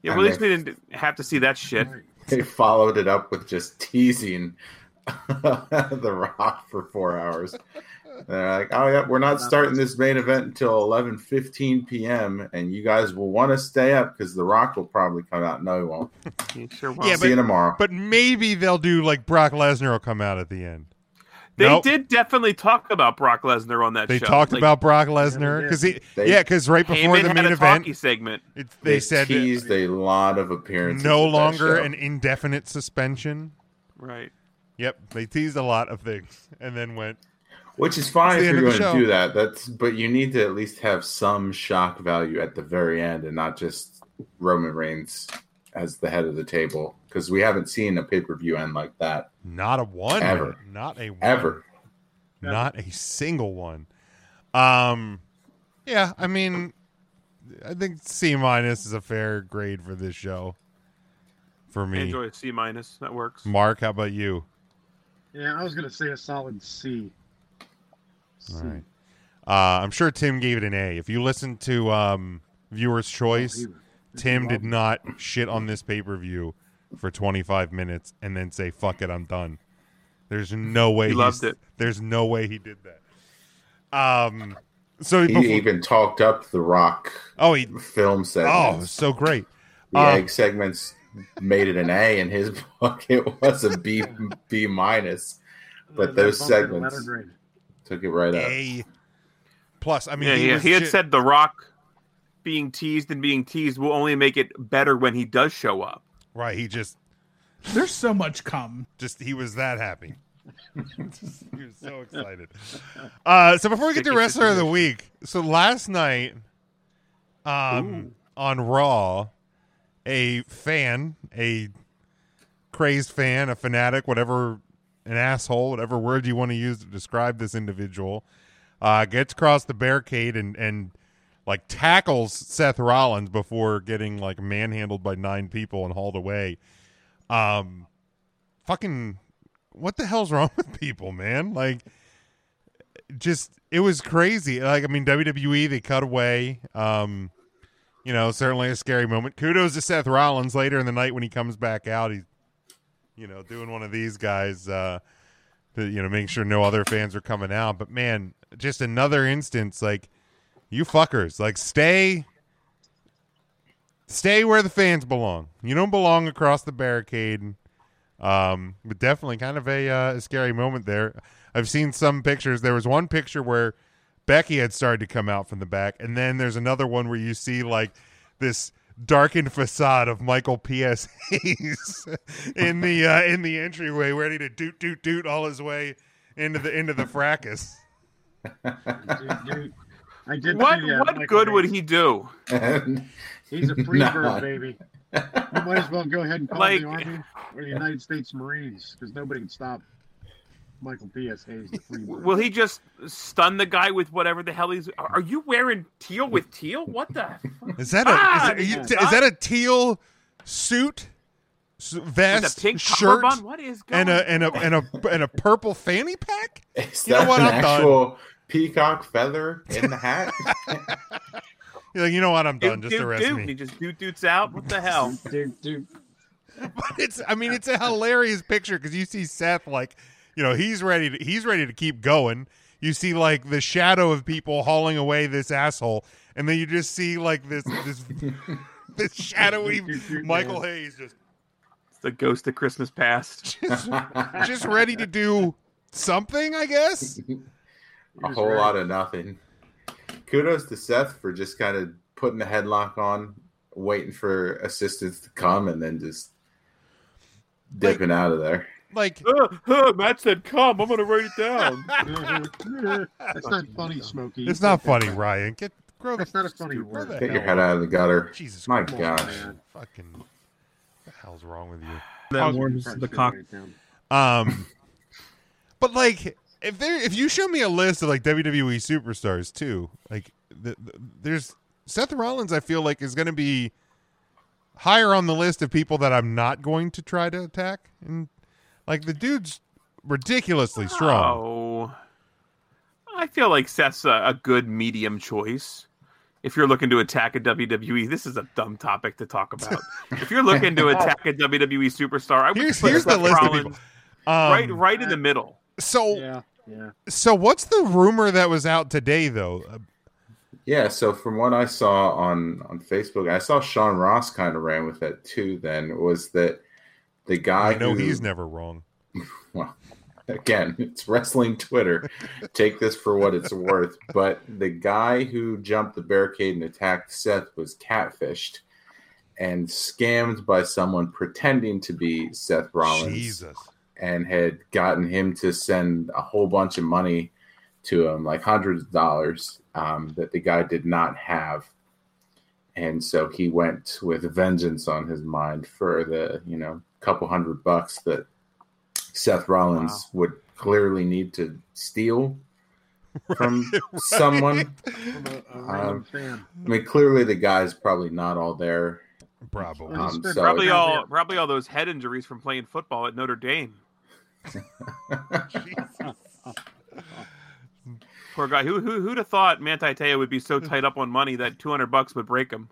[SPEAKER 10] Yeah,
[SPEAKER 11] And
[SPEAKER 10] well, at least
[SPEAKER 11] they-
[SPEAKER 10] we didn't have to see that shit.
[SPEAKER 11] They followed it up with just teasing the Rock for four hours. They're like, "Oh yeah, we're not starting this main event until eleven fifteen p.m. and you guys will want to stay up because the Rock will probably come out. No, he won't.
[SPEAKER 10] sure
[SPEAKER 11] See you tomorrow.
[SPEAKER 9] But maybe they'll do like Brock Lesnar will come out at the end.
[SPEAKER 10] They
[SPEAKER 9] Nope.
[SPEAKER 10] did definitely talk about Brock Lesnar on that
[SPEAKER 9] They
[SPEAKER 10] show.
[SPEAKER 9] talked
[SPEAKER 10] Like,
[SPEAKER 9] about Brock Lesnar because he,
[SPEAKER 10] They-
[SPEAKER 9] yeah, because right before
[SPEAKER 10] Heyman
[SPEAKER 9] the
[SPEAKER 10] had
[SPEAKER 9] main
[SPEAKER 10] a
[SPEAKER 9] event,
[SPEAKER 10] talkie segment.
[SPEAKER 9] It's, they, said that
[SPEAKER 11] teased a lot of appearances.
[SPEAKER 9] no
[SPEAKER 11] at that
[SPEAKER 9] longer
[SPEAKER 11] show.
[SPEAKER 9] an indefinite suspension.
[SPEAKER 10] Right.
[SPEAKER 9] Yep, they teased a lot of things and then went.
[SPEAKER 11] Which is fine
[SPEAKER 9] It's the
[SPEAKER 11] if
[SPEAKER 9] end
[SPEAKER 11] you're
[SPEAKER 9] of the
[SPEAKER 11] going to
[SPEAKER 9] show.
[SPEAKER 11] do that. That's but you need to at least have some shock value at the very end, and not just Roman Reigns as the head of the table because we haven't seen a pay per view end like that.
[SPEAKER 9] Not a one
[SPEAKER 11] ever,
[SPEAKER 9] not a one.
[SPEAKER 11] ever.
[SPEAKER 9] not a single one. Um, yeah, I mean, I think C minus is a fair grade for this show. For
[SPEAKER 10] I
[SPEAKER 9] me,
[SPEAKER 10] enjoy a C minus. That works.
[SPEAKER 9] Mark, how about you?
[SPEAKER 12] Yeah, I was gonna say a solid C.
[SPEAKER 9] All right. Uh, I'm sure Tim gave it an A. If you listen to um, Viewer's Choice, Tim did not shit on this pay per view for 25 minutes and then say, fuck it, I'm done. There's no way
[SPEAKER 10] He loved
[SPEAKER 9] he's-
[SPEAKER 10] it.
[SPEAKER 9] There's no way he did that. Um, so
[SPEAKER 11] he
[SPEAKER 9] before-
[SPEAKER 11] even talked up the Rock.
[SPEAKER 9] Oh, he
[SPEAKER 11] film
[SPEAKER 9] oh,
[SPEAKER 11] segments.
[SPEAKER 9] so great.
[SPEAKER 11] the
[SPEAKER 9] Um,
[SPEAKER 11] egg segments made it an A in his book. It was a B B minus, but those segments took it right up.
[SPEAKER 9] A plus. I mean,
[SPEAKER 10] yeah,
[SPEAKER 9] he,
[SPEAKER 10] yeah.
[SPEAKER 9] was
[SPEAKER 10] he had
[SPEAKER 9] ju-
[SPEAKER 10] said The Rock being teased and being teased will only make it better when he does show up.
[SPEAKER 9] right. He just
[SPEAKER 15] There's so much come.
[SPEAKER 9] just he was that happy. he was so excited. Uh, so before we get to
[SPEAKER 15] Sticky
[SPEAKER 9] wrestler of the week, so last night, um, on Raw, a fan, a crazed fan, a fanatic, whatever, an asshole, whatever word you want to use to describe this individual, uh, gets across the barricade and and like tackles Seth Rollins before getting like manhandled by nine people and hauled away. Um, fucking, what the hell's wrong with people, man? Like just it was crazy. Like I mean, WWE they cut away. Um, you know, certainly a scary moment. Kudos to Seth Rollins later in the night when he comes back out. He's you know doing one of these guys uh, to you know making sure no other fans are coming out. But man, just another instance like you fuckers like stay stay where the fans belong. You don't belong across the barricade. Um, but definitely kind of a, uh, a scary moment there. I've seen some pictures. There was one picture where Becky had started to come out from the back, and then there's another one where you see like this darkened facade of Michael P.S. Hayes in the uh, in the entryway, ready to doot doot doot all his way into the into the fracas.
[SPEAKER 12] I did
[SPEAKER 10] What
[SPEAKER 12] see, uh,
[SPEAKER 10] what
[SPEAKER 12] Michael
[SPEAKER 9] uh,
[SPEAKER 10] good would
[SPEAKER 12] Hayes.
[SPEAKER 10] he do?
[SPEAKER 12] He's a free bird, baby. You might as well go ahead and call
[SPEAKER 10] Like-
[SPEAKER 12] the Army or the United States Marines because nobody can stop Michael P.S. Hayes, the free bird.
[SPEAKER 10] Will he just stun the guy with whatever the hell he's? Are you wearing teal with teal? What the?
[SPEAKER 9] Is that a
[SPEAKER 10] Ah,
[SPEAKER 9] is, that,
[SPEAKER 10] man.
[SPEAKER 9] is that a teal suit s- vest
[SPEAKER 10] pink
[SPEAKER 9] shirt
[SPEAKER 10] cummerbund? What is
[SPEAKER 9] and a
[SPEAKER 10] going
[SPEAKER 9] and a and a and a purple fanny pack?
[SPEAKER 11] Is
[SPEAKER 9] You know
[SPEAKER 11] that
[SPEAKER 9] what?
[SPEAKER 11] an
[SPEAKER 9] I'm done.
[SPEAKER 11] actual peacock feather in the hat?
[SPEAKER 9] You're like, you know what? I'm done.
[SPEAKER 10] Dude,
[SPEAKER 9] Just
[SPEAKER 10] dude,
[SPEAKER 9] arrest
[SPEAKER 10] dude.
[SPEAKER 9] me.
[SPEAKER 10] He just dude dudes out. What the hell?
[SPEAKER 12] dude, dude.
[SPEAKER 9] it's I mean it's a hilarious picture because you see Seth like you know he's ready to he's ready to keep going. You see like the shadow of people hauling away this asshole, and then you just see like this this this shadowy Michael Hayes just
[SPEAKER 10] It's the ghost of Christmas past.
[SPEAKER 9] just ready to do something, I guess.
[SPEAKER 11] a whole lot of nothing. Kudos to Seth for just kind of putting the headlock on, waiting for assistance to come, and then just dipping out of there.
[SPEAKER 9] Like,
[SPEAKER 10] uh, uh, Matt said, "Come, I'm gonna write it down."
[SPEAKER 12] That's not funny, Smokey.
[SPEAKER 9] It's not funny, Ryan. Get grow the
[SPEAKER 12] That's not a funny
[SPEAKER 9] grow
[SPEAKER 12] word.
[SPEAKER 9] the
[SPEAKER 11] Get your
[SPEAKER 9] hell
[SPEAKER 11] head out of the gutter.
[SPEAKER 9] Jesus,
[SPEAKER 11] my
[SPEAKER 9] come on,
[SPEAKER 11] gosh.
[SPEAKER 9] man. fucking what the hell's wrong with you?
[SPEAKER 8] That
[SPEAKER 9] I'll-
[SPEAKER 8] warms the cock.
[SPEAKER 9] Um, but like, if there, if you show me a list of like WWE superstars too, like the, the, there's Seth Rollins, I feel like is going to be higher on the list of people that I'm not going to try to attack, and like the dude's ridiculously strong.
[SPEAKER 10] Oh, I feel like Seth's a, a good medium choice. If you're looking to attack a WWE, this is a dumb topic to talk about. if you're looking to attack a WWE superstar, I would
[SPEAKER 9] Here's-
[SPEAKER 10] put
[SPEAKER 9] here's the
[SPEAKER 10] Seth
[SPEAKER 9] list of
[SPEAKER 10] Rollins
[SPEAKER 9] people.
[SPEAKER 10] right,
[SPEAKER 9] Um,
[SPEAKER 10] right in the middle.
[SPEAKER 9] So
[SPEAKER 12] yeah, yeah.
[SPEAKER 9] So what's the rumor that was out today though? Uh,
[SPEAKER 11] Yeah, so from what I saw on on Facebook, I saw Sean Ross kind of ran with that too. Then was that the guy?
[SPEAKER 9] I know
[SPEAKER 11] who-
[SPEAKER 9] he's never wrong.
[SPEAKER 11] well, again, it's wrestling Twitter. Take this for what it's worth. But the guy who jumped the barricade and attacked Seth was catfished and scammed by someone pretending to be Seth Rollins
[SPEAKER 9] Jesus.
[SPEAKER 11] and had gotten him to send a whole bunch of money to him, like hundreds of dollars, um, that the guy did not have. And so he went with vengeance on his mind for the, you know, couple hundred bucks that Seth Rollins would clearly need to steal from someone.
[SPEAKER 12] From a, a
[SPEAKER 11] Um,
[SPEAKER 12] random fan.
[SPEAKER 11] I mean, clearly the guy's probably not all there.
[SPEAKER 9] Probably.
[SPEAKER 11] Um, so
[SPEAKER 10] probably all probably all those head injuries from playing football at Notre Dame. Poor guy. Who who who'd have thought Manti Te'o would be so tight up on money that two hundred bucks would break him?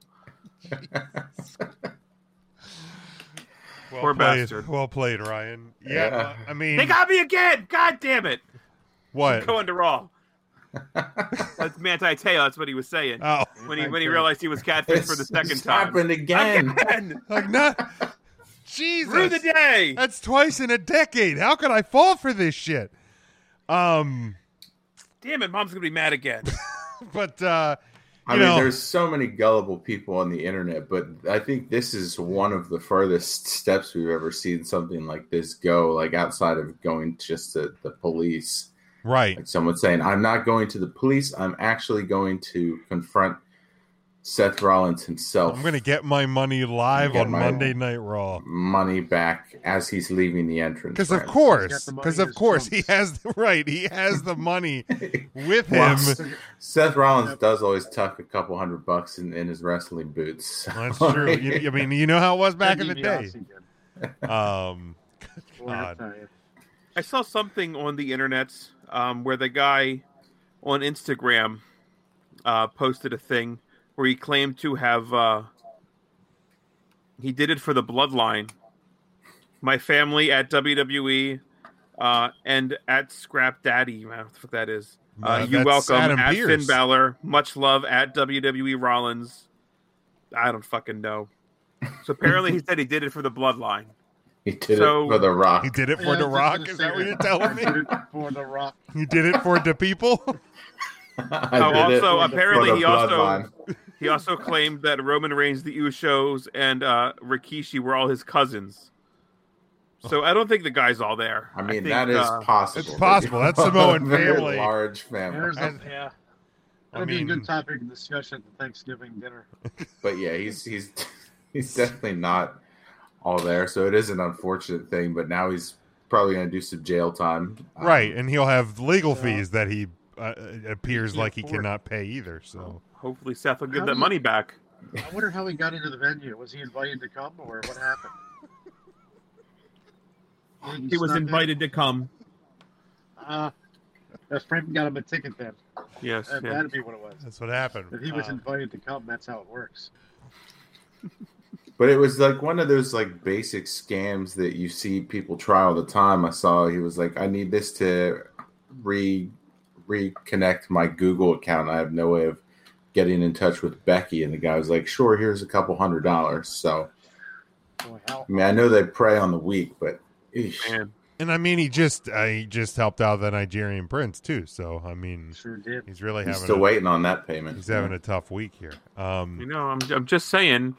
[SPEAKER 9] Well
[SPEAKER 10] Poor
[SPEAKER 9] played.
[SPEAKER 10] bastard.
[SPEAKER 9] Well played, Ryan. Yeah,
[SPEAKER 10] Yeah.
[SPEAKER 9] I mean,
[SPEAKER 10] They got me again. God damn it!
[SPEAKER 9] what?
[SPEAKER 10] I'm going to Raw. That's Manti Te'o. That's what he was saying
[SPEAKER 9] Oh.
[SPEAKER 10] when he when he realized he was catfish for the
[SPEAKER 11] It's-
[SPEAKER 10] second
[SPEAKER 11] it's
[SPEAKER 10] time.
[SPEAKER 11] happened again.
[SPEAKER 10] Again.
[SPEAKER 9] Like not Jesus.
[SPEAKER 10] Rue the day.
[SPEAKER 9] That's twice in a decade. How could I fall for this shit? Um,
[SPEAKER 10] Damn it! Mom's gonna be mad again.
[SPEAKER 9] but uh,
[SPEAKER 11] I
[SPEAKER 9] you
[SPEAKER 11] mean,
[SPEAKER 9] know,
[SPEAKER 11] there's so many gullible people on the internet, but I think this is one of the furthest steps we've ever seen something like this go, like outside of going just to the police.
[SPEAKER 9] right?
[SPEAKER 11] Like someone saying, I'm not going to the police, I'm actually going to confront Seth Rollins himself.
[SPEAKER 9] I'm gonna get my money live
[SPEAKER 11] Get
[SPEAKER 9] on
[SPEAKER 11] my-
[SPEAKER 9] Monday Night Raw
[SPEAKER 11] money back as he's leaving the entrance.
[SPEAKER 9] because, of
[SPEAKER 11] ramp.
[SPEAKER 9] course,
[SPEAKER 12] the money
[SPEAKER 9] because
[SPEAKER 12] in
[SPEAKER 9] of
[SPEAKER 12] his
[SPEAKER 9] course, he has the right. He has the money with him.
[SPEAKER 11] Well, Seth Rollins does always tuck a couple hundred bucks in, in his wrestling boots.
[SPEAKER 9] That's true. You- I mean, you know how it was back in the day.
[SPEAKER 12] DiBiase did.
[SPEAKER 9] Um,
[SPEAKER 12] Boy, I
[SPEAKER 9] God.
[SPEAKER 12] tell ya.
[SPEAKER 10] I saw something on the internet um, where the guy on Instagram uh, posted a thing where he claimed to have uh, he did it for the bloodline. My family at WWE uh, and at Scrap Daddy, I don't know what that is.
[SPEAKER 9] Uh,
[SPEAKER 10] Uh, you
[SPEAKER 9] that's
[SPEAKER 10] welcome
[SPEAKER 9] Adam
[SPEAKER 10] at Finn
[SPEAKER 9] Pearce.
[SPEAKER 10] Balor. Much love at WWE Rollins. I don't fucking know. So apparently he said he did it for the bloodline.
[SPEAKER 11] He did
[SPEAKER 10] So-
[SPEAKER 11] it for The Rock.
[SPEAKER 9] He did it
[SPEAKER 12] Yeah,
[SPEAKER 9] for
[SPEAKER 12] I
[SPEAKER 9] The
[SPEAKER 12] was just
[SPEAKER 9] Rock.
[SPEAKER 12] gonna
[SPEAKER 9] Is
[SPEAKER 12] say
[SPEAKER 9] that what you're
[SPEAKER 12] that.
[SPEAKER 9] telling
[SPEAKER 12] I did
[SPEAKER 9] me?
[SPEAKER 12] it for the rock.
[SPEAKER 9] You did it for the people.
[SPEAKER 11] I
[SPEAKER 10] Oh,
[SPEAKER 11] did it for
[SPEAKER 10] also,
[SPEAKER 11] the
[SPEAKER 10] apparently he also-
[SPEAKER 11] bloodline.
[SPEAKER 10] He also claimed that Roman Reigns, the Usos, and uh, Rikishi were all his cousins. So I don't think the guy's all there.
[SPEAKER 11] I
[SPEAKER 10] I
[SPEAKER 11] mean,
[SPEAKER 10] think,
[SPEAKER 11] that is
[SPEAKER 10] uh,
[SPEAKER 11] possible.
[SPEAKER 9] It's possible. That's Samoan
[SPEAKER 11] Very
[SPEAKER 9] family.
[SPEAKER 11] large family.
[SPEAKER 12] There's a,
[SPEAKER 9] And-
[SPEAKER 12] yeah.
[SPEAKER 9] I
[SPEAKER 12] That'd be a
[SPEAKER 9] mean-
[SPEAKER 12] good topic of discussion at the Thanksgiving dinner.
[SPEAKER 11] But yeah, he's he's he's definitely not all there. So it is an unfortunate thing, but now he's probably going to do some jail time.
[SPEAKER 9] right,
[SPEAKER 12] Um,
[SPEAKER 9] and he'll have legal fees that he uh, appears like he cannot pay either.
[SPEAKER 12] Oh.
[SPEAKER 9] So
[SPEAKER 10] Hopefully, Seth will
[SPEAKER 12] How
[SPEAKER 10] give
[SPEAKER 12] do
[SPEAKER 10] that
[SPEAKER 12] you-
[SPEAKER 10] money back.
[SPEAKER 12] I wonder how he got into the venue. Was he invited to come, or what happened?
[SPEAKER 10] He was
[SPEAKER 12] snuck in?
[SPEAKER 10] invited to come.
[SPEAKER 12] Uh, if Frank got him a ticket then.
[SPEAKER 10] Yes,
[SPEAKER 12] That,
[SPEAKER 10] yeah.
[SPEAKER 12] That'd be what it was.
[SPEAKER 9] That's what happened.
[SPEAKER 12] If he was
[SPEAKER 9] Uh,
[SPEAKER 12] invited to come, that's how it works.
[SPEAKER 11] But it was like one of those like basic scams that you see people try all the time. I saw he was like, I need this to re reconnect my Google account. I have no way of getting in touch with Becky. And the guy was like, Sure, here's a couple hundred dollars. So I mean I know they prey on the weak, but eesh.
[SPEAKER 9] and I mean, he just uh, he just helped out the Nigerian prince too. So I mean,
[SPEAKER 12] sure did.
[SPEAKER 9] He's really
[SPEAKER 11] He's
[SPEAKER 9] having
[SPEAKER 11] still
[SPEAKER 9] a-
[SPEAKER 11] waiting on that payment.
[SPEAKER 9] He's having a tough week here. Um,
[SPEAKER 10] You know, I'm, I'm just saying.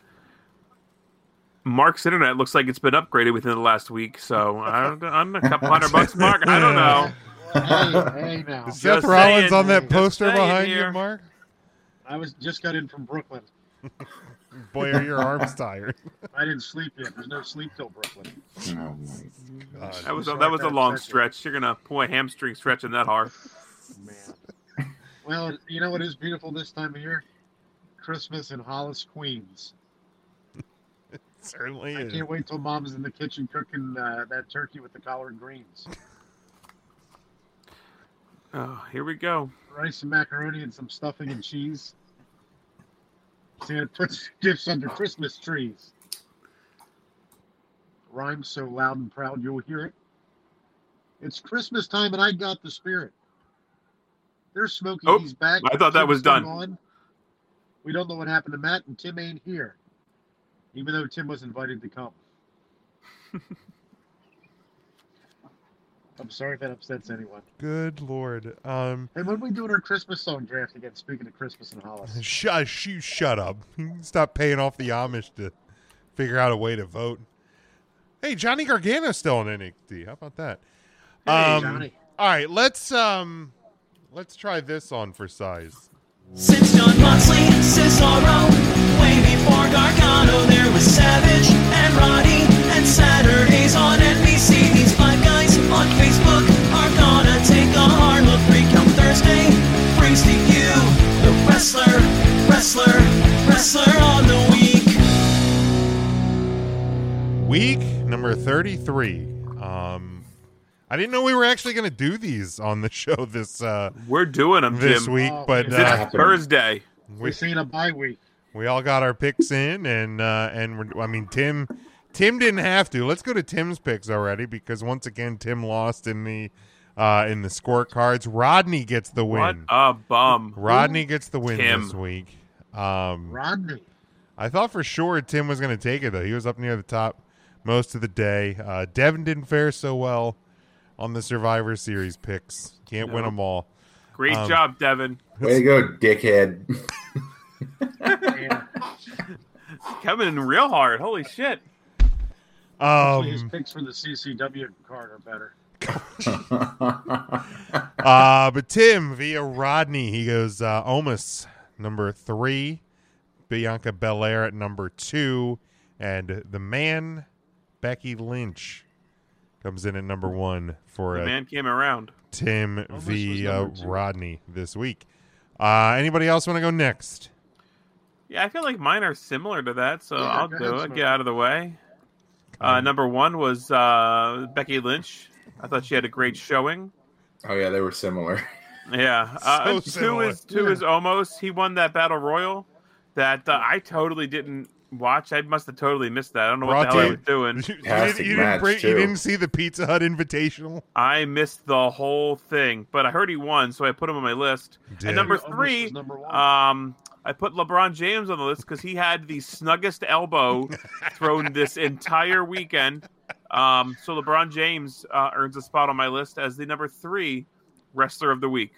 [SPEAKER 10] Mark's internet looks like it's been upgraded within the last week, so I don't, I'm a couple hundred bucks, Mark. I don't know.
[SPEAKER 11] Oh,
[SPEAKER 12] Hey, now.
[SPEAKER 9] Is Seth Rollins on that poster behind you, Mark?
[SPEAKER 12] I was just got in from Brooklyn.
[SPEAKER 9] Boy, are your arms tired.
[SPEAKER 12] I didn't sleep yet. There's no sleep till Brooklyn.
[SPEAKER 10] That was a, that was a long stretch. You're gonna pull a hamstring stretch in that hard.
[SPEAKER 12] Well, you know what is beautiful this time of year? Christmas in Hollis, Queens.
[SPEAKER 9] certainly
[SPEAKER 12] I
[SPEAKER 9] is.
[SPEAKER 12] can't wait till Mom's in the kitchen cooking uh, that turkey with the collard greens,
[SPEAKER 10] Oh, here we go.
[SPEAKER 12] rice and macaroni, and some stuffing and cheese. Santa puts gifts under Christmas trees. Rhymes so loud and proud you'll hear it. It's Christmas time, and I got the spirit. There's Smokey.
[SPEAKER 10] Oh,
[SPEAKER 12] he's back.
[SPEAKER 10] I thought that
[SPEAKER 12] Tim's
[SPEAKER 10] was
[SPEAKER 12] still
[SPEAKER 10] done.
[SPEAKER 12] gone. We don't know what happened to Matt, and Tim ain't here, even though Tim was invited to come. I'm sorry if that upsets anyone.
[SPEAKER 9] Good lord. Um,
[SPEAKER 12] Hey, when we doing our Christmas song draft again? Speaking of Christmas and Hollis,
[SPEAKER 9] Shush, uh, you shut up. Stop paying off the Amish to figure out a way to vote. Hey, Johnny Gargano's still in NXT. How about that?
[SPEAKER 12] Hey, Johnny.
[SPEAKER 9] All right, let's um, let's try this on for size.
[SPEAKER 3] Since John Moxley, Cesaro, way before Gargano, there was Savage and Roddy, and Saturdays on NBC. These five guys on Facebook are gonna take a hard look. Freak out Thursday brings to you the wrestler, wrestler, wrestler on the week.
[SPEAKER 9] Week number thirty-three. Um, I didn't know we were actually going to do these on the show this. Uh,
[SPEAKER 10] we're doing them
[SPEAKER 9] this
[SPEAKER 10] Jim.
[SPEAKER 9] week, but
[SPEAKER 10] it's
[SPEAKER 9] uh,
[SPEAKER 10] Thursday.
[SPEAKER 9] We
[SPEAKER 12] seen a bye week.
[SPEAKER 9] We all got our picks in, and uh, and we're, I mean Tim, Tim didn't have to. Let's go to Tim's picks already because once again Tim lost in the uh, in the scorecards. Rodney gets the
[SPEAKER 10] What
[SPEAKER 9] win.
[SPEAKER 10] a bum!
[SPEAKER 9] Rodney gets the win
[SPEAKER 10] um, Tim.
[SPEAKER 9] this week. Um,
[SPEAKER 12] Rodney.
[SPEAKER 9] I thought for sure Tim was going to take it though. He was up near the top most of the day. Uh, Devin didn't fare so well on the Survivor Series picks. Can't win
[SPEAKER 10] No.
[SPEAKER 9] them all.
[SPEAKER 10] Great
[SPEAKER 9] Um,
[SPEAKER 10] job, Devin.
[SPEAKER 11] Way to go, dickhead.
[SPEAKER 10] Coming in real hard. Holy shit!
[SPEAKER 12] Actually, his
[SPEAKER 9] Um,
[SPEAKER 12] picks for the CCW card are better.
[SPEAKER 9] uh, but Tim via Rodney, he goes uh, Omus number three, Bianca Belair at number two, and the man Becky Lynch comes in at number one for
[SPEAKER 10] The
[SPEAKER 9] uh,
[SPEAKER 10] man came around.
[SPEAKER 9] Tim
[SPEAKER 10] was
[SPEAKER 9] v. Uh,
[SPEAKER 10] number two.
[SPEAKER 9] Rodney this week. Uh, anybody else want to go next?
[SPEAKER 10] Yeah, I feel like mine are similar to that, so
[SPEAKER 12] Yeah,
[SPEAKER 10] I'll
[SPEAKER 12] go
[SPEAKER 10] do
[SPEAKER 12] ahead,
[SPEAKER 10] it.
[SPEAKER 12] Smoke.
[SPEAKER 10] Get out of the way.
[SPEAKER 9] Um,
[SPEAKER 10] Uh, number one was uh, Becky Lynch. I thought she had a great showing.
[SPEAKER 11] oh yeah, they were similar.
[SPEAKER 10] Yeah. Uh,
[SPEAKER 11] So
[SPEAKER 10] and two
[SPEAKER 11] similar.
[SPEAKER 10] is two is almost. He won that battle royal that uh, I totally didn't watch. I must have totally missed that. I don't know what the hell I was
[SPEAKER 9] Brought
[SPEAKER 10] doing.
[SPEAKER 9] You, didn't, you, didn't break- you didn't see the Pizza Hut Invitational?
[SPEAKER 10] I missed the whole thing, but I heard he won, so I put him on my list.
[SPEAKER 9] Did.
[SPEAKER 10] And number
[SPEAKER 9] He
[SPEAKER 12] almost
[SPEAKER 10] three,
[SPEAKER 12] was number one.
[SPEAKER 10] um, I put LeBron James on the list because he had the snuggest elbow thrown this entire weekend. Um, so LeBron James uh, earns a spot on my list as the number three wrestler of the week.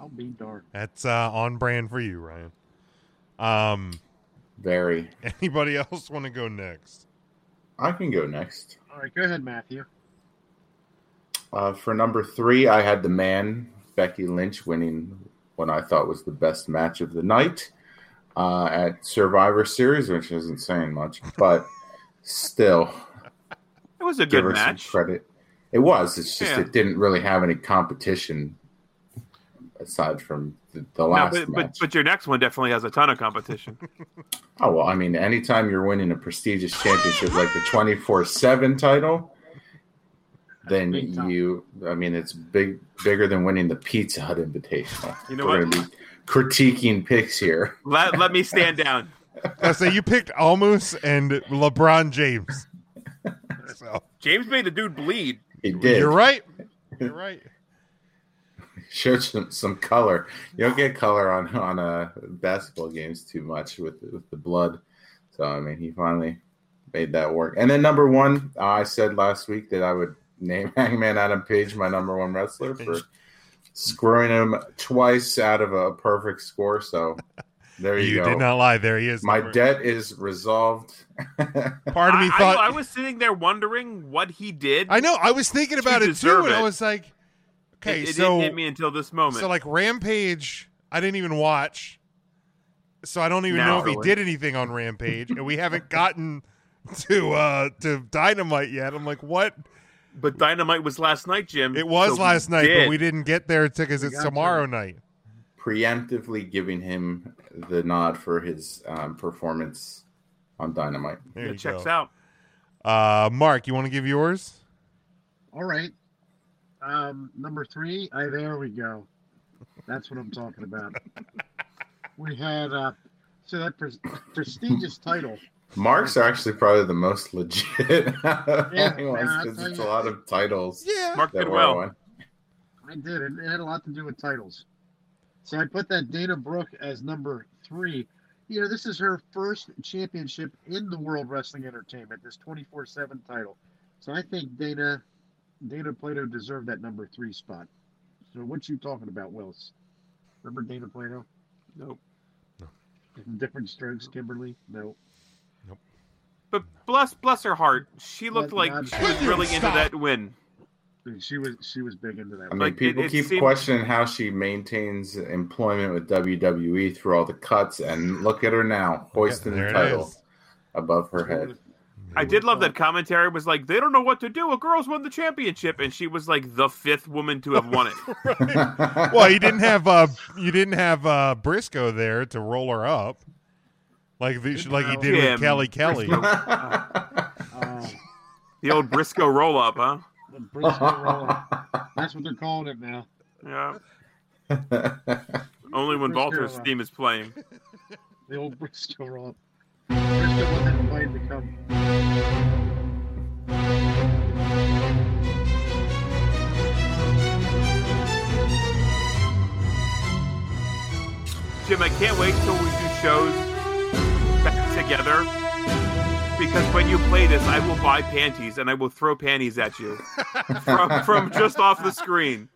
[SPEAKER 12] I'll be darned.
[SPEAKER 9] That's uh, on brand for you, Ryan. Um,
[SPEAKER 11] Very.
[SPEAKER 9] Anybody else want to go next?
[SPEAKER 11] I can go next.
[SPEAKER 12] All right, go ahead, Matthew.
[SPEAKER 11] Uh, for number three, I had the man, Becky Lynch, winning what I thought was the best match of the night. uh, at Survivor Series, which isn't saying much, but still,
[SPEAKER 10] It was a
[SPEAKER 11] give
[SPEAKER 10] good
[SPEAKER 11] her some
[SPEAKER 10] match.
[SPEAKER 11] credit. It was. It's just
[SPEAKER 10] Yeah.
[SPEAKER 11] it didn't really have any competition aside from the, the
[SPEAKER 10] No,
[SPEAKER 11] last
[SPEAKER 10] but,
[SPEAKER 11] match.
[SPEAKER 10] but but your next one definitely has a ton of competition.
[SPEAKER 11] Oh well, I mean, anytime you're winning a prestigious championship like the twenty four seven title, then you, I mean, it's big, bigger than winning the Pizza Hut Invitational.
[SPEAKER 10] You know
[SPEAKER 11] We're
[SPEAKER 10] what?
[SPEAKER 11] gonna be critiquing picks here.
[SPEAKER 10] let, let me stand down.
[SPEAKER 9] I say you picked Almost and LeBron James.
[SPEAKER 10] James made the dude bleed.
[SPEAKER 11] He did.
[SPEAKER 9] You're right. You're right.
[SPEAKER 11] Showed some, some color. You don't get color on on uh, basketball games too much with with the blood. So I mean, he finally made that work. And then number one, uh, I said last week that I would name Hangman Adam Page my number one wrestler for screwing him twice out of a perfect score. So there you,
[SPEAKER 9] You
[SPEAKER 11] go.
[SPEAKER 9] did not lie. There he is.
[SPEAKER 11] My
[SPEAKER 9] Number-
[SPEAKER 11] debt is resolved.
[SPEAKER 9] Part of me
[SPEAKER 10] I,
[SPEAKER 9] thought
[SPEAKER 10] I, was sitting there wondering what he did.
[SPEAKER 9] I know. I was thinking about it too,
[SPEAKER 10] deserve
[SPEAKER 9] and I was like, okay,
[SPEAKER 10] it, it
[SPEAKER 9] so
[SPEAKER 10] didn't hit me until this moment.
[SPEAKER 9] so like Rampage, I didn't even watch, so I don't even know
[SPEAKER 10] No.
[SPEAKER 9] if he did anything on Rampage, and we haven't gotten to uh to Dynamite yet. I'm like, what?
[SPEAKER 10] But Dynamite was last night, Jim.
[SPEAKER 9] It was
[SPEAKER 10] so we
[SPEAKER 9] last night,
[SPEAKER 10] did.
[SPEAKER 9] but we didn't get there because
[SPEAKER 10] We
[SPEAKER 9] it's
[SPEAKER 10] got to
[SPEAKER 9] tomorrow night.
[SPEAKER 11] preemptively giving him the nod for his um, performance on Dynamite.
[SPEAKER 9] There you go.
[SPEAKER 10] out.
[SPEAKER 9] Uh, Mark, you want to give yours?
[SPEAKER 12] All right. Um, number three. I there we go. That's what I'm talking about. we had uh, so that pres prestigious title.
[SPEAKER 11] Mark's actually probably the most legit.
[SPEAKER 12] Yeah,
[SPEAKER 11] anyone,
[SPEAKER 12] yeah,
[SPEAKER 11] 'cause
[SPEAKER 12] I'll
[SPEAKER 11] it's a
[SPEAKER 12] tell you.
[SPEAKER 11] lot of titles.
[SPEAKER 12] Yeah.
[SPEAKER 10] Mark
[SPEAKER 11] that
[SPEAKER 10] did
[SPEAKER 11] were
[SPEAKER 10] well.
[SPEAKER 11] on.
[SPEAKER 12] I did. It, it had a lot to do with titles. So I put that Dana Brooke as number three. You know, this is her first championship in the World Wrestling Entertainment, this 24 7 title. So I think Dana Dana Plato deserved that number three spot. So what you talking about, Wills? Remember Dana Plato?
[SPEAKER 10] Nope.
[SPEAKER 12] Different strokes, Kimberly? No.
[SPEAKER 10] But bless bless her heart, she looked
[SPEAKER 12] But
[SPEAKER 10] like
[SPEAKER 12] God-
[SPEAKER 10] she was really into
[SPEAKER 12] Stop.
[SPEAKER 10] that win.
[SPEAKER 12] She was she was big into that.
[SPEAKER 11] I mean,
[SPEAKER 10] Like, it-
[SPEAKER 11] people
[SPEAKER 10] it
[SPEAKER 11] keep
[SPEAKER 10] seemed-
[SPEAKER 11] questioning how she maintains employment with WWE through all the cuts, and look at her now, hoisting
[SPEAKER 9] there
[SPEAKER 11] the
[SPEAKER 9] it
[SPEAKER 11] title
[SPEAKER 9] is.
[SPEAKER 11] above her head.
[SPEAKER 10] I did love that commentary was like they don't know what to do. A girl's won the championship, and she was like the fifth woman to have won it.
[SPEAKER 9] well, you didn't have uh, you didn't have uh, Briscoe there to roll her up, like the, like he did
[SPEAKER 10] Jim
[SPEAKER 9] with Kelly Kelly.
[SPEAKER 10] Briscoe. the old Briscoe roll up, huh?
[SPEAKER 12] Oh, The Briscoe roll-up. That's what they're calling it now.
[SPEAKER 10] Yeah. Only when
[SPEAKER 12] Briscoe
[SPEAKER 10] Balter's
[SPEAKER 12] roll-up.
[SPEAKER 10] theme is playing.
[SPEAKER 12] The old Briscoe roll up. Briscoe won that fight to come.
[SPEAKER 10] Jim, I can't wait till we do shows back together. Because when you play this, I will buy panties and I will throw panties at you from, from just off the screen.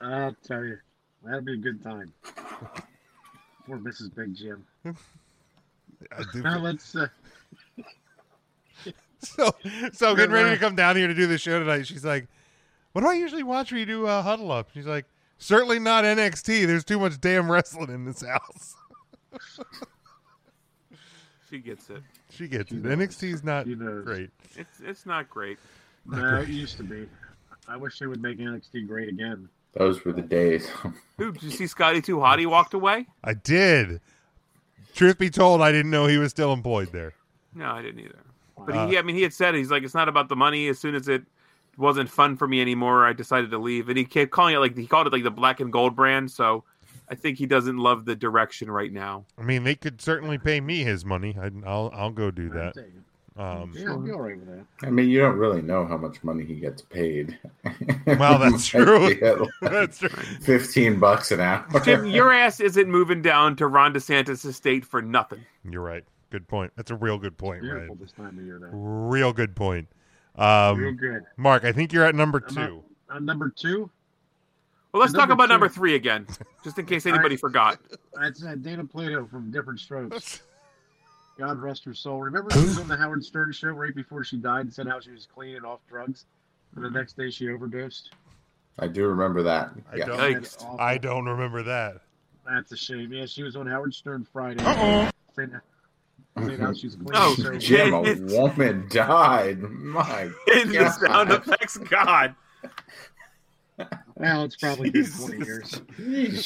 [SPEAKER 12] I'll tell you, that'll be a good time. Poor Mrs. Big Jim. Now let's. Uh,
[SPEAKER 9] so, so getting ready to
[SPEAKER 12] Right.
[SPEAKER 9] come down here to do the show tonight. She's like, "What do I usually watch when you do uh, huddle up?" She's like, "Certainly not NXT. There's too much damn wrestling in this house."
[SPEAKER 10] She gets it.
[SPEAKER 9] She gets it. NXT is not great.
[SPEAKER 10] It's it's not great.
[SPEAKER 12] no, it used to be. I wish they would make NXT great again.
[SPEAKER 11] Those were the days.
[SPEAKER 10] Ooh, did you see Scotty Too Hot? He walked away?
[SPEAKER 9] I did. Truth be told, I didn't know he was still employed there.
[SPEAKER 10] No, I didn't either. But he, I mean, he had said he's like, it's not about the money. As soon as it wasn't fun for me anymore, I decided to leave. And he kept calling it like he called it like the black and gold brand. So I think he doesn't love the direction right now.
[SPEAKER 9] I mean, they could certainly pay me his money. I, I'll I'll go do that. Um,
[SPEAKER 12] Yeah, I'll be all right with that.
[SPEAKER 11] I mean, you don't really know how much money he gets paid.
[SPEAKER 9] Well, that's
[SPEAKER 11] He might
[SPEAKER 9] true.
[SPEAKER 11] be at, like,
[SPEAKER 9] That's true.
[SPEAKER 11] Fifteen bucks an hour.
[SPEAKER 10] Jim, your ass isn't moving down to Ron DeSantis' estate for nothing.
[SPEAKER 9] You're right. Good point. That's a real good point, right?
[SPEAKER 12] Beautiful this time of year, though.
[SPEAKER 9] Real good point. Um,
[SPEAKER 12] Real good.
[SPEAKER 9] Mark, I think you're at number
[SPEAKER 12] I'm at-
[SPEAKER 9] two.
[SPEAKER 12] I'm number two.
[SPEAKER 10] Well, let's talk
[SPEAKER 12] Number
[SPEAKER 10] about
[SPEAKER 12] two.
[SPEAKER 10] number three again, just in case anybody
[SPEAKER 12] Alright.
[SPEAKER 10] forgot.
[SPEAKER 12] That's uh, Dana Plato from Different Strokes. God rest her soul. Remember she was on the Howard Stern show right before she died and said how she was clean and off drugs, and the next day she overdosed.
[SPEAKER 11] I do remember that.
[SPEAKER 9] I
[SPEAKER 11] Yeah.
[SPEAKER 9] don't. I don't remember that.
[SPEAKER 12] That's a shame. Yeah, she was on Howard Stern Friday.
[SPEAKER 1] Uh-oh.
[SPEAKER 12] Saying- saying how she's clean.
[SPEAKER 10] Oh,
[SPEAKER 12] so-
[SPEAKER 11] Jim, a woman died. My
[SPEAKER 10] In the
[SPEAKER 11] God.
[SPEAKER 10] sound effects, God.
[SPEAKER 12] Well, it's probably been 20 years.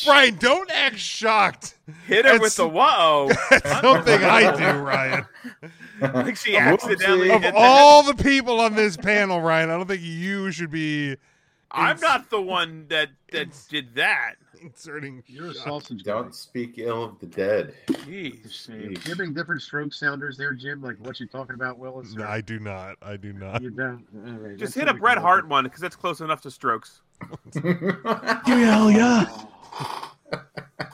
[SPEAKER 9] Ryan, don't act shocked.
[SPEAKER 10] Hit her with the whoa.
[SPEAKER 9] That's something I do, Ryan.
[SPEAKER 10] I think she accidentally
[SPEAKER 9] Of
[SPEAKER 10] hit the-
[SPEAKER 9] all the people on this panel, Ryan, I don't think you should be.
[SPEAKER 10] I'm not the one that that did that.
[SPEAKER 9] Inserting.
[SPEAKER 12] You're a sausage.
[SPEAKER 11] Don't speak ill of the dead.
[SPEAKER 10] Jeez.
[SPEAKER 12] Do you bring different stroke sounders there, Jim? Like what you talking about, Willis?
[SPEAKER 9] No, I do not. I do not.
[SPEAKER 12] You don't. All right,
[SPEAKER 10] Just
[SPEAKER 12] that's
[SPEAKER 10] hit
[SPEAKER 12] what
[SPEAKER 10] a
[SPEAKER 12] we
[SPEAKER 10] Bret
[SPEAKER 12] can
[SPEAKER 10] Hart one because that's close enough to strokes.
[SPEAKER 8] Give me a hell yeah.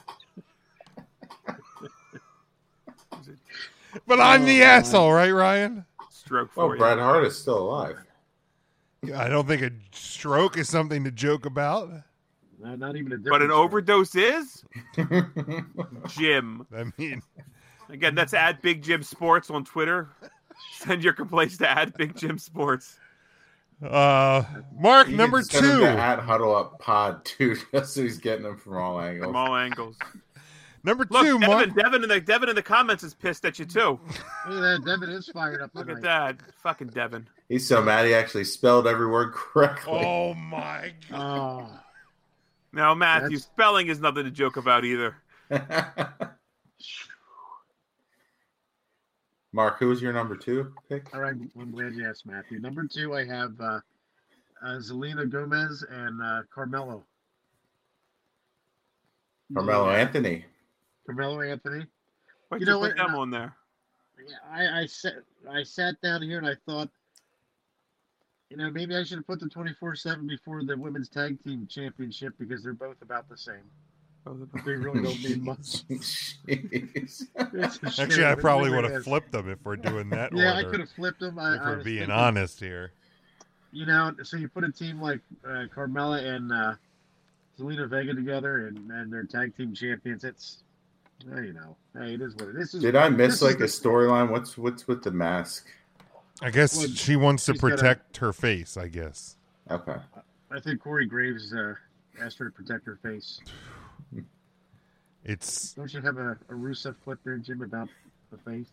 [SPEAKER 9] But I'm the
[SPEAKER 11] Oh,
[SPEAKER 9] asshole, right, Ryan?
[SPEAKER 10] Stroke
[SPEAKER 9] Oh,
[SPEAKER 11] Well, Brad Oh, Hart is still alive.
[SPEAKER 9] I don't think a stroke is something to joke about.
[SPEAKER 12] No, not even a different.
[SPEAKER 10] But an overdose is Jim.
[SPEAKER 9] I mean,
[SPEAKER 10] again, that's at Big Jim Sports on Twitter. Send your complaints to at Big Jim Sports.
[SPEAKER 9] Uh, Mark
[SPEAKER 11] You
[SPEAKER 9] number
[SPEAKER 11] can send him
[SPEAKER 9] two.
[SPEAKER 11] to At Huddle Up Pod too, just so he's getting them from all angles.
[SPEAKER 10] From all angles.
[SPEAKER 9] Number
[SPEAKER 10] Look,
[SPEAKER 9] two,
[SPEAKER 10] Devin,
[SPEAKER 9] Mark.
[SPEAKER 10] Devin in the Devin in the comments is pissed at you too.
[SPEAKER 12] Look at that. Devin is fired up.
[SPEAKER 10] Look at that, fucking Devin.
[SPEAKER 11] He's so mad he actually spelled every word correctly.
[SPEAKER 9] Oh my
[SPEAKER 12] god.
[SPEAKER 10] Now, Matthew, spelling is nothing to joke about either.
[SPEAKER 9] Oh.
[SPEAKER 11] Mark, who was your number two pick?
[SPEAKER 9] Uh,
[SPEAKER 12] All right, I'm glad you asked, Matthew. Number two, I have uh, uh, Zelina Gomez and uh, Carmelo.
[SPEAKER 11] Carmelo Anthony.
[SPEAKER 12] Carmelo Anthony.
[SPEAKER 10] Why'd
[SPEAKER 12] You
[SPEAKER 10] you,
[SPEAKER 12] know
[SPEAKER 10] put
[SPEAKER 12] what,
[SPEAKER 10] them
[SPEAKER 12] uh,
[SPEAKER 10] on there?
[SPEAKER 12] I, I sat I sat down here and I thought, you know, maybe I should have put the twenty four seven before the women's tag team championship because they're both about the same. They really don't mean much. It's a
[SPEAKER 9] Actually,
[SPEAKER 12] shame.
[SPEAKER 9] I
[SPEAKER 12] It
[SPEAKER 9] probably
[SPEAKER 12] really
[SPEAKER 9] would have
[SPEAKER 12] is.
[SPEAKER 9] flipped them if we're doing that.
[SPEAKER 12] Yeah, I
[SPEAKER 9] order,
[SPEAKER 12] could have flipped them. I,
[SPEAKER 9] if
[SPEAKER 12] I
[SPEAKER 9] we're
[SPEAKER 12] was
[SPEAKER 9] being
[SPEAKER 12] thinking-
[SPEAKER 9] honest here.
[SPEAKER 12] You know, so you put a team like uh, Carmella and uh, Selena Vega together, and, and they're tag team champions. It's, uh, you know, hey, it is what it is. This is-
[SPEAKER 11] Did I
[SPEAKER 12] this
[SPEAKER 11] miss
[SPEAKER 12] is
[SPEAKER 11] like
[SPEAKER 12] the-
[SPEAKER 11] a storyline? What's what's with the mask?
[SPEAKER 9] I guess
[SPEAKER 12] Well,
[SPEAKER 9] she wants to
[SPEAKER 12] she's gotta-
[SPEAKER 9] protect her face. I guess.
[SPEAKER 11] Okay.
[SPEAKER 12] I think Corey Graves uh, asked her to protect her face.
[SPEAKER 9] It's
[SPEAKER 12] Don't you have a, a Rusev clip there, Jim, about the face?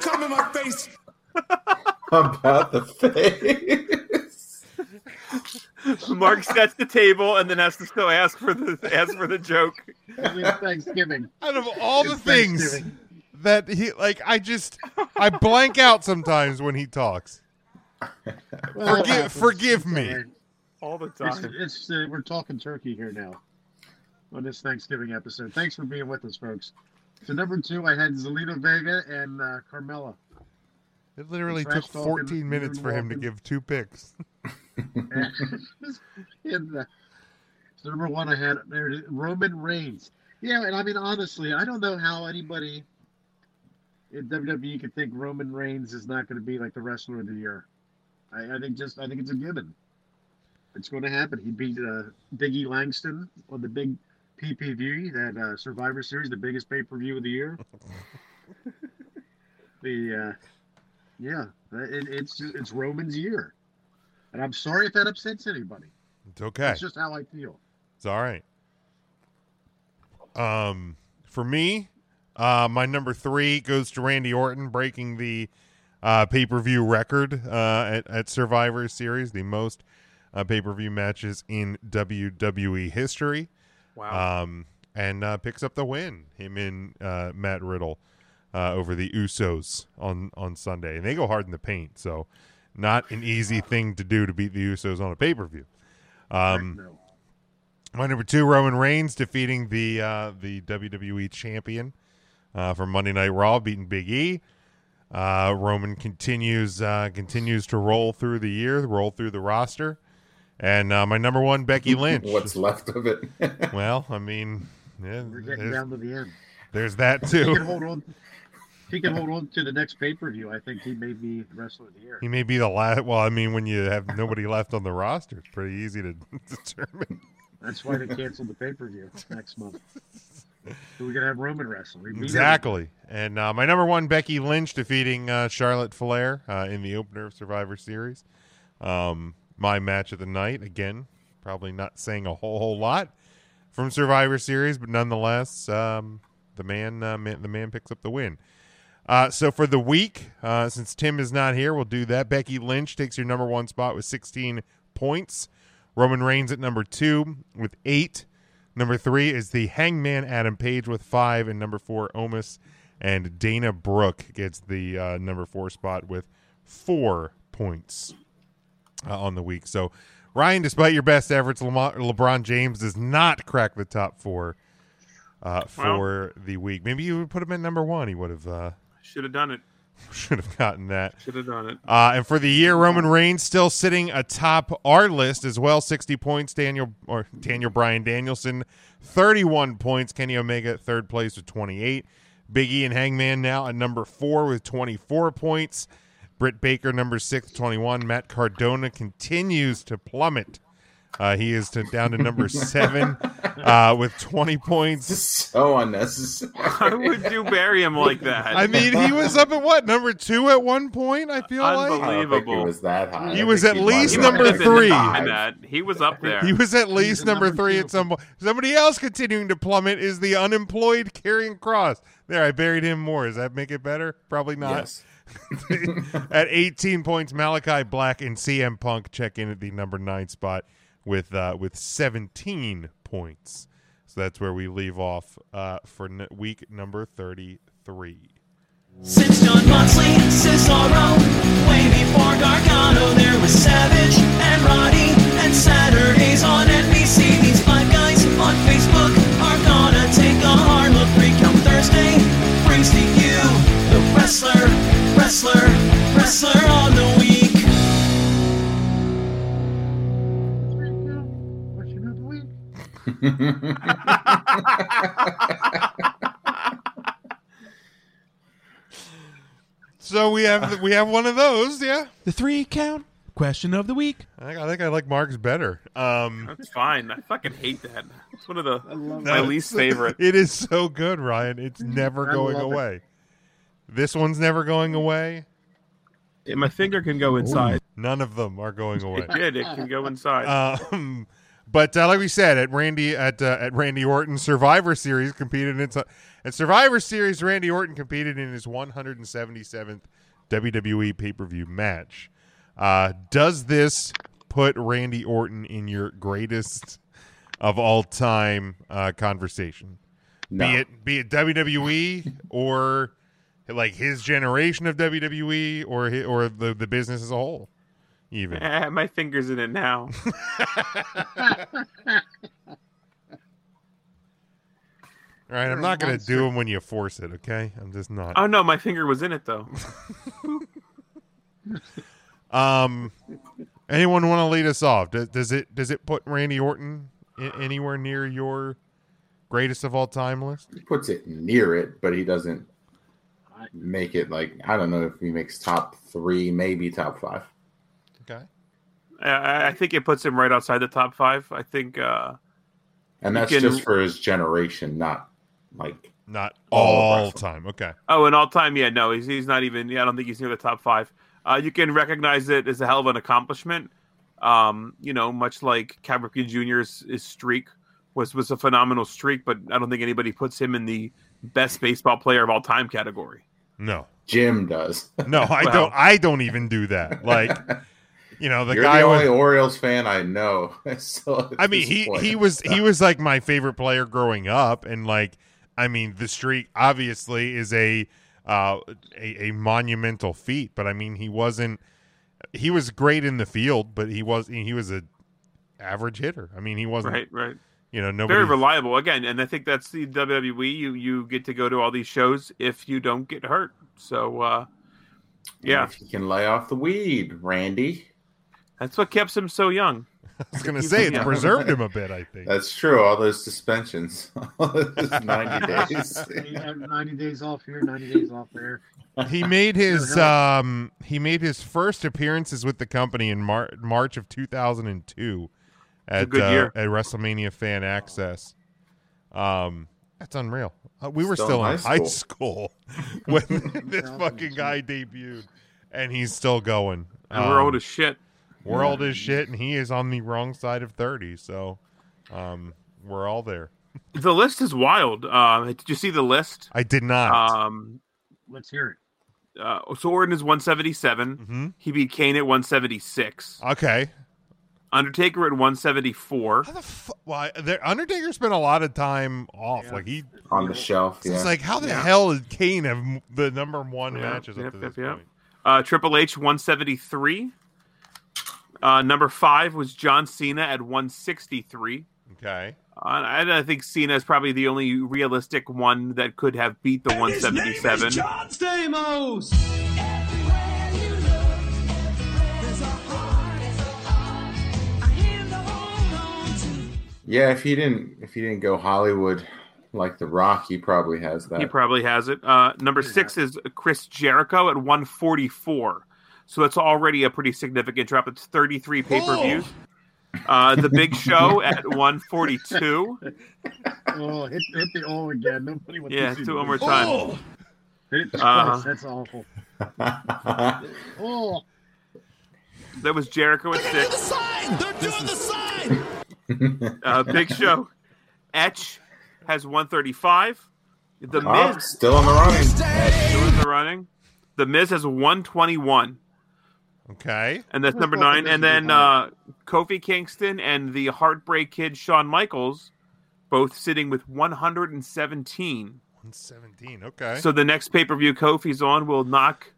[SPEAKER 1] Come in my face.
[SPEAKER 11] About the face.
[SPEAKER 10] Mark sets the table and then has to still ask for the ask for the joke.
[SPEAKER 12] It's Thanksgiving.
[SPEAKER 9] Out of all the
[SPEAKER 12] It's
[SPEAKER 9] things
[SPEAKER 12] Thanksgiving.
[SPEAKER 9] that he like, I just I blank out sometimes when he talks.
[SPEAKER 12] Well, it
[SPEAKER 9] Forgive,
[SPEAKER 12] happens.
[SPEAKER 9] forgive
[SPEAKER 12] It's
[SPEAKER 9] me.
[SPEAKER 12] all right.
[SPEAKER 10] All the
[SPEAKER 12] It's,
[SPEAKER 10] time.
[SPEAKER 12] it's, uh, we're talking turkey here now on this Thanksgiving episode. Thanks for being with us, folks. So number two, I had Zelina Vega and uh, Carmella,
[SPEAKER 9] It literally
[SPEAKER 12] Trash
[SPEAKER 9] took
[SPEAKER 12] talking,
[SPEAKER 9] 14 minutes for him to
[SPEAKER 12] moonwalking.
[SPEAKER 9] give two picks.
[SPEAKER 12] and uh, so number one, I had there it is, Roman Reigns. Yeah, and I mean honestly, I don't know how anybody in WWE could think Roman Reigns is not going to be like the wrestler of the year. I, I think just I think it's a given. It's going to happen. He beat uh, Biggie Langston on the big PPV, that uh, Survivor Series, the biggest pay per view of the year. the uh, yeah, it, it's it's Roman's year, and I'm sorry if that upsets anybody.
[SPEAKER 9] It's okay.
[SPEAKER 12] It's just how I feel.
[SPEAKER 9] It's all right. Um, for me, uh, my number three goes to Randy Orton breaking the uh, pay per view record uh, at, at Survivor Series, the most uh, pay per view matches in WWE history.
[SPEAKER 10] Wow.
[SPEAKER 9] Um, and uh, picks up the win. Him and uh, Matt Riddle uh, over the Usos on on Sunday, and they go hard in the paint. So, not an easy thing to do to beat the Usos on a pay per view. Um, my number two, Roman Reigns defeating the uh, the WWE champion uh, from Monday Night Raw, beating Big E. Uh, Roman continues uh, continues to roll through the year, roll through the roster, and uh, my number one, Becky Lynch.
[SPEAKER 11] What's left of it?
[SPEAKER 9] well, I mean, yeah,
[SPEAKER 12] We're getting
[SPEAKER 9] there's,
[SPEAKER 12] down to the end.
[SPEAKER 9] there's that
[SPEAKER 12] If He
[SPEAKER 9] too.
[SPEAKER 12] can hold on. If he can hold on to the next pay per view, I think he may be wrestler of the year.
[SPEAKER 9] He may be the last. Well, I mean, when you have nobody left on the roster, it's pretty easy to determine.
[SPEAKER 12] That's why they canceled the pay per view next month. So we're gonna have Roman wrestle. We beat him.
[SPEAKER 9] Exactly. And uh, my number one, Becky Lynch defeating uh, Charlotte Flair uh, in the opener of Survivor Series. Um, my match of the night, again, probably not saying a whole, whole lot. from Survivor Series, but nonetheless, um, the man, uh, man the man picks up the win. Uh, so for the week, uh, since Tim is not here, we'll do that. Becky Lynch takes your number one spot with 16 points. Roman Reigns at number two with eight. Number three is the Hangman Adam Page with five, and number four Omis and Dana Brooke gets the uh, number four spot with four points uh, on the week. So Ryan, despite your best efforts, Lamont, LeBron James does not crack the top four uh, for the week. Maybe you would put him at number one. He would have uh,
[SPEAKER 10] Should have done it.
[SPEAKER 9] should have gotten that.
[SPEAKER 10] Should have done it.
[SPEAKER 9] Uh, and for the year, Roman Reigns still sitting atop our list as well. Sixty points. Daniel or Daniel Bryan Danielson, thirty-one points. Kenny Omega at third place with twenty-eight. Big E and Hangman now at number four with twenty-four points. Britt Baker number six, twenty-one. Matt Cardona continues to plummet. Uh, he is to, down to number seven uh, with twenty points.
[SPEAKER 11] So unnecessary.
[SPEAKER 10] Why would you bury him like that?
[SPEAKER 9] I mean, he was up at what number two at one point. I feel
[SPEAKER 11] I
[SPEAKER 9] like
[SPEAKER 11] don't think he was that high. I
[SPEAKER 9] He
[SPEAKER 11] think
[SPEAKER 9] was at
[SPEAKER 11] might have
[SPEAKER 9] least
[SPEAKER 11] been
[SPEAKER 9] number
[SPEAKER 11] like
[SPEAKER 9] three.
[SPEAKER 11] five.
[SPEAKER 10] That he was up there.
[SPEAKER 9] he was at least number three at some point. Somebody else continuing to plummet is the unemployed Carrying Cross. There, I buried him more. Does that make it better? Probably not.
[SPEAKER 11] Yes.
[SPEAKER 9] at 18 points, Malachi Black and CM Punk check in at the number nine spot with uh, with 17 points. So that's where we leave off uh, for n- week number 33.
[SPEAKER 3] Since John Moxley, Cesaro, way before Gargano, there was Savage and Roddy, and Saturdays on NBC. These five guys on Facebook are gonna take a hard look. Freak Out Thursday brings to you the wrestler, wrestler, wrestler on the week.
[SPEAKER 9] So we have we have one of those, yeah.
[SPEAKER 15] The three count question of the week.
[SPEAKER 9] I, I think I like Mark's better. Um,
[SPEAKER 10] That's fine. I fucking hate that. It's one of the
[SPEAKER 9] No,
[SPEAKER 10] my
[SPEAKER 9] it's-
[SPEAKER 10] least favorite.
[SPEAKER 9] It is so good, Ryan. It's never
[SPEAKER 10] Mm, I
[SPEAKER 9] going
[SPEAKER 10] love it.
[SPEAKER 9] away. This one's never going away.
[SPEAKER 10] Yeah, my finger can go inside. Uh,
[SPEAKER 9] None of them are going away.
[SPEAKER 10] It did. It can go inside.
[SPEAKER 9] Um, but uh, like we said, at Randy at uh, at Randy Orton Survivor Series competed in at Survivor Series. Randy Orton competed in his 177th WWE pay per view E match. Uh, does this put Randy Orton in your greatest of all time uh, conversation?
[SPEAKER 11] No.
[SPEAKER 9] Be it be it WWE or like his generation of WWE or hi- or the the business as a whole, even.
[SPEAKER 10] Eh, my finger's in it now.
[SPEAKER 9] All right, I'm
[SPEAKER 10] a
[SPEAKER 9] not gonna
[SPEAKER 10] monster.
[SPEAKER 9] do them when you force it. Okay, I'm just not.
[SPEAKER 11] Uh,
[SPEAKER 10] oh no, my finger was in it though.
[SPEAKER 9] Um, anyone want to lead us off? Does, does it does it put Randy Orton i- anywhere near your greatest of all time list?
[SPEAKER 11] puts it near it, but he doesn't make it like I don't know if he makes top three, maybe top five.
[SPEAKER 9] Okay.
[SPEAKER 10] I- I, I think it puts him right outside the top five. I think. uh
[SPEAKER 11] And
[SPEAKER 10] you
[SPEAKER 11] that's
[SPEAKER 10] can-
[SPEAKER 11] just for his generation, not like
[SPEAKER 9] Not
[SPEAKER 11] All
[SPEAKER 9] all
[SPEAKER 11] wrestling.
[SPEAKER 9] time. Okay.
[SPEAKER 10] Oh, in all time, yeah, no, he's he's not even. Yeah, I don't think he's near the top five. Uh, you can recognize it as a hell of an accomplishment. Um, you know, much like Capricorn Junior's his streak was was a phenomenal streak, but I don't think anybody puts him in the best baseball player of all time category.
[SPEAKER 9] No.
[SPEAKER 11] Jim does.
[SPEAKER 9] No, I
[SPEAKER 10] Wow.
[SPEAKER 9] don't. I don't even do that. Like, you know, the
[SPEAKER 11] You're
[SPEAKER 9] guy
[SPEAKER 11] the
[SPEAKER 9] was.
[SPEAKER 11] only Orioles fan I know. So at
[SPEAKER 9] I mean,
[SPEAKER 11] this
[SPEAKER 9] he
[SPEAKER 11] point,
[SPEAKER 9] he was he was like my favorite player growing up, and like, I mean, the streak obviously is a uh, a, a monumental feat, but I mean, he wasn't. He was great in the field, but he was he was a average hitter. I mean, he wasn't
[SPEAKER 10] Right, right.
[SPEAKER 9] You know, nobody.
[SPEAKER 10] Very reliable again, and I think that's the WWE. You you get to go to all these shows if you don't get hurt. So uh, yeah,
[SPEAKER 11] If you can lay off the weed, Randy.
[SPEAKER 10] that's what keeps him so young.
[SPEAKER 9] I was gonna say it
[SPEAKER 10] Yeah.
[SPEAKER 9] preserved him a bit. I think.
[SPEAKER 11] That's true. All those suspensions, all those ninety days.
[SPEAKER 12] You have 90 days off here, 90 days off there.
[SPEAKER 9] he made his um he made his first appearances with the company in Mar- March of 2002 at
[SPEAKER 10] good
[SPEAKER 9] uh,
[SPEAKER 10] year.
[SPEAKER 9] at WrestleMania Fan Access. Um that's unreal. Uh, we were
[SPEAKER 11] Still
[SPEAKER 9] still,
[SPEAKER 11] in
[SPEAKER 9] in
[SPEAKER 11] high
[SPEAKER 9] high school, when this fucking guy debuted and he's still going.
[SPEAKER 10] And we're
[SPEAKER 9] Um,
[SPEAKER 10] old as shit.
[SPEAKER 9] We're old as shit and he is on the wrong side of 30, so um We're all there.
[SPEAKER 10] The list is wild. Uh, did you see the list?
[SPEAKER 9] I did not.
[SPEAKER 10] Um,
[SPEAKER 12] Let's hear it.
[SPEAKER 10] uh, so Orton is 177.
[SPEAKER 9] Hmm.
[SPEAKER 10] He beat Kane at 176.
[SPEAKER 9] Mm-hmm. Okay.
[SPEAKER 10] Undertaker at 174.
[SPEAKER 9] Why? there, Undertaker spent a lot of time off. Like he
[SPEAKER 11] on the shelf.
[SPEAKER 9] So It's
[SPEAKER 11] yeah.
[SPEAKER 9] like how the
[SPEAKER 10] Yeah.
[SPEAKER 9] hell did Kane have m- the number one
[SPEAKER 10] Yeah,
[SPEAKER 9] matches up
[SPEAKER 10] yep,
[SPEAKER 9] to
[SPEAKER 10] yep,
[SPEAKER 9] this
[SPEAKER 10] yep.
[SPEAKER 9] point?
[SPEAKER 10] Uh, Triple H 173. Uh, number five was John Cena at 163.
[SPEAKER 9] Okay.
[SPEAKER 10] Uh, and I think Cena is probably the only realistic one that could have beat the 177.
[SPEAKER 3] John Stamos.
[SPEAKER 11] Yeah, if he didn't if he didn't go Hollywood like The Rock, he probably has that.
[SPEAKER 10] He probably has it. Uh, number six is Chris Jericho at 144. So that's already a pretty significant drop. It's 33 pay per views. Uh, the Big Show at 142.
[SPEAKER 12] Oh, hit, hit the O again. Nobody wants
[SPEAKER 10] Yeah,
[SPEAKER 12] to see
[SPEAKER 10] do it one
[SPEAKER 12] this.
[SPEAKER 10] more time.
[SPEAKER 12] Oh! Hit it twice.
[SPEAKER 10] Uh-huh.
[SPEAKER 12] That's awful.
[SPEAKER 11] that
[SPEAKER 12] Oh,
[SPEAKER 10] was Jericho at six.
[SPEAKER 3] They're doing the sign.
[SPEAKER 10] Uh, Big Show. Etch has 135. The
[SPEAKER 11] Oh,
[SPEAKER 10] Miz
[SPEAKER 11] still in the running.
[SPEAKER 10] Still in the running. The Miz has 121.
[SPEAKER 9] Okay.
[SPEAKER 10] And that's number nine. And then uh, Kofi Kingston and the Heartbreak Kid Shawn Michaels, both sitting with 117.
[SPEAKER 9] 117. Okay.
[SPEAKER 10] So the next pay per view Kofi's on will knock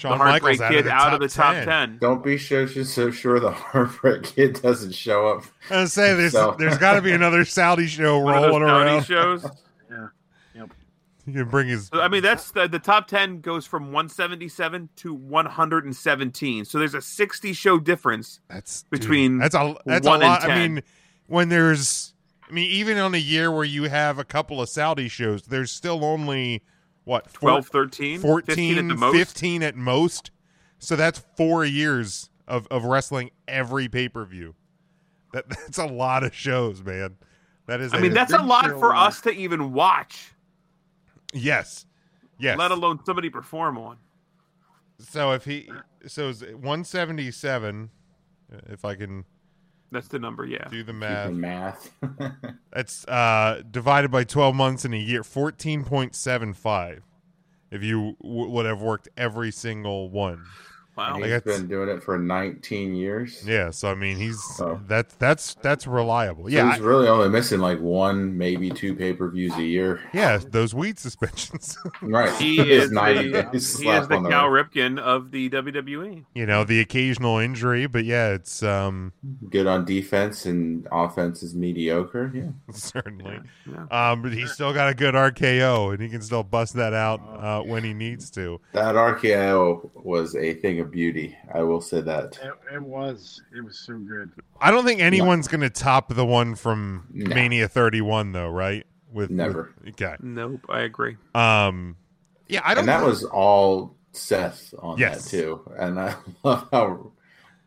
[SPEAKER 10] the Heartbreak Kid out of the top 10.
[SPEAKER 11] Don't be so, so sure the Heartbreak Kid doesn't show up.
[SPEAKER 9] I was saying there's
[SPEAKER 11] So-
[SPEAKER 9] there's got to be another Saudi show
[SPEAKER 10] One of those
[SPEAKER 9] rolling
[SPEAKER 10] comedy
[SPEAKER 9] around.
[SPEAKER 10] shows.
[SPEAKER 9] You can bring his.
[SPEAKER 10] So, I mean, that's the, the top 10 goes from 177 to 117. So there's a 60 show difference
[SPEAKER 9] that's
[SPEAKER 10] between
[SPEAKER 9] Dude, that's a that's a
[SPEAKER 10] one
[SPEAKER 9] lot.
[SPEAKER 10] and 10.
[SPEAKER 9] I mean, when there's I mean, even on a year where you have a couple of Saudi shows, there's still only what
[SPEAKER 10] 12, 13,
[SPEAKER 9] 14,
[SPEAKER 10] 15 at the most.
[SPEAKER 9] 15 at most. So that's four years of of wrestling every pay per view. That that's a lot of shows, man. That is.
[SPEAKER 10] I mean, that's a lot for us to even watch,
[SPEAKER 9] Yes, yes.
[SPEAKER 10] let alone somebody perform on.
[SPEAKER 9] So if he so is one seventy seven, if I can
[SPEAKER 10] That's the number, yeah. Oh,
[SPEAKER 9] do the math.
[SPEAKER 11] math.
[SPEAKER 9] That's uh, divided by 12 months in a year, 14.75. If you w- would have worked every single one.
[SPEAKER 10] Wow.
[SPEAKER 11] He's been doing it for 19 years.
[SPEAKER 9] Yeah, so I mean, he's that's that's that's reliable.
[SPEAKER 11] Oh. So
[SPEAKER 9] Yeah,
[SPEAKER 11] he's
[SPEAKER 9] I-
[SPEAKER 11] really only missing like one, maybe two pay per views a year.
[SPEAKER 9] yeah, those weed suspensions.
[SPEAKER 11] Right.
[SPEAKER 10] He
[SPEAKER 11] His
[SPEAKER 10] is
[SPEAKER 11] 90
[SPEAKER 10] the,
[SPEAKER 11] days
[SPEAKER 10] he is
[SPEAKER 11] slap
[SPEAKER 10] the
[SPEAKER 11] on the
[SPEAKER 10] Cal Ripken of the E. WWE.
[SPEAKER 9] you know, the occasional injury, but yeah, it's um
[SPEAKER 11] good on defense and offense is mediocre. Yeah.
[SPEAKER 9] certainly. Um, but he's still got a good RKO, and he can still bust that out uh, when he needs to.
[SPEAKER 11] That RKO was a thing of beauty. I will say that.
[SPEAKER 12] it, it was. It was so good.
[SPEAKER 9] I don't think anyone's going to top the one from Mania 31, though, right? With with-
[SPEAKER 11] Never.
[SPEAKER 9] okay.
[SPEAKER 10] Nope, I agree.
[SPEAKER 9] Um, yeah, I don't.
[SPEAKER 11] And that
[SPEAKER 9] know-
[SPEAKER 11] was all Seth on
[SPEAKER 9] Yes.
[SPEAKER 11] that too. And I love how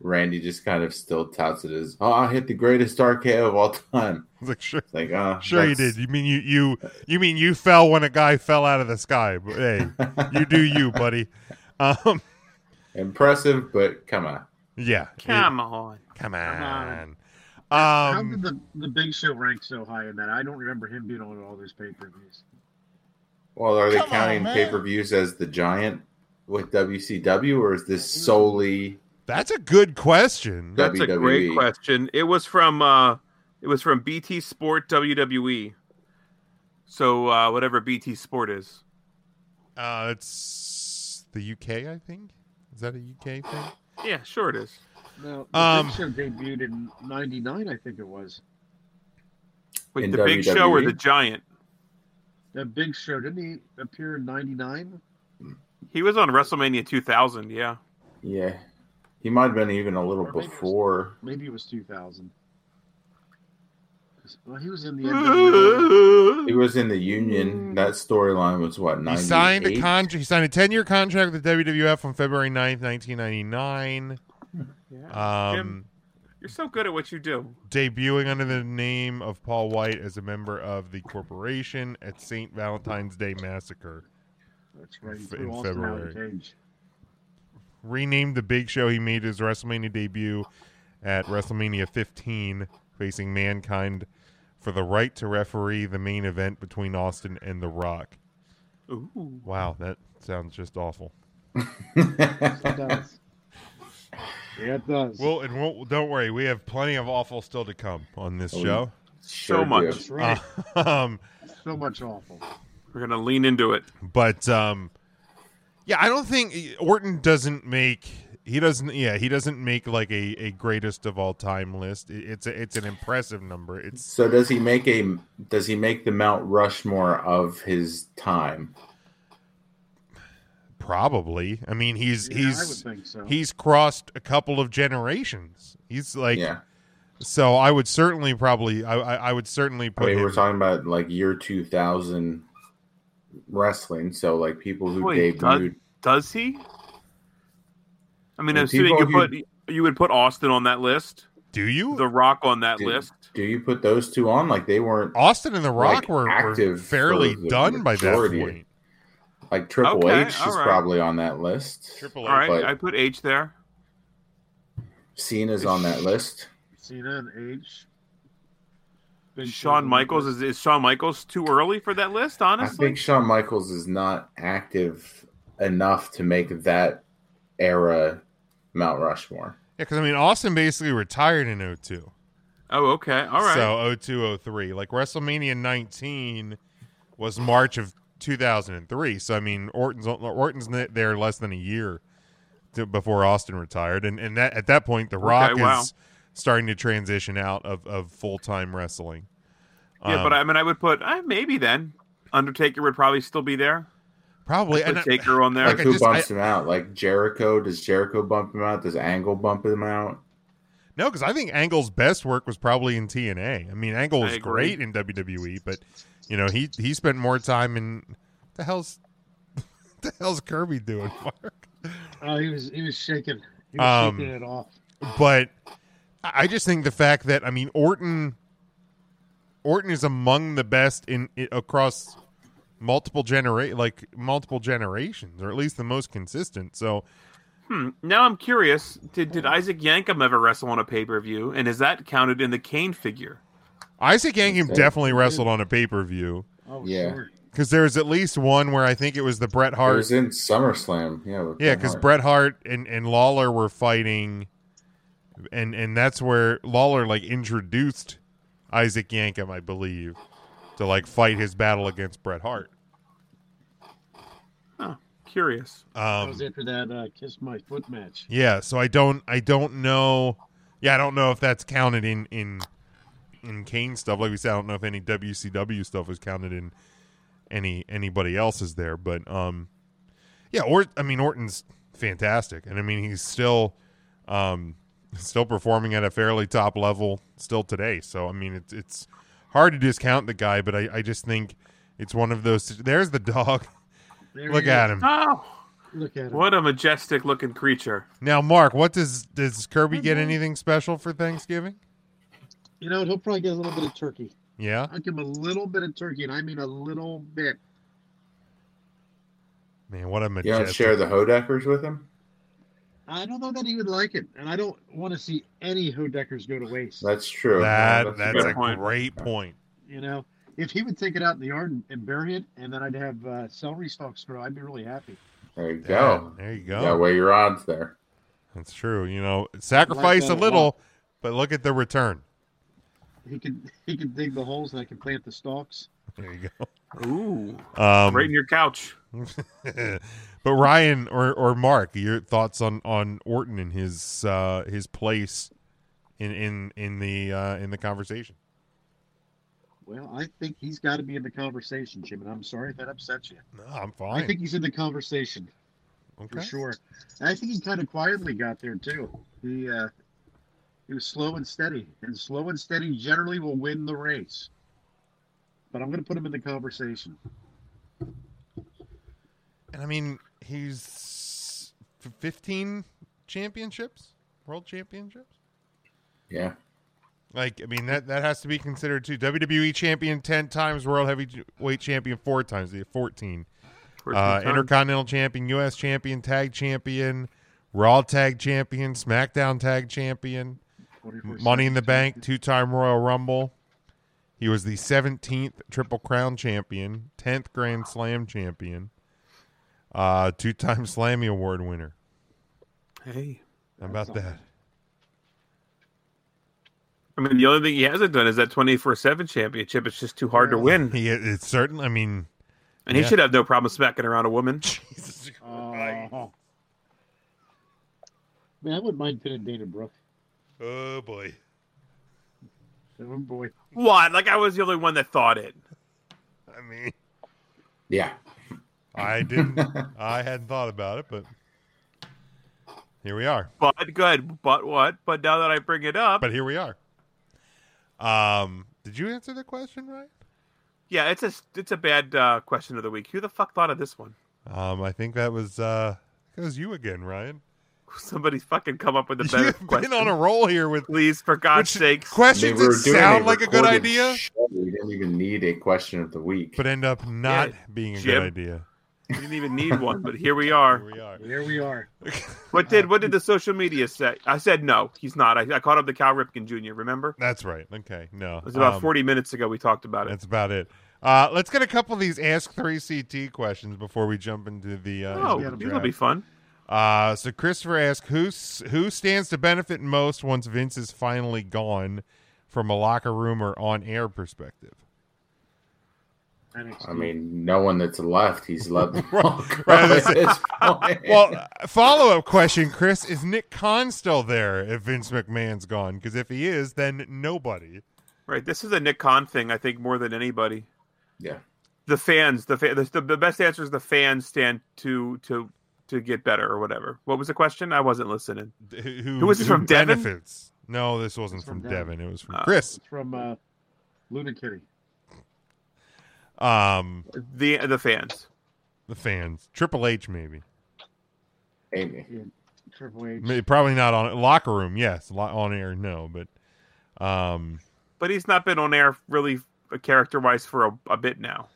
[SPEAKER 11] Randy just kind of still touts it as, "Oh, I hit the greatest RKO of all time."
[SPEAKER 9] Like sure,
[SPEAKER 11] like uh,
[SPEAKER 9] Sure, you
[SPEAKER 11] that's-
[SPEAKER 9] did. You mean you you you mean you fell when a guy fell out of the sky? But hey, you do you, buddy. Um,
[SPEAKER 11] Impressive, but come on.
[SPEAKER 9] yeah,
[SPEAKER 10] Come on.
[SPEAKER 9] come
[SPEAKER 12] on.
[SPEAKER 9] on.
[SPEAKER 12] How did
[SPEAKER 9] Um,
[SPEAKER 12] the, the Big Show rank so high in that? I don't remember him being on all those pay per views.
[SPEAKER 11] Well, are they
[SPEAKER 12] Come on,
[SPEAKER 11] counting
[SPEAKER 12] man.
[SPEAKER 11] pay per views as the giant with WCW, or is this solely?
[SPEAKER 9] That's a good question.
[SPEAKER 10] That's a great
[SPEAKER 11] WWE.
[SPEAKER 10] question. It was from uh, it was from BT Sport WWE. So uh, whatever BT Sport is,
[SPEAKER 9] uh, it's the UK, I think. Is that a UK thing?
[SPEAKER 10] yeah, sure it is.
[SPEAKER 12] No, the
[SPEAKER 9] Um,
[SPEAKER 12] Big Show debuted in '99, I think it was.
[SPEAKER 10] Wait,
[SPEAKER 11] In
[SPEAKER 10] the Big Show or
[SPEAKER 11] WWE?
[SPEAKER 10] the Giant?
[SPEAKER 12] The Big Show didn't he appear in '99?
[SPEAKER 10] He was on WrestleMania 2000. Yeah,
[SPEAKER 11] Yeah, he might have been even a little before.
[SPEAKER 12] Maybe it was 2000. Well, he was in the NWO.
[SPEAKER 11] He was in the Union. That storyline was what
[SPEAKER 9] He
[SPEAKER 11] ninety.
[SPEAKER 9] signed a con- He signed a ten-year contract with the WWF on February 9th, nineteen ninety-nine.
[SPEAKER 10] Yeah.
[SPEAKER 9] Um,
[SPEAKER 10] Jim, you're so good at what you do.
[SPEAKER 9] debuting under the name of Paul White as a member of the corporation at St. Valentine's Day Massacre.
[SPEAKER 12] That's right.
[SPEAKER 9] In
[SPEAKER 12] He
[SPEAKER 9] Fe-
[SPEAKER 12] threw
[SPEAKER 9] in
[SPEAKER 12] Austin out of the
[SPEAKER 9] February.
[SPEAKER 12] cage.
[SPEAKER 9] Renamed the Big Show, he made his WrestleMania debut at WrestleMania 15, facing Mankind for the right to referee the main event between Austin and The Rock.
[SPEAKER 10] Ooh.
[SPEAKER 9] Wow, that sounds just awful.
[SPEAKER 12] Yeah, it does.
[SPEAKER 9] Well, and we'll, don't worry, we have plenty of awful still to come on this
[SPEAKER 10] Oh,
[SPEAKER 9] show.
[SPEAKER 10] sure So much. do.
[SPEAKER 12] That's right.
[SPEAKER 9] um,
[SPEAKER 12] so much awful.
[SPEAKER 10] We're gonna lean into it.
[SPEAKER 9] But um, yeah, I don't think Orton doesn't make he doesn't yeah he doesn't make like a, a greatest of all time list. It- It's a, it's an impressive number. It's
[SPEAKER 11] So does he make a does he make the Mount Rushmore of his time?
[SPEAKER 9] probably. I mean, he's
[SPEAKER 11] Yeah, I
[SPEAKER 9] he's
[SPEAKER 11] would think so.
[SPEAKER 9] he's crossed a couple of generations. He's like
[SPEAKER 11] Yeah.
[SPEAKER 9] So I would certainly probably I I, I would certainly
[SPEAKER 11] I
[SPEAKER 9] put
[SPEAKER 11] mean,
[SPEAKER 9] him-
[SPEAKER 11] we're talking about like year two thousand wrestling. So like people who
[SPEAKER 10] Wait, does,
[SPEAKER 11] debuted.
[SPEAKER 10] does he? I mean,
[SPEAKER 11] The
[SPEAKER 10] assuming you
[SPEAKER 11] people
[SPEAKER 10] put
[SPEAKER 11] who-
[SPEAKER 10] you would put Austin on that list.
[SPEAKER 9] Do you?
[SPEAKER 10] The Rock on that
[SPEAKER 11] Do-
[SPEAKER 10] list.
[SPEAKER 11] Do you put those two on? Like they weren't
[SPEAKER 9] Austin and The Rock
[SPEAKER 11] like,
[SPEAKER 9] were, were
[SPEAKER 11] active
[SPEAKER 9] fairly
[SPEAKER 11] for the
[SPEAKER 9] done by that
[SPEAKER 11] majority.
[SPEAKER 9] point.
[SPEAKER 11] Like Triple
[SPEAKER 10] Okay,
[SPEAKER 11] H is
[SPEAKER 10] all right.
[SPEAKER 11] probably on that list.
[SPEAKER 9] Triple
[SPEAKER 10] All right,
[SPEAKER 11] but
[SPEAKER 10] I put H there.
[SPEAKER 11] Cena's on that list.
[SPEAKER 12] Cena and H.
[SPEAKER 10] Shawn Michaels is, is Shawn Michaels too early for that list? Honestly,
[SPEAKER 11] I think Shawn Michaels is not active enough to make that era Mount Rushmore.
[SPEAKER 9] Yeah, because I mean, Austin basically retired in 02.
[SPEAKER 10] Oh, okay. All right.
[SPEAKER 9] So 02, 03. Like WrestleMania 19 was March of 2003. So, I mean, Orton's Orton's ne- there less than a year to, before Austin retired. And, and that at that point, The
[SPEAKER 10] Okay,
[SPEAKER 9] Rock
[SPEAKER 10] wow.
[SPEAKER 9] is starting to transition out of, of full time wrestling.
[SPEAKER 10] yeah,
[SPEAKER 9] Um,
[SPEAKER 10] but I mean, I would put uh, maybe then Undertaker would probably still be there.
[SPEAKER 9] Probably.
[SPEAKER 10] I'd
[SPEAKER 9] and
[SPEAKER 10] put
[SPEAKER 9] I-
[SPEAKER 10] Taker on there.
[SPEAKER 11] Like, who bumps him out? Like Jericho? Does Jericho bump him out? Does Angle bump him out?
[SPEAKER 9] No, because I think Angle's best work was probably in TNA. I mean, Angle
[SPEAKER 11] I
[SPEAKER 9] was
[SPEAKER 11] agree.
[SPEAKER 9] great in WWE, but you know he he spent more time in the hell's the hell's Kirby doing. Mark?
[SPEAKER 12] Oh, he was he was shaking. He was
[SPEAKER 9] Um,
[SPEAKER 12] shaking it off.
[SPEAKER 9] But I I just think the fact that I mean Orton Orton is among the best in, i across multiple genera- like multiple generations, or at least the most consistent. So
[SPEAKER 10] Hmm. Now I'm curious. Did did Isaac Yankem ever wrestle on a pay per view, and is that counted in the Kane figure?
[SPEAKER 9] Isaac Yankem definitely wrestled on a pay per view.
[SPEAKER 12] Oh,
[SPEAKER 11] Yeah.
[SPEAKER 9] Because there was at least one where I think it was the Bret
[SPEAKER 11] It
[SPEAKER 9] Hart.
[SPEAKER 11] was in SummerSlam. Yeah. with
[SPEAKER 9] Yeah,
[SPEAKER 11] Bret
[SPEAKER 9] because
[SPEAKER 11] Hart.
[SPEAKER 9] Bret Hart and, and Lawler were fighting, and and that's where Lawler like introduced Isaac Yankem, I believe, to like fight his battle against Bret Hart.
[SPEAKER 10] Curious.
[SPEAKER 12] that
[SPEAKER 9] Um,
[SPEAKER 12] was after that uh, kiss my foot match.
[SPEAKER 9] yeah, so I don't I don't know. Yeah, I don't know if that's counted in in in Kane stuff. Like we said, I don't know if any WCW stuff was counted in any anybody else's there, but um, yeah. Or I mean, Orton's fantastic, and I mean he's still um still performing at a fairly top level still today. So I mean it's it's hard to discount the guy, but I I just think it's one of those. There's the dog.
[SPEAKER 12] There
[SPEAKER 9] Look
[SPEAKER 12] he is.
[SPEAKER 9] at him.
[SPEAKER 10] Oh,
[SPEAKER 12] Look at him.
[SPEAKER 10] what a majestic looking creature!
[SPEAKER 9] Now, Mark, what does does Kirby get anything special for Thanksgiving?
[SPEAKER 12] You know, he'll probably get a little bit of turkey.
[SPEAKER 9] Yeah.
[SPEAKER 12] I'll give him a little bit of turkey, and I mean a little bit.
[SPEAKER 9] Man, what a
[SPEAKER 11] You
[SPEAKER 9] majestic.
[SPEAKER 11] don't share the Hodeckers with him?
[SPEAKER 12] I don't know that he would like it, and I don't want to see any Hodeckers go to waste.
[SPEAKER 11] That's true.
[SPEAKER 9] That-
[SPEAKER 11] Yeah,
[SPEAKER 9] that's a great point.
[SPEAKER 12] You know, if he would take it out in the yard and, and bury it, and then I'd have uh, celery stalks grow, I'd be really happy.
[SPEAKER 11] There you
[SPEAKER 9] Yeah,
[SPEAKER 11] go.
[SPEAKER 9] there you go.
[SPEAKER 11] Yeah, weigh your odds there.
[SPEAKER 9] That's true. You know, sacrifice
[SPEAKER 12] that
[SPEAKER 9] a
[SPEAKER 12] a
[SPEAKER 9] little, but look at the return.
[SPEAKER 12] He could he could dig the holes, and I could plant the stalks.
[SPEAKER 9] There you go.
[SPEAKER 10] Ooh,
[SPEAKER 9] Um,
[SPEAKER 10] right in your couch.
[SPEAKER 9] but Ryan or, or Mark, your thoughts on, on Orton and his uh, his place in in in the uh, in the conversation?
[SPEAKER 12] Well, I think he's got to be in the conversation, Jim, and I'm sorry if that upsets you.
[SPEAKER 9] No, I'm
[SPEAKER 12] I
[SPEAKER 9] fine.
[SPEAKER 12] think he's in the conversation for
[SPEAKER 9] Okay.
[SPEAKER 12] sure. And I think he kind of quietly got there too. He uh, he was slow and steady, and slow and steady generally will win the race. But I'm going to put him in the conversation.
[SPEAKER 9] And I mean, he's f- 15 championships, world championships.
[SPEAKER 11] Yeah.
[SPEAKER 9] Like, I mean, that, that has to be considered too. WWE champion 10 times, world heavyweight champion four times, the 14. uh,
[SPEAKER 10] 14 times.
[SPEAKER 9] Intercontinental champion, U.S. champion, tag champion, Raw tag champion, SmackDown tag champion,
[SPEAKER 12] 24/7
[SPEAKER 9] Money in the Bank, two time Royal Rumble. He was the 17th Triple Crown champion, 10th Grand Slam champion, uh, two time Slammy Award winner.
[SPEAKER 10] Hey.
[SPEAKER 9] How about that?
[SPEAKER 10] I mean, the only thing he hasn't done is that 24 7 championship. It's just too hard to win.
[SPEAKER 9] He, it's certain. I mean,
[SPEAKER 10] and he
[SPEAKER 9] yeah.
[SPEAKER 10] should have no problem smacking around a woman.
[SPEAKER 12] Oh. Man, I wouldn't mind pinning Dana Brooke.
[SPEAKER 9] Oh boy.
[SPEAKER 12] Oh boy.
[SPEAKER 10] What? Like I was the only one that thought it.
[SPEAKER 9] I mean,
[SPEAKER 11] Yeah.
[SPEAKER 9] I didn't. I hadn't thought about it, but here we are.
[SPEAKER 10] But good. But what? But now that I bring it up,
[SPEAKER 9] But here we are. Um, did you answer the question right?
[SPEAKER 10] yeah, it's a it's a bad uh, question of the week. Who the fuck thought of this one?
[SPEAKER 9] Um, I think that was uh, it was you again, Ryan.
[SPEAKER 10] Somebody's fucking come up with a better
[SPEAKER 9] You've
[SPEAKER 10] question.
[SPEAKER 9] been on a roll here with
[SPEAKER 10] please, for God's sake.
[SPEAKER 9] questions
[SPEAKER 11] They were
[SPEAKER 9] that
[SPEAKER 11] doing
[SPEAKER 9] sound like a good
[SPEAKER 11] recorded
[SPEAKER 9] idea,
[SPEAKER 11] show. We didn't even need a question of the week.
[SPEAKER 9] but end up not being a good
[SPEAKER 10] Jim.
[SPEAKER 9] idea.
[SPEAKER 10] We didn't even need one, but here we are. Here
[SPEAKER 9] we are.
[SPEAKER 12] Here we are.
[SPEAKER 10] What did what did the social media say? I said no, he's not. I, I caught up to Cal Ripken Jr. Remember?
[SPEAKER 9] That's right. Okay, no,
[SPEAKER 10] It was about
[SPEAKER 9] Um,
[SPEAKER 10] 40 minutes ago. We talked about it.
[SPEAKER 9] That's about it. Uh, let's get a couple of these Ask 3CT questions before we jump into the. Uh,
[SPEAKER 10] Oh,
[SPEAKER 9] into the
[SPEAKER 10] these will
[SPEAKER 9] draft.
[SPEAKER 10] be fun.
[SPEAKER 9] Uh, so Christopher asks, who s- who stands to benefit most once Vince is finally gone, from a locker room or on air perspective?
[SPEAKER 11] I mean, no one that's left. He's left.
[SPEAKER 9] Right,
[SPEAKER 11] at this point.
[SPEAKER 9] well, follow up question, Chris: Is Nick Khan still there if Vince McMahon's gone? Because if he is, then nobody.
[SPEAKER 10] Right. This is a Nick Khan thing, I think, more than anybody.
[SPEAKER 11] Yeah.
[SPEAKER 10] The fans, the fa- the, the best answer is the fans stand to to to get better or whatever. What was the question? I wasn't listening.
[SPEAKER 9] Who,
[SPEAKER 10] Who was this from Devin?
[SPEAKER 9] benefits? No, this wasn't from,
[SPEAKER 12] from
[SPEAKER 9] Devin.
[SPEAKER 12] Devin.
[SPEAKER 9] It was from
[SPEAKER 10] Oh.
[SPEAKER 9] Chris.
[SPEAKER 12] It's from uh, Luna Kitty.
[SPEAKER 9] Um,
[SPEAKER 10] The the fans.
[SPEAKER 9] the fans, Triple H, maybe.
[SPEAKER 11] Amy.
[SPEAKER 12] Triple H.
[SPEAKER 9] May- Probably not on locker room. Yes, Lo- on air. No, but um,
[SPEAKER 10] But he's not been on air really character wise for a, a bit now.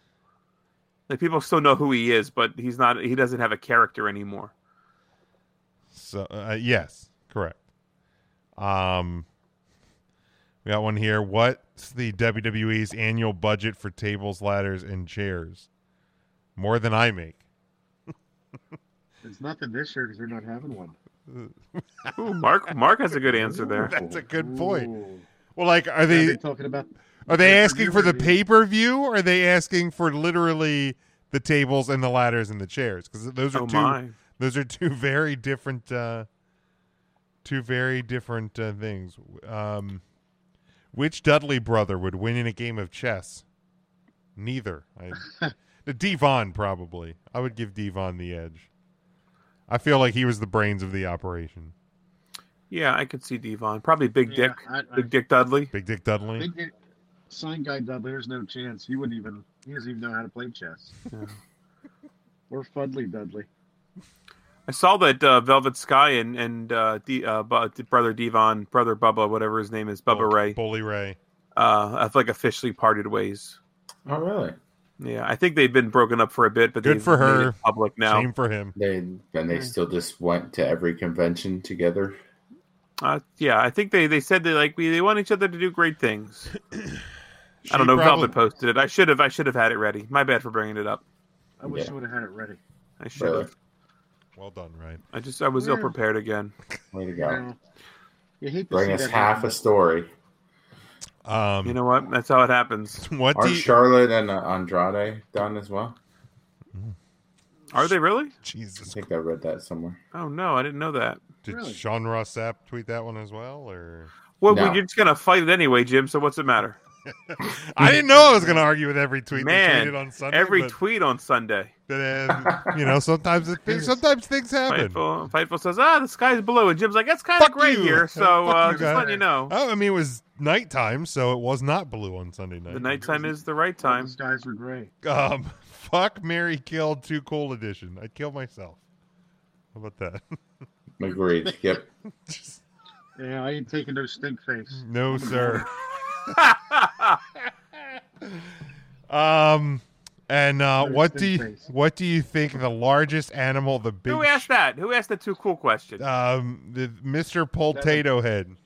[SPEAKER 10] Like people still know who he is, but he's not. He doesn't have a character anymore.
[SPEAKER 9] so uh, yes, correct. Um, we got one here. What's the WWE's annual budget for tables, ladders, and chairs? More than I make.
[SPEAKER 12] It's nothing this year because they're not having one.
[SPEAKER 10] Ooh, Mark Mark has a good answer there.
[SPEAKER 9] That's a good point.
[SPEAKER 12] Ooh.
[SPEAKER 9] Well, like, are
[SPEAKER 12] Now
[SPEAKER 9] they
[SPEAKER 12] they're talking about?
[SPEAKER 9] are they asking
[SPEAKER 12] pay-per-view
[SPEAKER 9] for the
[SPEAKER 12] review.
[SPEAKER 9] pay per view? Are they asking for literally the tables and the ladders and the chairs? Because those are
[SPEAKER 10] Oh
[SPEAKER 9] two.
[SPEAKER 10] my.
[SPEAKER 9] Those are two very different, uh, two very different uh, things. Um, which Dudley brother would win in a game of chess? Neither. I, the Devon probably. I would give Devon the edge. I feel like he was the brains of the operation.
[SPEAKER 10] Yeah, I could see Devon. Probably Big
[SPEAKER 12] Yeah,
[SPEAKER 10] Dick.
[SPEAKER 12] I- I-
[SPEAKER 10] Big Dick Dudley.
[SPEAKER 9] Big Dick Dudley.
[SPEAKER 12] They get sign guy Dudley. There's no chance. He wouldn't even. He doesn't even know how to play chess.
[SPEAKER 10] Yeah.
[SPEAKER 12] Or Fudley Dudley.
[SPEAKER 10] I saw that uh, Velvet Sky and and uh, D, uh, Bu- brother Devon, brother Bubba, whatever his name is, Bubba Ray,
[SPEAKER 9] Bully Ray.
[SPEAKER 10] uh, have like officially parted ways.
[SPEAKER 11] Oh, really?
[SPEAKER 10] Yeah, I think they've been broken up for a bit, but
[SPEAKER 9] Good
[SPEAKER 10] they've
[SPEAKER 9] for
[SPEAKER 10] made
[SPEAKER 9] her.
[SPEAKER 10] it public now.
[SPEAKER 9] Shame for him.
[SPEAKER 11] They then they still just went to every convention together.
[SPEAKER 10] Uh, yeah, I think they, they said they like we they want each other to do great things. I
[SPEAKER 9] She
[SPEAKER 10] don't know.
[SPEAKER 9] probably-
[SPEAKER 10] Velvet posted it. I should have I should have had it ready. My bad for bringing it up.
[SPEAKER 12] I wish
[SPEAKER 11] Yeah.
[SPEAKER 12] I would have had it ready.
[SPEAKER 10] I should
[SPEAKER 11] Really?
[SPEAKER 10] have.
[SPEAKER 9] Well done, Ryan.
[SPEAKER 10] I just I was ill prepared again.
[SPEAKER 11] Way to go!
[SPEAKER 12] No. You hate to
[SPEAKER 11] Bring
[SPEAKER 12] see
[SPEAKER 11] us
[SPEAKER 12] that
[SPEAKER 11] half
[SPEAKER 12] happen.
[SPEAKER 11] a story.
[SPEAKER 9] Um,
[SPEAKER 10] You know what? That's how it happens.
[SPEAKER 9] what
[SPEAKER 11] Are
[SPEAKER 9] do you,
[SPEAKER 11] Charlotte and uh, Andrade done as well?
[SPEAKER 10] Are they really?
[SPEAKER 11] I
[SPEAKER 9] Jesus?
[SPEAKER 11] think I read that somewhere.
[SPEAKER 10] Oh no, I didn't know that.
[SPEAKER 9] Did
[SPEAKER 12] Really?
[SPEAKER 9] Sean Ross Sapp tweet that one as well, or
[SPEAKER 10] Well,
[SPEAKER 11] No.
[SPEAKER 10] you're just gonna fight it anyway, Jim. So what's it matter?
[SPEAKER 9] I didn't know I was going to argue with every tweet they
[SPEAKER 10] Man,
[SPEAKER 9] tweeted on Sunday.
[SPEAKER 10] every
[SPEAKER 9] but,
[SPEAKER 10] tweet on Sunday.
[SPEAKER 9] but, um, you know, sometimes it, sometimes things happen.
[SPEAKER 10] Fightful, Fightful says, "Ah, the sky's blue," and Jim's like, "That's kind of
[SPEAKER 9] Fuck
[SPEAKER 10] gray
[SPEAKER 9] you.
[SPEAKER 10] here." So
[SPEAKER 9] Fuck
[SPEAKER 10] uh,
[SPEAKER 9] you
[SPEAKER 10] just
[SPEAKER 9] guys.
[SPEAKER 10] letting you know,
[SPEAKER 9] Oh, I mean, it was nighttime, so it was not blue on Sunday night.
[SPEAKER 10] the nighttime is the right
[SPEAKER 12] All
[SPEAKER 10] time.
[SPEAKER 12] Those guys were gray.
[SPEAKER 9] Um, fuck Mary killed Too Cool Edition. I'd kill myself. How about that?
[SPEAKER 11] Agreed. Yep.
[SPEAKER 12] Yeah, I ain't taking no stink face.
[SPEAKER 9] no, sir. um, and uh, what do you
[SPEAKER 12] Face.
[SPEAKER 9] what do you think the largest animal the big Uh,
[SPEAKER 10] Who asked that? Who asked the too cool question?
[SPEAKER 9] um the Mr. Potato Head?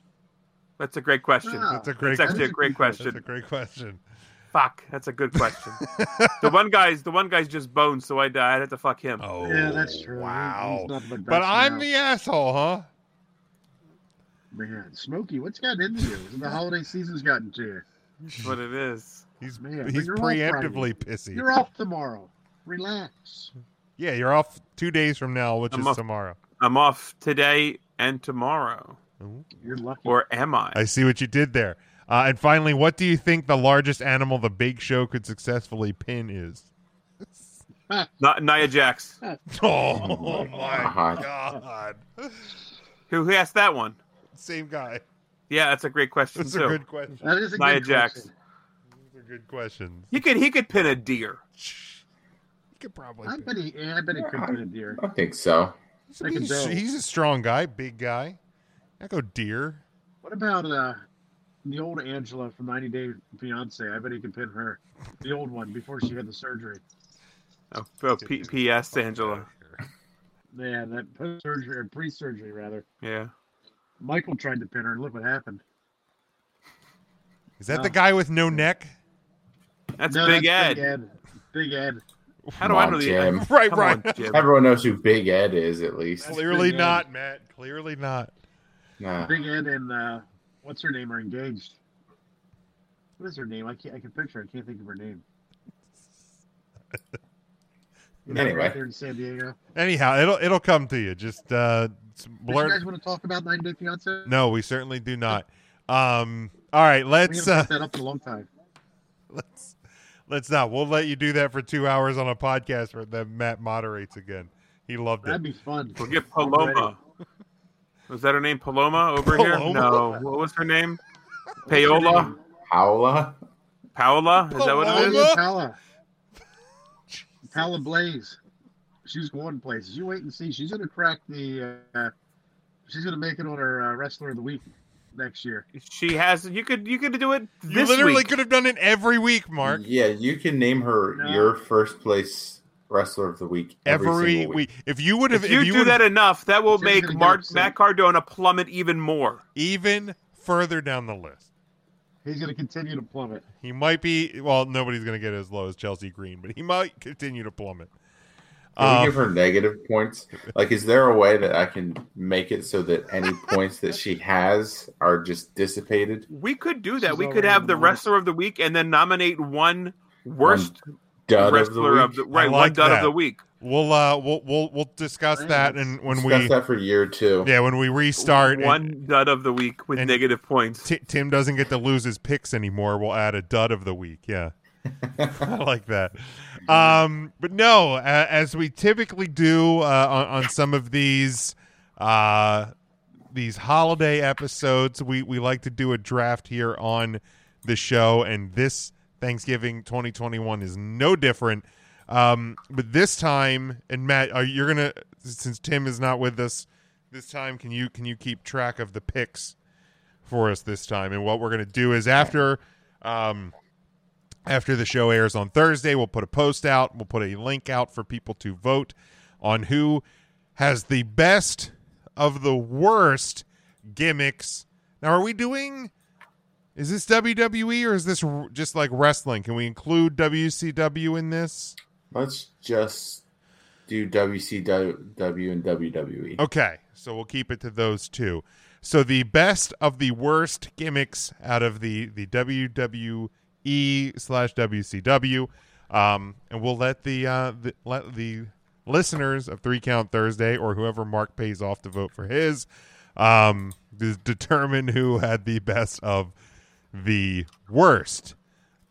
[SPEAKER 10] That's a great question.
[SPEAKER 9] Wow. That's a great-
[SPEAKER 10] actually a great
[SPEAKER 9] That's a
[SPEAKER 10] question.
[SPEAKER 9] great question.
[SPEAKER 10] Fuck, that's a good question. the one guy's the one guy's just bones, so I I had to fuck him.
[SPEAKER 9] Oh,
[SPEAKER 12] Yeah, that's true. He-
[SPEAKER 9] Wow.
[SPEAKER 12] he's nothing but
[SPEAKER 9] But
[SPEAKER 12] bouncing
[SPEAKER 9] I'm
[SPEAKER 12] around.
[SPEAKER 9] the asshole, huh?
[SPEAKER 12] Man, Smokey, what's gotten into you? The holiday season's gotten to you.
[SPEAKER 10] That's what it is.
[SPEAKER 9] He's
[SPEAKER 12] Man, but
[SPEAKER 9] he's
[SPEAKER 12] you're off Friday.
[SPEAKER 9] preemptively pissy.
[SPEAKER 12] You're off tomorrow. Relax.
[SPEAKER 9] Yeah, you're off two days from now, which
[SPEAKER 10] I'm
[SPEAKER 9] is
[SPEAKER 10] off.
[SPEAKER 9] tomorrow.
[SPEAKER 10] I'm off today and tomorrow.
[SPEAKER 12] You're lucky.
[SPEAKER 10] Or am I?
[SPEAKER 9] I see what you did there. Uh, and finally, what do you think the largest animal the Big Show could successfully pin is?
[SPEAKER 10] Not Nia Jax.
[SPEAKER 9] Oh my
[SPEAKER 10] God.
[SPEAKER 9] God.
[SPEAKER 10] Who who asked that one?
[SPEAKER 9] Same guy.
[SPEAKER 10] Yeah, that's a great question
[SPEAKER 9] That's a
[SPEAKER 10] too.
[SPEAKER 9] good question. That is a
[SPEAKER 10] Nia
[SPEAKER 9] good
[SPEAKER 10] Jax.
[SPEAKER 9] question. Those are good questions.
[SPEAKER 10] He could he could pin a deer.
[SPEAKER 9] He could probably.
[SPEAKER 12] I bet he. Yeah, I bet he could put a deer.
[SPEAKER 11] I think so.
[SPEAKER 9] He's a, he's, he's a strong guy, big guy. I go deer.
[SPEAKER 12] What about uh, the old Angela from 90 Day Fiance? I bet he could pin her, the old one, before she had the surgery.
[SPEAKER 10] Oh, oh, P- P.S. Angela.
[SPEAKER 12] Yeah, that post surgery or pre surgery rather.
[SPEAKER 10] Yeah.
[SPEAKER 12] Michael tried to pin her, and look what happened.
[SPEAKER 9] Is that
[SPEAKER 12] Oh.
[SPEAKER 9] the guy with no neck?
[SPEAKER 10] That's
[SPEAKER 12] No,
[SPEAKER 10] Big
[SPEAKER 12] that's
[SPEAKER 10] Ed.
[SPEAKER 12] Big Ed. Big Ed.
[SPEAKER 10] How
[SPEAKER 11] Come on, Jim.
[SPEAKER 9] Right, Come right. on, Jim.
[SPEAKER 11] Everyone knows who Big Ed is, at least.
[SPEAKER 9] Clearly
[SPEAKER 12] Big Ed.
[SPEAKER 9] not, Matt. Clearly not.
[SPEAKER 11] Nah.
[SPEAKER 12] Big Ed and uh, what's her name are engaged. What is her name? I can't. I can picture. her. I can't think of her name. You know,
[SPEAKER 9] Anyway.
[SPEAKER 12] right there in San Diego.
[SPEAKER 9] Anyhow, it'll it'll come to you. Just uh, s-
[SPEAKER 12] Do
[SPEAKER 9] blurt.
[SPEAKER 12] you guys want to talk about Nine Day Fiance?
[SPEAKER 9] No, we certainly do not. Um, all right,
[SPEAKER 12] We're
[SPEAKER 9] let's uh,
[SPEAKER 12] gonna put that up in a long time.
[SPEAKER 9] let's let's not. We'll let you do that for two hours on a podcast where then Matt moderates again. He loved it.
[SPEAKER 12] That'd be fun.
[SPEAKER 10] We'll get Paloma. Was that her name? Paloma over here?
[SPEAKER 9] Paloma?
[SPEAKER 10] No. What was her name? Paola.
[SPEAKER 11] Paola.
[SPEAKER 10] Paola. Is that what it is?
[SPEAKER 12] Pala. Pala Blaze. She's going places. You wait and see. She's going to crack the. Uh, she's going to make it on her uh, Wrestler of the Week next year.
[SPEAKER 10] She has. You could. You could do it.
[SPEAKER 9] You
[SPEAKER 10] this
[SPEAKER 9] literally
[SPEAKER 10] week.
[SPEAKER 9] could have done it every week, Mark.
[SPEAKER 11] Yeah, you can name her your first place wrestler of the week every,
[SPEAKER 9] Every
[SPEAKER 11] single
[SPEAKER 9] week. If you would have,
[SPEAKER 10] If, you, do
[SPEAKER 9] would've-
[SPEAKER 10] that enough, that will make
[SPEAKER 9] gonna get
[SPEAKER 10] Mark,
[SPEAKER 9] upset.
[SPEAKER 10] Matt Cardona plummet even more.
[SPEAKER 9] even further down the list,
[SPEAKER 12] He's going to continue to plummet.
[SPEAKER 9] he might be. Well, nobody's going to get as low as Chelsea Green, but he might continue to plummet.
[SPEAKER 11] Can
[SPEAKER 9] Um,
[SPEAKER 11] we give her negative points? Like, is there a way that I can make it so that any points that she has are just dissipated?
[SPEAKER 10] We could do that.
[SPEAKER 12] She's
[SPEAKER 10] we could
[SPEAKER 12] already
[SPEAKER 10] have the
[SPEAKER 12] on the list.
[SPEAKER 10] wrestler of the week and then nominate one worst
[SPEAKER 11] dud of the
[SPEAKER 10] wrestler of
[SPEAKER 11] week?
[SPEAKER 10] the,
[SPEAKER 11] I
[SPEAKER 10] right one
[SPEAKER 11] like
[SPEAKER 10] dud
[SPEAKER 11] that.
[SPEAKER 10] of the week.
[SPEAKER 9] We'll uh, we'll we'll we'll discuss that, and when
[SPEAKER 11] Discuss
[SPEAKER 9] we
[SPEAKER 11] that for year two.
[SPEAKER 9] yeah, when we restart, and
[SPEAKER 10] one dud of the week with negative points.
[SPEAKER 9] Ti- Tim doesn't get to lose his picks anymore, we'll add a dud of the week. Yeah, I like that. Um, but no, a- as we typically do uh, on, on some of these uh, these holiday episodes, we we like to do a draft here on the show, and this Thanksgiving 2021 is no different. Um, but this time, and Matt, are you're gonna since Tim is not with us this time, can you can you keep track of the picks? for us this time. And what we're going to do is after um, after the show airs on Thursday, we'll put a post out. We'll put a link out for people to vote on who has the best of the worst gimmicks. Now, are we doing? Is this WWE or is this r- just like wrestling? Can we include WCW in this?
[SPEAKER 11] Let's just do WCW and E. WWE.
[SPEAKER 9] Okay, so we'll keep it to those two. So the best of the worst gimmicks out of the the WWE slash WCW, um, and we'll let the, uh, the let the listeners of Three Count Thursday or whoever Mark pays off to vote for his um, d- determine who had the best of the worst.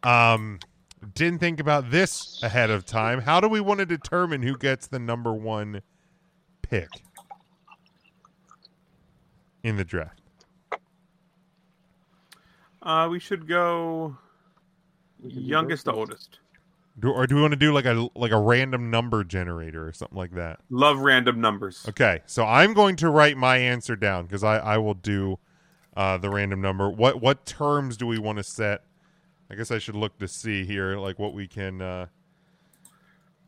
[SPEAKER 9] Um, didn't think about this ahead of time. How do we want to determine who gets the number one pick? in the draft.
[SPEAKER 10] Uh, we should go youngest to oldest.
[SPEAKER 9] Do, or do we want to do like a like a random number generator or something like that?
[SPEAKER 10] Love random numbers.
[SPEAKER 9] Okay, so I'm going to write my answer down because I I will do uh, the random number. What what terms do we want to set? I guess I should look to see here, like what we can uh,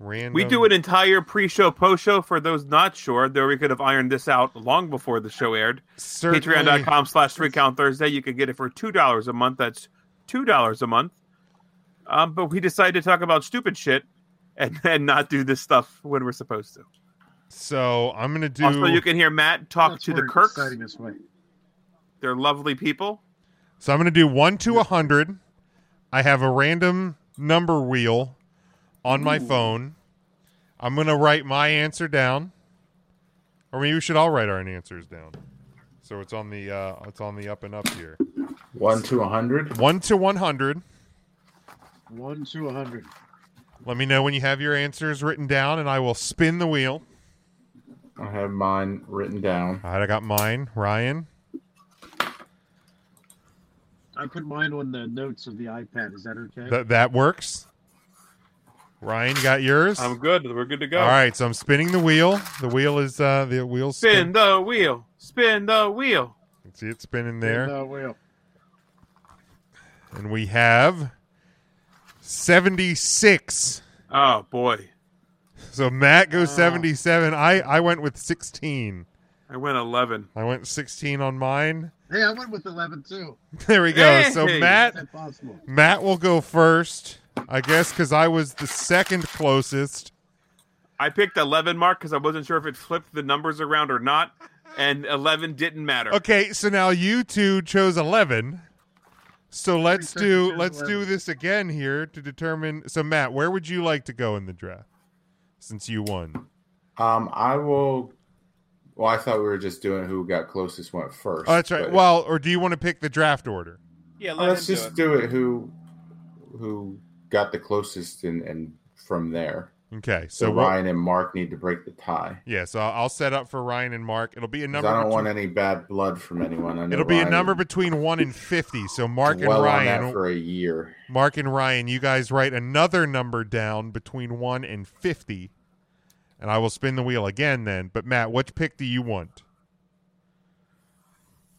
[SPEAKER 9] Random.
[SPEAKER 10] We do an entire pre-show, post-show for those not sure. Though we could have ironed this out long before the show aired.
[SPEAKER 9] Certainly.
[SPEAKER 10] Patreon.com slash three count Thursday. You can get it for two dollars a month. That's two dollars a month. Um, but we decided to talk about stupid shit and and not do this stuff when we're supposed to.
[SPEAKER 9] So I'm gonna do.
[SPEAKER 10] Also, you can hear Matt talk to the Kirks.
[SPEAKER 12] this way.
[SPEAKER 10] They're lovely people.
[SPEAKER 9] So I'm going to do 1 to 100. I have a random number wheel on my
[SPEAKER 10] Ooh.
[SPEAKER 9] phone. I'm going to write my answer down. Or maybe we should all write our answers down. So it's on the uh, it's on the up and up here.
[SPEAKER 11] One to a hundred.
[SPEAKER 9] 1 to 100.
[SPEAKER 12] One to a hundred.
[SPEAKER 9] Let me know when you have your answers written down and I will spin the wheel.
[SPEAKER 11] I have mine written down.
[SPEAKER 9] All right, I got mine. Ryan.
[SPEAKER 12] I put mine on the notes of the iPad. Is that okay?
[SPEAKER 9] That that works. Ryan you got yours?
[SPEAKER 10] I'm good. We're good to go.
[SPEAKER 9] All right, so I'm spinning the wheel. The wheel is uh the wheel's
[SPEAKER 10] Spin the wheel. Spin the wheel.
[SPEAKER 9] See it spinning there.
[SPEAKER 12] Spin the wheel.
[SPEAKER 9] And we have 76.
[SPEAKER 10] Oh boy,
[SPEAKER 9] So Matt goes 77. I, I went with 16.
[SPEAKER 10] I went eleven.
[SPEAKER 9] I went 16 on mine.
[SPEAKER 12] Hey, I went with eleven too.
[SPEAKER 9] There we go. So
[SPEAKER 12] Hey.
[SPEAKER 9] Matt
[SPEAKER 12] Is that possible?
[SPEAKER 9] Matt will go first, I guess, because I was the second closest.
[SPEAKER 10] I picked eleven mark because I wasn't sure if it flipped the numbers around or not, and eleven didn't matter.
[SPEAKER 9] Okay, so now you two chose 11. So let's
[SPEAKER 10] Every
[SPEAKER 9] do
[SPEAKER 10] person
[SPEAKER 9] let's
[SPEAKER 10] chose
[SPEAKER 9] do this again here to determine. So Matt, where would you like to go in the draft? Since you won,
[SPEAKER 11] Um, I will. Well, I thought we were just doing who got closest went first.
[SPEAKER 9] oh, that's right.
[SPEAKER 11] but-
[SPEAKER 9] Well, or do you want to pick the draft order?
[SPEAKER 10] Yeah,
[SPEAKER 11] Oh, let's just do it. Who who got the closest and and from there.
[SPEAKER 9] Okay, so we'll-
[SPEAKER 11] Ryan and Mark need to break the tie.
[SPEAKER 9] Yeah, so I'll I'll set up for Ryan and Mark. It'll be a
[SPEAKER 11] 'Cause
[SPEAKER 9] number.
[SPEAKER 11] I don't
[SPEAKER 9] between,
[SPEAKER 11] want any bad blood from anyone. I know
[SPEAKER 9] it'll be
[SPEAKER 11] Ryan
[SPEAKER 9] a number between one and fifty. So Mark and
[SPEAKER 11] well on
[SPEAKER 9] Ryan,
[SPEAKER 11] that for a year.
[SPEAKER 9] Mark and Ryan, you guys write another number down between one and fifty, and I will spin the wheel again then. But Matt, which pick do you want?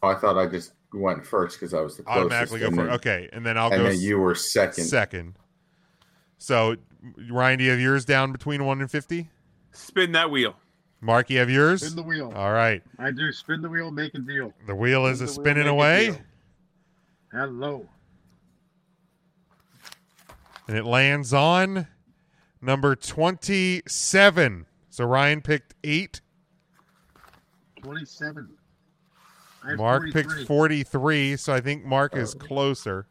[SPEAKER 11] Oh, I thought I just went first because I was the closest.
[SPEAKER 9] Automatically go
[SPEAKER 11] and
[SPEAKER 9] for
[SPEAKER 11] then-
[SPEAKER 9] okay, and then I'll
[SPEAKER 11] and
[SPEAKER 9] go.
[SPEAKER 11] then
[SPEAKER 9] s-
[SPEAKER 11] you were second.
[SPEAKER 9] Second. So Ryan, do you have yours down between one and fifty?
[SPEAKER 10] Spin that wheel.
[SPEAKER 9] Mark, you have yours.
[SPEAKER 12] Spin the wheel.
[SPEAKER 9] All right,
[SPEAKER 12] I do. Spin the wheel, make a deal.
[SPEAKER 9] the wheel is
[SPEAKER 12] Spin
[SPEAKER 9] a
[SPEAKER 12] the wheel,
[SPEAKER 9] spinning
[SPEAKER 12] make a
[SPEAKER 9] away.
[SPEAKER 12] deal. Hello.
[SPEAKER 9] and it lands on number 27. So Ryan picked eight,
[SPEAKER 12] 27. I have
[SPEAKER 9] Mark
[SPEAKER 12] 43.
[SPEAKER 9] picked 43. So I think Mark is closer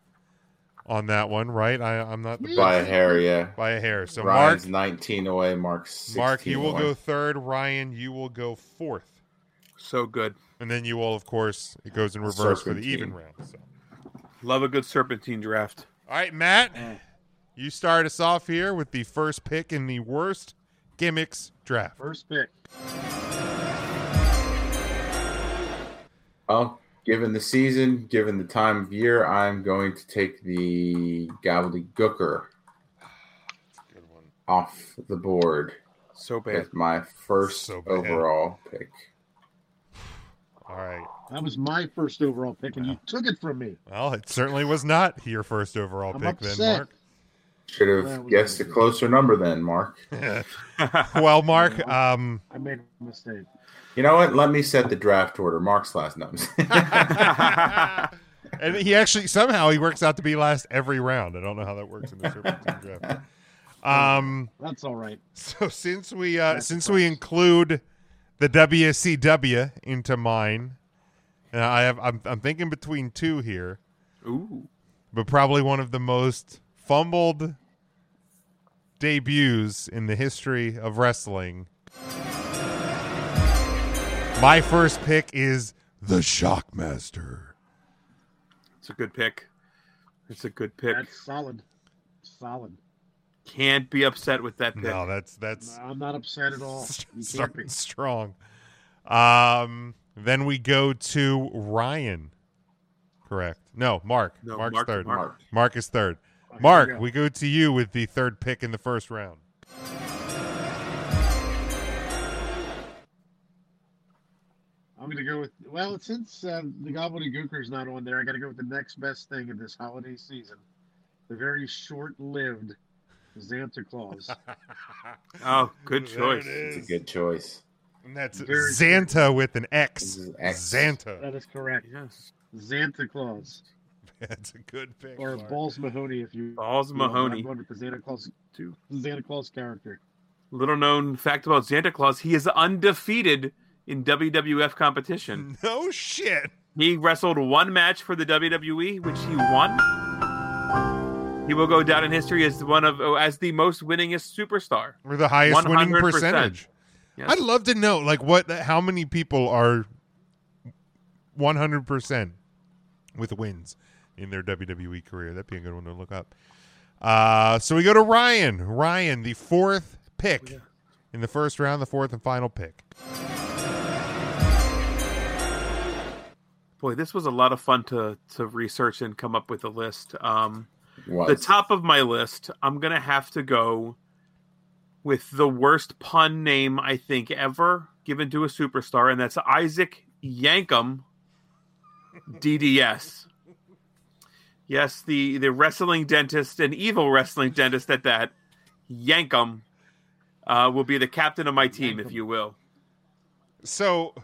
[SPEAKER 9] on that one, right? I, I'm not the
[SPEAKER 11] By a hair, yeah.
[SPEAKER 9] By a hair. So
[SPEAKER 11] Ryan's
[SPEAKER 9] Mark,
[SPEAKER 11] 19 away. Mark's 16
[SPEAKER 9] Mark, you will
[SPEAKER 11] away.
[SPEAKER 9] go third. Ryan, you will go fourth.
[SPEAKER 10] So good.
[SPEAKER 9] And then you will, of course, it goes in reverse for the
[SPEAKER 10] Serpentine.
[SPEAKER 9] even round. So.
[SPEAKER 10] Love a good serpentine draft.
[SPEAKER 9] All right, Matt, you start us off here with the first pick in the worst gimmicks draft.
[SPEAKER 12] First pick.
[SPEAKER 11] Well, given the season, given the time of year, I'm going to take the gobbledygooker off the board.
[SPEAKER 10] So bad.
[SPEAKER 11] With my first overall pick.
[SPEAKER 9] All right.
[SPEAKER 12] That was my first overall pick, and you took it from me.
[SPEAKER 9] Well, it certainly was not your first overall
[SPEAKER 12] I'm
[SPEAKER 9] pick
[SPEAKER 12] upset.
[SPEAKER 9] then, Mark.
[SPEAKER 11] Should
[SPEAKER 12] Well,
[SPEAKER 11] have
[SPEAKER 12] we
[SPEAKER 11] guessed a closer number then, Mark.
[SPEAKER 9] well, Mark, um,
[SPEAKER 12] I made a mistake.
[SPEAKER 11] You know what? Let me set the draft order. Mark's last numbers.
[SPEAKER 9] and he actually somehow he works out to be last every round. I don't know how that works in the serpentine draft. Um,
[SPEAKER 12] That's all right.
[SPEAKER 9] So since we uh, since we include the WCW into mine, and I have I'm, I'm thinking between two here,
[SPEAKER 10] Ooh.
[SPEAKER 9] but probably one of the most fumbled debuts in the history of wrestling. My first pick is the Shockmaster.
[SPEAKER 10] It's a good pick. It's a good pick.
[SPEAKER 12] That's solid. Solid.
[SPEAKER 10] Can't be upset with that pick.
[SPEAKER 9] No, that's that's
[SPEAKER 12] I'm not upset at all. You can't be.
[SPEAKER 9] starting strong. Um, then we go to Ryan. Correct. No, Mark.
[SPEAKER 10] No,
[SPEAKER 9] Mark's
[SPEAKER 10] Mark-
[SPEAKER 9] third.
[SPEAKER 10] Mark.
[SPEAKER 9] Mark is third.
[SPEAKER 12] here we
[SPEAKER 9] Mark,
[SPEAKER 12] go.
[SPEAKER 9] we go to you with the third pick in the first round.
[SPEAKER 12] I'm going to go with, well, since um, the Gobbledygooker's not on there, I got to go with the next best thing in this holiday season. The very short lived Xanter Claws.
[SPEAKER 10] Oh, good
[SPEAKER 9] There
[SPEAKER 10] choice.
[SPEAKER 9] it is.
[SPEAKER 11] It's a good choice.
[SPEAKER 9] And that's
[SPEAKER 12] Very
[SPEAKER 9] Xanta with an X.
[SPEAKER 11] X.
[SPEAKER 9] Xanta.
[SPEAKER 12] That is correct. Yes. Xanta Claus.
[SPEAKER 9] That's a good pick.
[SPEAKER 12] Or
[SPEAKER 9] Mark.
[SPEAKER 12] Balls Mahoney, if you.
[SPEAKER 10] Balls
[SPEAKER 12] you know,
[SPEAKER 10] Mahoney.
[SPEAKER 12] I'm going with the Santa Claus, Santa Claus character.
[SPEAKER 10] Little known fact about Santa Claus, he is undefeated in WWF competition.
[SPEAKER 9] No shit.
[SPEAKER 10] He wrestled one match for the WWE, which he won. He will go down in history as one of oh, as the most winningest superstar.
[SPEAKER 9] Or the highest winning
[SPEAKER 10] 100%.
[SPEAKER 9] percentage.
[SPEAKER 10] Yes.
[SPEAKER 9] I'd love to know, like, what, how many people are 100% with wins in their WWE career? That'd be a good one to look up. Uh, so we go to Ryan. Ryan, the fourth
[SPEAKER 12] Oh,
[SPEAKER 9] pick in the first round, the fourth and final pick.
[SPEAKER 10] Boy, this was a lot of fun to to research and come up with a list. Um,
[SPEAKER 11] Was.
[SPEAKER 10] the top of my list, I'm gonna have to go with the worst pun name I think ever given to a superstar, and that's Isaac Yankum DDS. Yes, the the wrestling dentist and evil wrestling dentist at that Yankum uh, will be the captain of my team, if you will.
[SPEAKER 9] So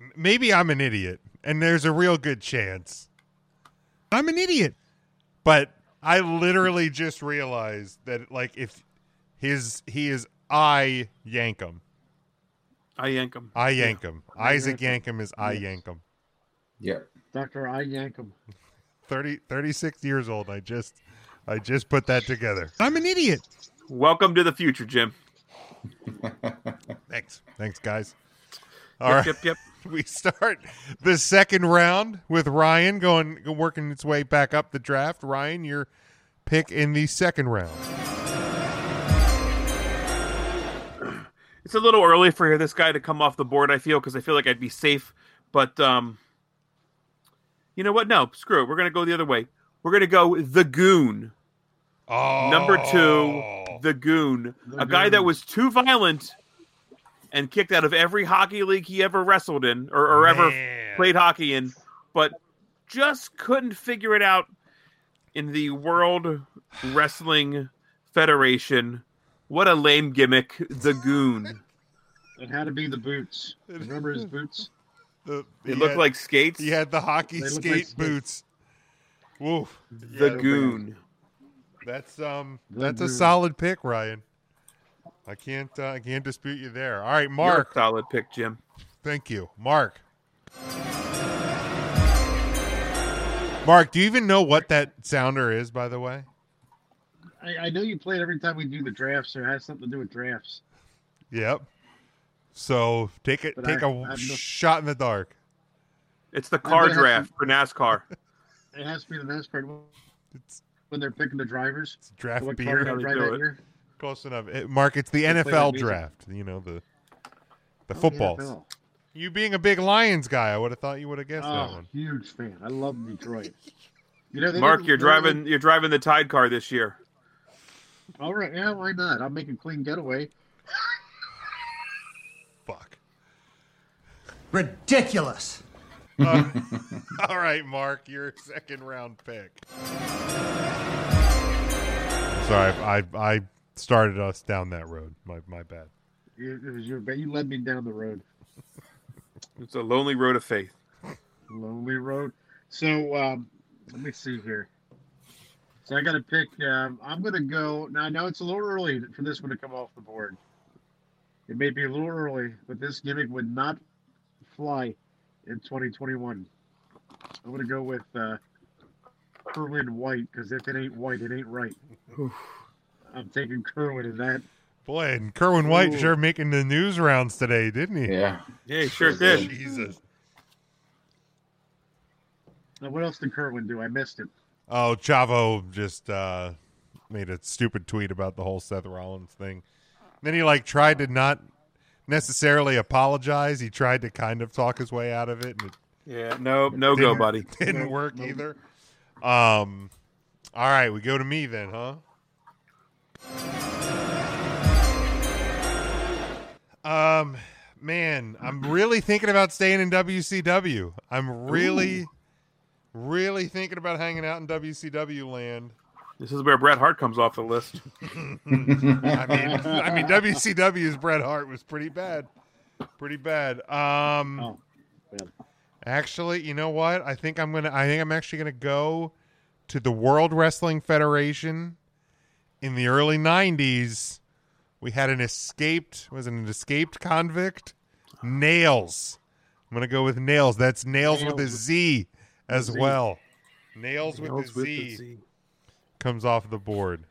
[SPEAKER 9] m- maybe I'm an idiot, and there's a real good chance I'm an idiot. But I literally just realized that, like, if his he is I Yankum,
[SPEAKER 10] I Yankum,
[SPEAKER 9] I Yankum,
[SPEAKER 10] Yeah.
[SPEAKER 9] Isaac Yankum is I
[SPEAKER 10] Yes.
[SPEAKER 9] Yankum.
[SPEAKER 11] Yep.
[SPEAKER 12] Dr. I Yankum.
[SPEAKER 9] 30, 36 years old. I just I just put that together.
[SPEAKER 10] I'm an idiot. Welcome to the future, Jim.
[SPEAKER 9] Thanks. Thanks, guys.
[SPEAKER 10] Yep,
[SPEAKER 9] All right.
[SPEAKER 10] yep, yep.
[SPEAKER 9] We start the second round with Ryan going working its way back up the draft. Ryan, your pick in the second round.
[SPEAKER 10] It's a little early for this guy to come off the board. I feel because I feel like I'd be safe, but um, you know what? No, screw it. We're gonna go the other way. We're gonna go the goon.
[SPEAKER 9] Oh,
[SPEAKER 10] number two, Oh. the goon, a guy that was too violent and kicked out of every hockey league he ever wrestled in or, or ever
[SPEAKER 14] Man.
[SPEAKER 10] played hockey in, but just couldn't figure it out in the World Wrestling Federation. What a lame gimmick, the goon.
[SPEAKER 12] It had to be the boots. Remember his boots?
[SPEAKER 9] The,
[SPEAKER 10] They look like skates.
[SPEAKER 9] He had the hockey
[SPEAKER 12] They look
[SPEAKER 9] skate
[SPEAKER 12] like skates.
[SPEAKER 9] boots. Woof.
[SPEAKER 10] The goon.
[SPEAKER 9] That's um.
[SPEAKER 10] The
[SPEAKER 9] that's a
[SPEAKER 10] goon.
[SPEAKER 9] solid pick, Ryan. I can't. Uh, I can't dispute you there. All right, Mark.
[SPEAKER 10] You're a solid pick, Jim.
[SPEAKER 9] Thank you, Mark. Mark, do you even know what that sounder is? By the way,
[SPEAKER 12] I, I know you play it every time we do the drafts, or it has something to do with drafts.
[SPEAKER 9] yep. So take it.
[SPEAKER 12] But
[SPEAKER 9] Take
[SPEAKER 12] I-
[SPEAKER 9] a
[SPEAKER 12] I've no-
[SPEAKER 9] shot in the dark.
[SPEAKER 10] It's the
[SPEAKER 12] car
[SPEAKER 10] draft for NASCAR.
[SPEAKER 12] It has to be the best part when they're picking the drivers.
[SPEAKER 9] draft
[SPEAKER 12] what
[SPEAKER 9] beer.
[SPEAKER 12] car they'll drive that year.
[SPEAKER 9] Close enough. It- Mark, it's the
[SPEAKER 12] They play that
[SPEAKER 9] NFL
[SPEAKER 12] music.
[SPEAKER 9] draft. You know the the
[SPEAKER 12] Oh,
[SPEAKER 9] footballs.
[SPEAKER 12] NFL.
[SPEAKER 9] You being a big Lions guy, I would have thought you would have guessed that
[SPEAKER 12] Oh,
[SPEAKER 9] one.
[SPEAKER 12] huge fan. I love Detroit. You know, they
[SPEAKER 10] Mark,
[SPEAKER 12] didn't-
[SPEAKER 10] you're
[SPEAKER 12] they didn't-
[SPEAKER 10] driving. You're driving the Tide car this year.
[SPEAKER 12] All right, yeah, why not? I'll make a clean getaway.
[SPEAKER 9] Fuck.
[SPEAKER 16] Ridiculous.
[SPEAKER 9] Uh, all right, Mark, your second round pick. Sorry, I I started us down that road. My my bad.
[SPEAKER 12] You, it was your, but you led me down the road,
[SPEAKER 10] It's a lonely road of faith.
[SPEAKER 12] lonely road. So um, let me see here. So I got to pick. Um, I'm going to go now. I know it's a little early for this one to come off the board. It may be a little early, but this gimmick would not fly in 2021. I'm going to go with uh, Kerwin White because if it ain't white, it ain't right. I'm taking Kerwin in that.
[SPEAKER 9] Boy, and Kerwin White
[SPEAKER 12] Ooh.
[SPEAKER 9] sure making the news rounds today, didn't he?
[SPEAKER 11] Yeah.
[SPEAKER 10] Yeah, he sure did.
[SPEAKER 9] Jesus.
[SPEAKER 12] Now, what else did Kerwin do? I missed it.
[SPEAKER 9] Oh, Chavo just uh, made a stupid tweet about the whole Seth Rollins thing. Then he like tried to not necessarily apologize. He tried to kind of talk his way out of it, and it
[SPEAKER 10] Yeah, no, no go,
[SPEAKER 9] Didn't-
[SPEAKER 10] buddy.
[SPEAKER 9] Didn't work either. Um, all right, we go to me then, huh? Um, man, I'm really thinking about staying in WCW. I'm really, really thinking about hanging out in WCW land.
[SPEAKER 10] This is where Bret Hart comes off the list.
[SPEAKER 9] I mean, I mean WCW's Bret Hart was pretty bad, pretty bad. Um, actually, you know what? I think I'm gonna. I think I'm actually gonna go to the World Wrestling Federation in the early '90s. We had an escaped was it an escaped convict, Nails. I'm gonna go with Nails. That's Nails, with a Z as
[SPEAKER 10] Z.
[SPEAKER 9] well. Nails, with,
[SPEAKER 10] Nails
[SPEAKER 9] a
[SPEAKER 10] with
[SPEAKER 9] Z
[SPEAKER 10] a
[SPEAKER 9] comes off the board.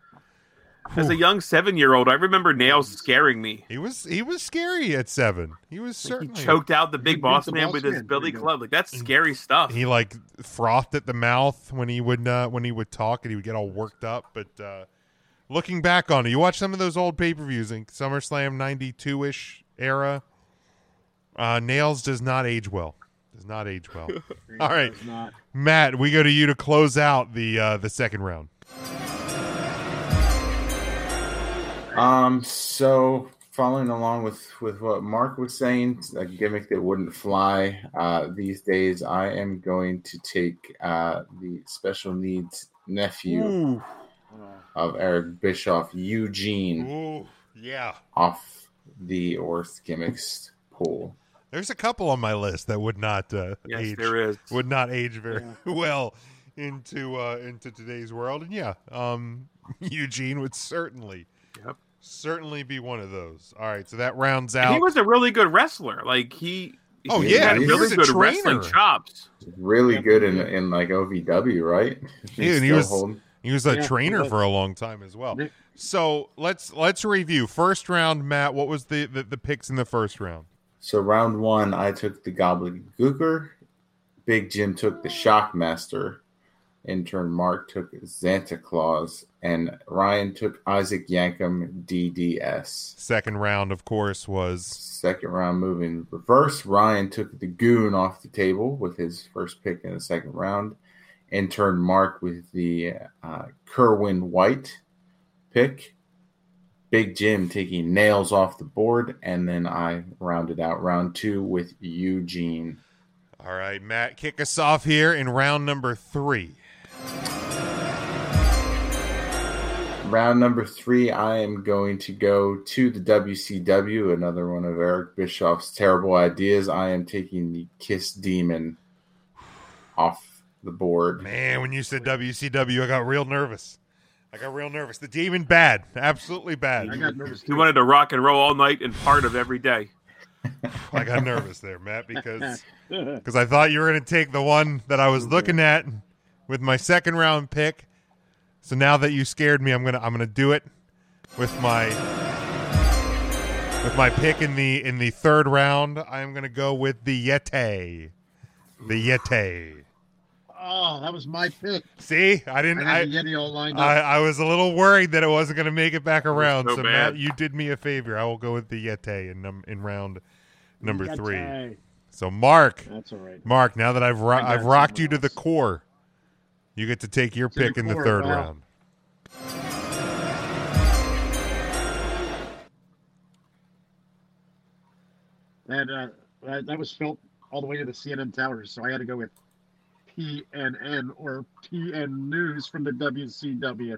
[SPEAKER 10] As a young seven-year-old, I remember nails scaring me.
[SPEAKER 9] He was he was scary at seven. He was certainly
[SPEAKER 10] choked out the big
[SPEAKER 9] beat
[SPEAKER 10] boss
[SPEAKER 9] the
[SPEAKER 10] man
[SPEAKER 9] boss
[SPEAKER 10] with his
[SPEAKER 9] man
[SPEAKER 10] billy
[SPEAKER 9] pretty good.
[SPEAKER 10] club. Like that's scary stuff.
[SPEAKER 9] He like frothed at the mouth when he would uh, when he would talk and he would get all worked up. But uh, looking back on it, you watch some of those old pay per views in SummerSlam '92 ish era. Uh, Nails does not age well. Does not age well. all right,
[SPEAKER 12] does not.
[SPEAKER 9] Matt, we go to you to close out the uh, the second round.
[SPEAKER 11] Um, so following along with with what Mark was saying, a gimmick that wouldn't fly uh, these days. I am going to take uh, the special needs nephew
[SPEAKER 12] Hmm.
[SPEAKER 9] Ooh.
[SPEAKER 11] of Eric Bischoff, Eugene,
[SPEAKER 9] Ooh, yeah.
[SPEAKER 11] off the worst gimmicks pool.
[SPEAKER 9] There's a couple on my list that would not uh,
[SPEAKER 10] Yes,
[SPEAKER 9] age.
[SPEAKER 10] there is.
[SPEAKER 9] Would not age very well into uh, into today's world. And yeah, um, Eugene would certainly, certainly be one of those. All right, so that rounds
[SPEAKER 10] And
[SPEAKER 9] out.
[SPEAKER 10] he was a really good wrestler. Like he.
[SPEAKER 9] Oh,
[SPEAKER 10] he
[SPEAKER 9] yeah,
[SPEAKER 10] had
[SPEAKER 9] he
[SPEAKER 10] really
[SPEAKER 9] was a
[SPEAKER 10] good wrestling
[SPEAKER 9] trainer.
[SPEAKER 10] chops.
[SPEAKER 11] Really good in in like OVW, right?
[SPEAKER 9] Yeah, and he
[SPEAKER 11] Still
[SPEAKER 9] was
[SPEAKER 11] holding-
[SPEAKER 9] he was a trainer for a long time as well. So let's let's review first round, Matt. What was the the, the picks in the first round?
[SPEAKER 11] So round one, I took the Goblin Gooker. Big Jim took the Shockmaster. Intern Mark took Santa Claus, and Ryan took Isaac Yankum DDS.
[SPEAKER 9] Second round, of course, was
[SPEAKER 11] second round move in reverse. Ryan took the Goon off the table with his first pick in the second round. Intern Mark with the uh, Kerwin White pick. Big Jim taking nails off the board, and then I rounded out round two with Eugene.
[SPEAKER 9] All right, Matt, kick us off here in round number three.
[SPEAKER 11] Round number three, I am going to go to the WCW, another one of Eric Bischoff's terrible ideas. I am taking the Kiss Demon off the board.
[SPEAKER 9] Man, when you said WCW, I got real nervous. I got real nervous. The demon bad, absolutely bad. I got nervous.
[SPEAKER 10] He wanted to rock and roll all night and part of every day.
[SPEAKER 9] I got nervous there, Matt, because because I thought you were going to take the one that I was looking at
[SPEAKER 12] Mm-hmm.
[SPEAKER 9] with my second round pick. So now that you scared me, I'm gonna I'm gonna do it with my with my pick in the in the third round. I'm gonna go with the Yeti, the Yeti.
[SPEAKER 12] Oh, that was my pick.
[SPEAKER 9] See, I didn't.
[SPEAKER 12] I didn't get all lined up.
[SPEAKER 9] I, I was a little worried that it wasn't going to make it back around.
[SPEAKER 12] so
[SPEAKER 9] So, Matt,
[SPEAKER 12] bad.
[SPEAKER 9] you did me a favor. I will go with the Yeti in num- in round number three.
[SPEAKER 12] Yeti.
[SPEAKER 9] So, Mark,
[SPEAKER 12] That's all right.
[SPEAKER 9] Mark, now that I've ro-
[SPEAKER 12] I got
[SPEAKER 9] I've rocked you to the core, you get to take your
[SPEAKER 12] To the
[SPEAKER 9] pick in the
[SPEAKER 12] core,
[SPEAKER 9] third
[SPEAKER 12] wow.
[SPEAKER 9] round.
[SPEAKER 12] And uh, uh, that was felt all the way to the CNN towers, so I had to go with PNN or PN News from the WCW.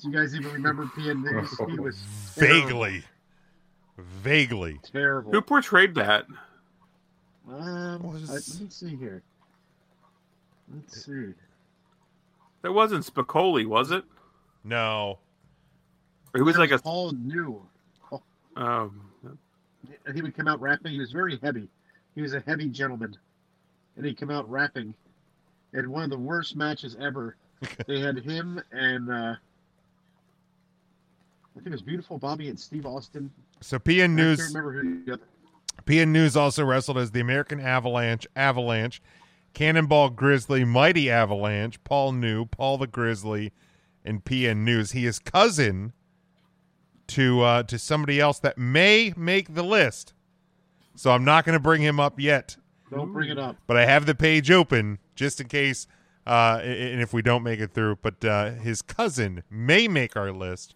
[SPEAKER 12] Do you guys even remember PN News? He was
[SPEAKER 9] Vaguely, vaguely.
[SPEAKER 12] terrible.
[SPEAKER 10] Who portrayed that?
[SPEAKER 12] Um, I- let me see here. Let's see.
[SPEAKER 10] That wasn't Spicoli, was it?
[SPEAKER 9] No.
[SPEAKER 10] It was like a
[SPEAKER 12] Paul New.
[SPEAKER 10] um,
[SPEAKER 12] and he would come out rapping. He was very heavy. He was a heavy gentleman, and he'd come out rapping. And one of the worst matches ever. they had him and uh, I think it was beautiful Bobby and Steve Austin.
[SPEAKER 9] So, PN News.
[SPEAKER 12] I can't remember who the other.
[SPEAKER 9] PN News also wrestled as the American Avalanche, Avalanche, Cannonball Grizzly, Mighty Avalanche, Paul New, Paul the Grizzly, and PN News. He is cousin to uh, to somebody else that may make the list. So I'm not going to bring him up yet,
[SPEAKER 12] Don't bring it up.
[SPEAKER 9] but I have the page open just in case. Uh, i- i- and if we don't make it through, but uh, his cousin may make our list,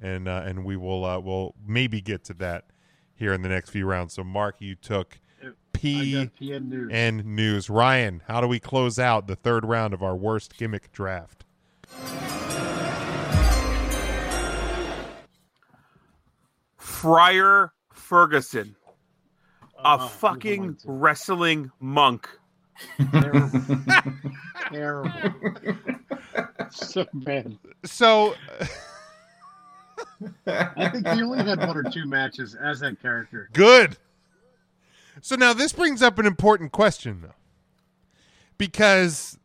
[SPEAKER 9] and uh, and we will uh, will maybe get to that here in the next few rounds. So Mark, you took P
[SPEAKER 12] PN News.
[SPEAKER 9] and news. Ryan, how do we close out the third round of our worst gimmick draft?
[SPEAKER 10] Friar Ferguson,
[SPEAKER 9] Uh-huh.
[SPEAKER 10] a fucking wrestling monk.
[SPEAKER 12] Terrible. so bad.
[SPEAKER 9] So
[SPEAKER 12] I think he only had one or two matches as that character.
[SPEAKER 9] Good. So now this brings up an important question, though, because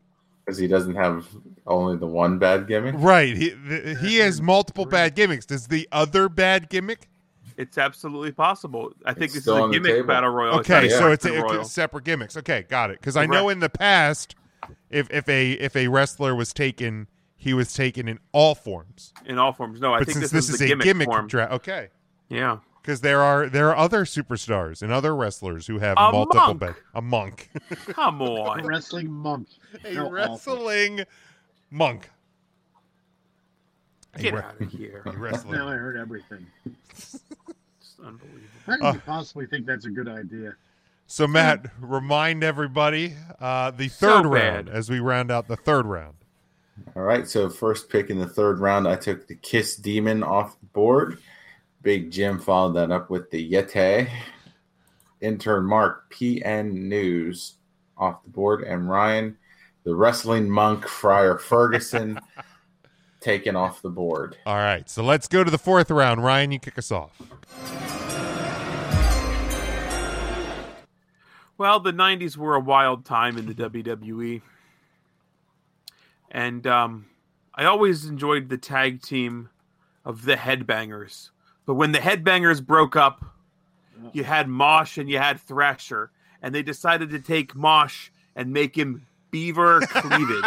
[SPEAKER 11] because he doesn't have only the one bad gimmick.
[SPEAKER 9] right he th- he has multiple bad gimmicks. Does the other bad gimmick?
[SPEAKER 10] It's absolutely possible. I think
[SPEAKER 9] It's
[SPEAKER 10] this is
[SPEAKER 9] still
[SPEAKER 10] a
[SPEAKER 9] on the
[SPEAKER 10] gimmick
[SPEAKER 9] table.
[SPEAKER 10] battle royal.
[SPEAKER 9] Okay,
[SPEAKER 10] not a
[SPEAKER 9] so it's,
[SPEAKER 10] Battle
[SPEAKER 9] it's
[SPEAKER 10] Royal.
[SPEAKER 9] separate gimmicks. Okay, got it. Because I know in the past, if if a if a wrestler was taken, he was taken in all forms.
[SPEAKER 10] in all forms. No, I
[SPEAKER 9] but
[SPEAKER 10] think
[SPEAKER 9] since
[SPEAKER 10] this,
[SPEAKER 9] this
[SPEAKER 10] is a gimmick, form.
[SPEAKER 9] dra- okay,
[SPEAKER 10] Yeah.
[SPEAKER 9] because there are there are other superstars and other wrestlers who have
[SPEAKER 10] A
[SPEAKER 9] multiple
[SPEAKER 10] monk.
[SPEAKER 9] bad- a monk,
[SPEAKER 10] Come on.
[SPEAKER 12] Wrestling monk.
[SPEAKER 9] a
[SPEAKER 12] How awful.
[SPEAKER 9] wrestling monk. A
[SPEAKER 12] Get
[SPEAKER 9] re-
[SPEAKER 12] outta here.
[SPEAKER 9] a wrestling.
[SPEAKER 12] Now I heard everything.
[SPEAKER 10] it's unbelievable.
[SPEAKER 12] How could
[SPEAKER 9] Uh,
[SPEAKER 12] you possibly think that's a good idea?
[SPEAKER 9] So Matt, remind everybody uh, the
[SPEAKER 11] So
[SPEAKER 9] third
[SPEAKER 11] bad.
[SPEAKER 9] round as we round out the third round.
[SPEAKER 11] All right, so first pick in the third round, I took the Kiss Demon off the board. Big Jim followed that up with the Yeti. Intern Mark, PN News off the board. And Ryan, the Wrestling Monk, Friar Ferguson, taken off the board.
[SPEAKER 9] All right, so let's go to the fourth round. Ryan, you kick us off.
[SPEAKER 10] Well, the '90s were a wild time in the WWE, and um, I always enjoyed the tag team of the Headbangers. But when the Headbangers broke up, you had Mosh and you had Thrasher, and they decided to take Mosh and make him Beaver Cleavage.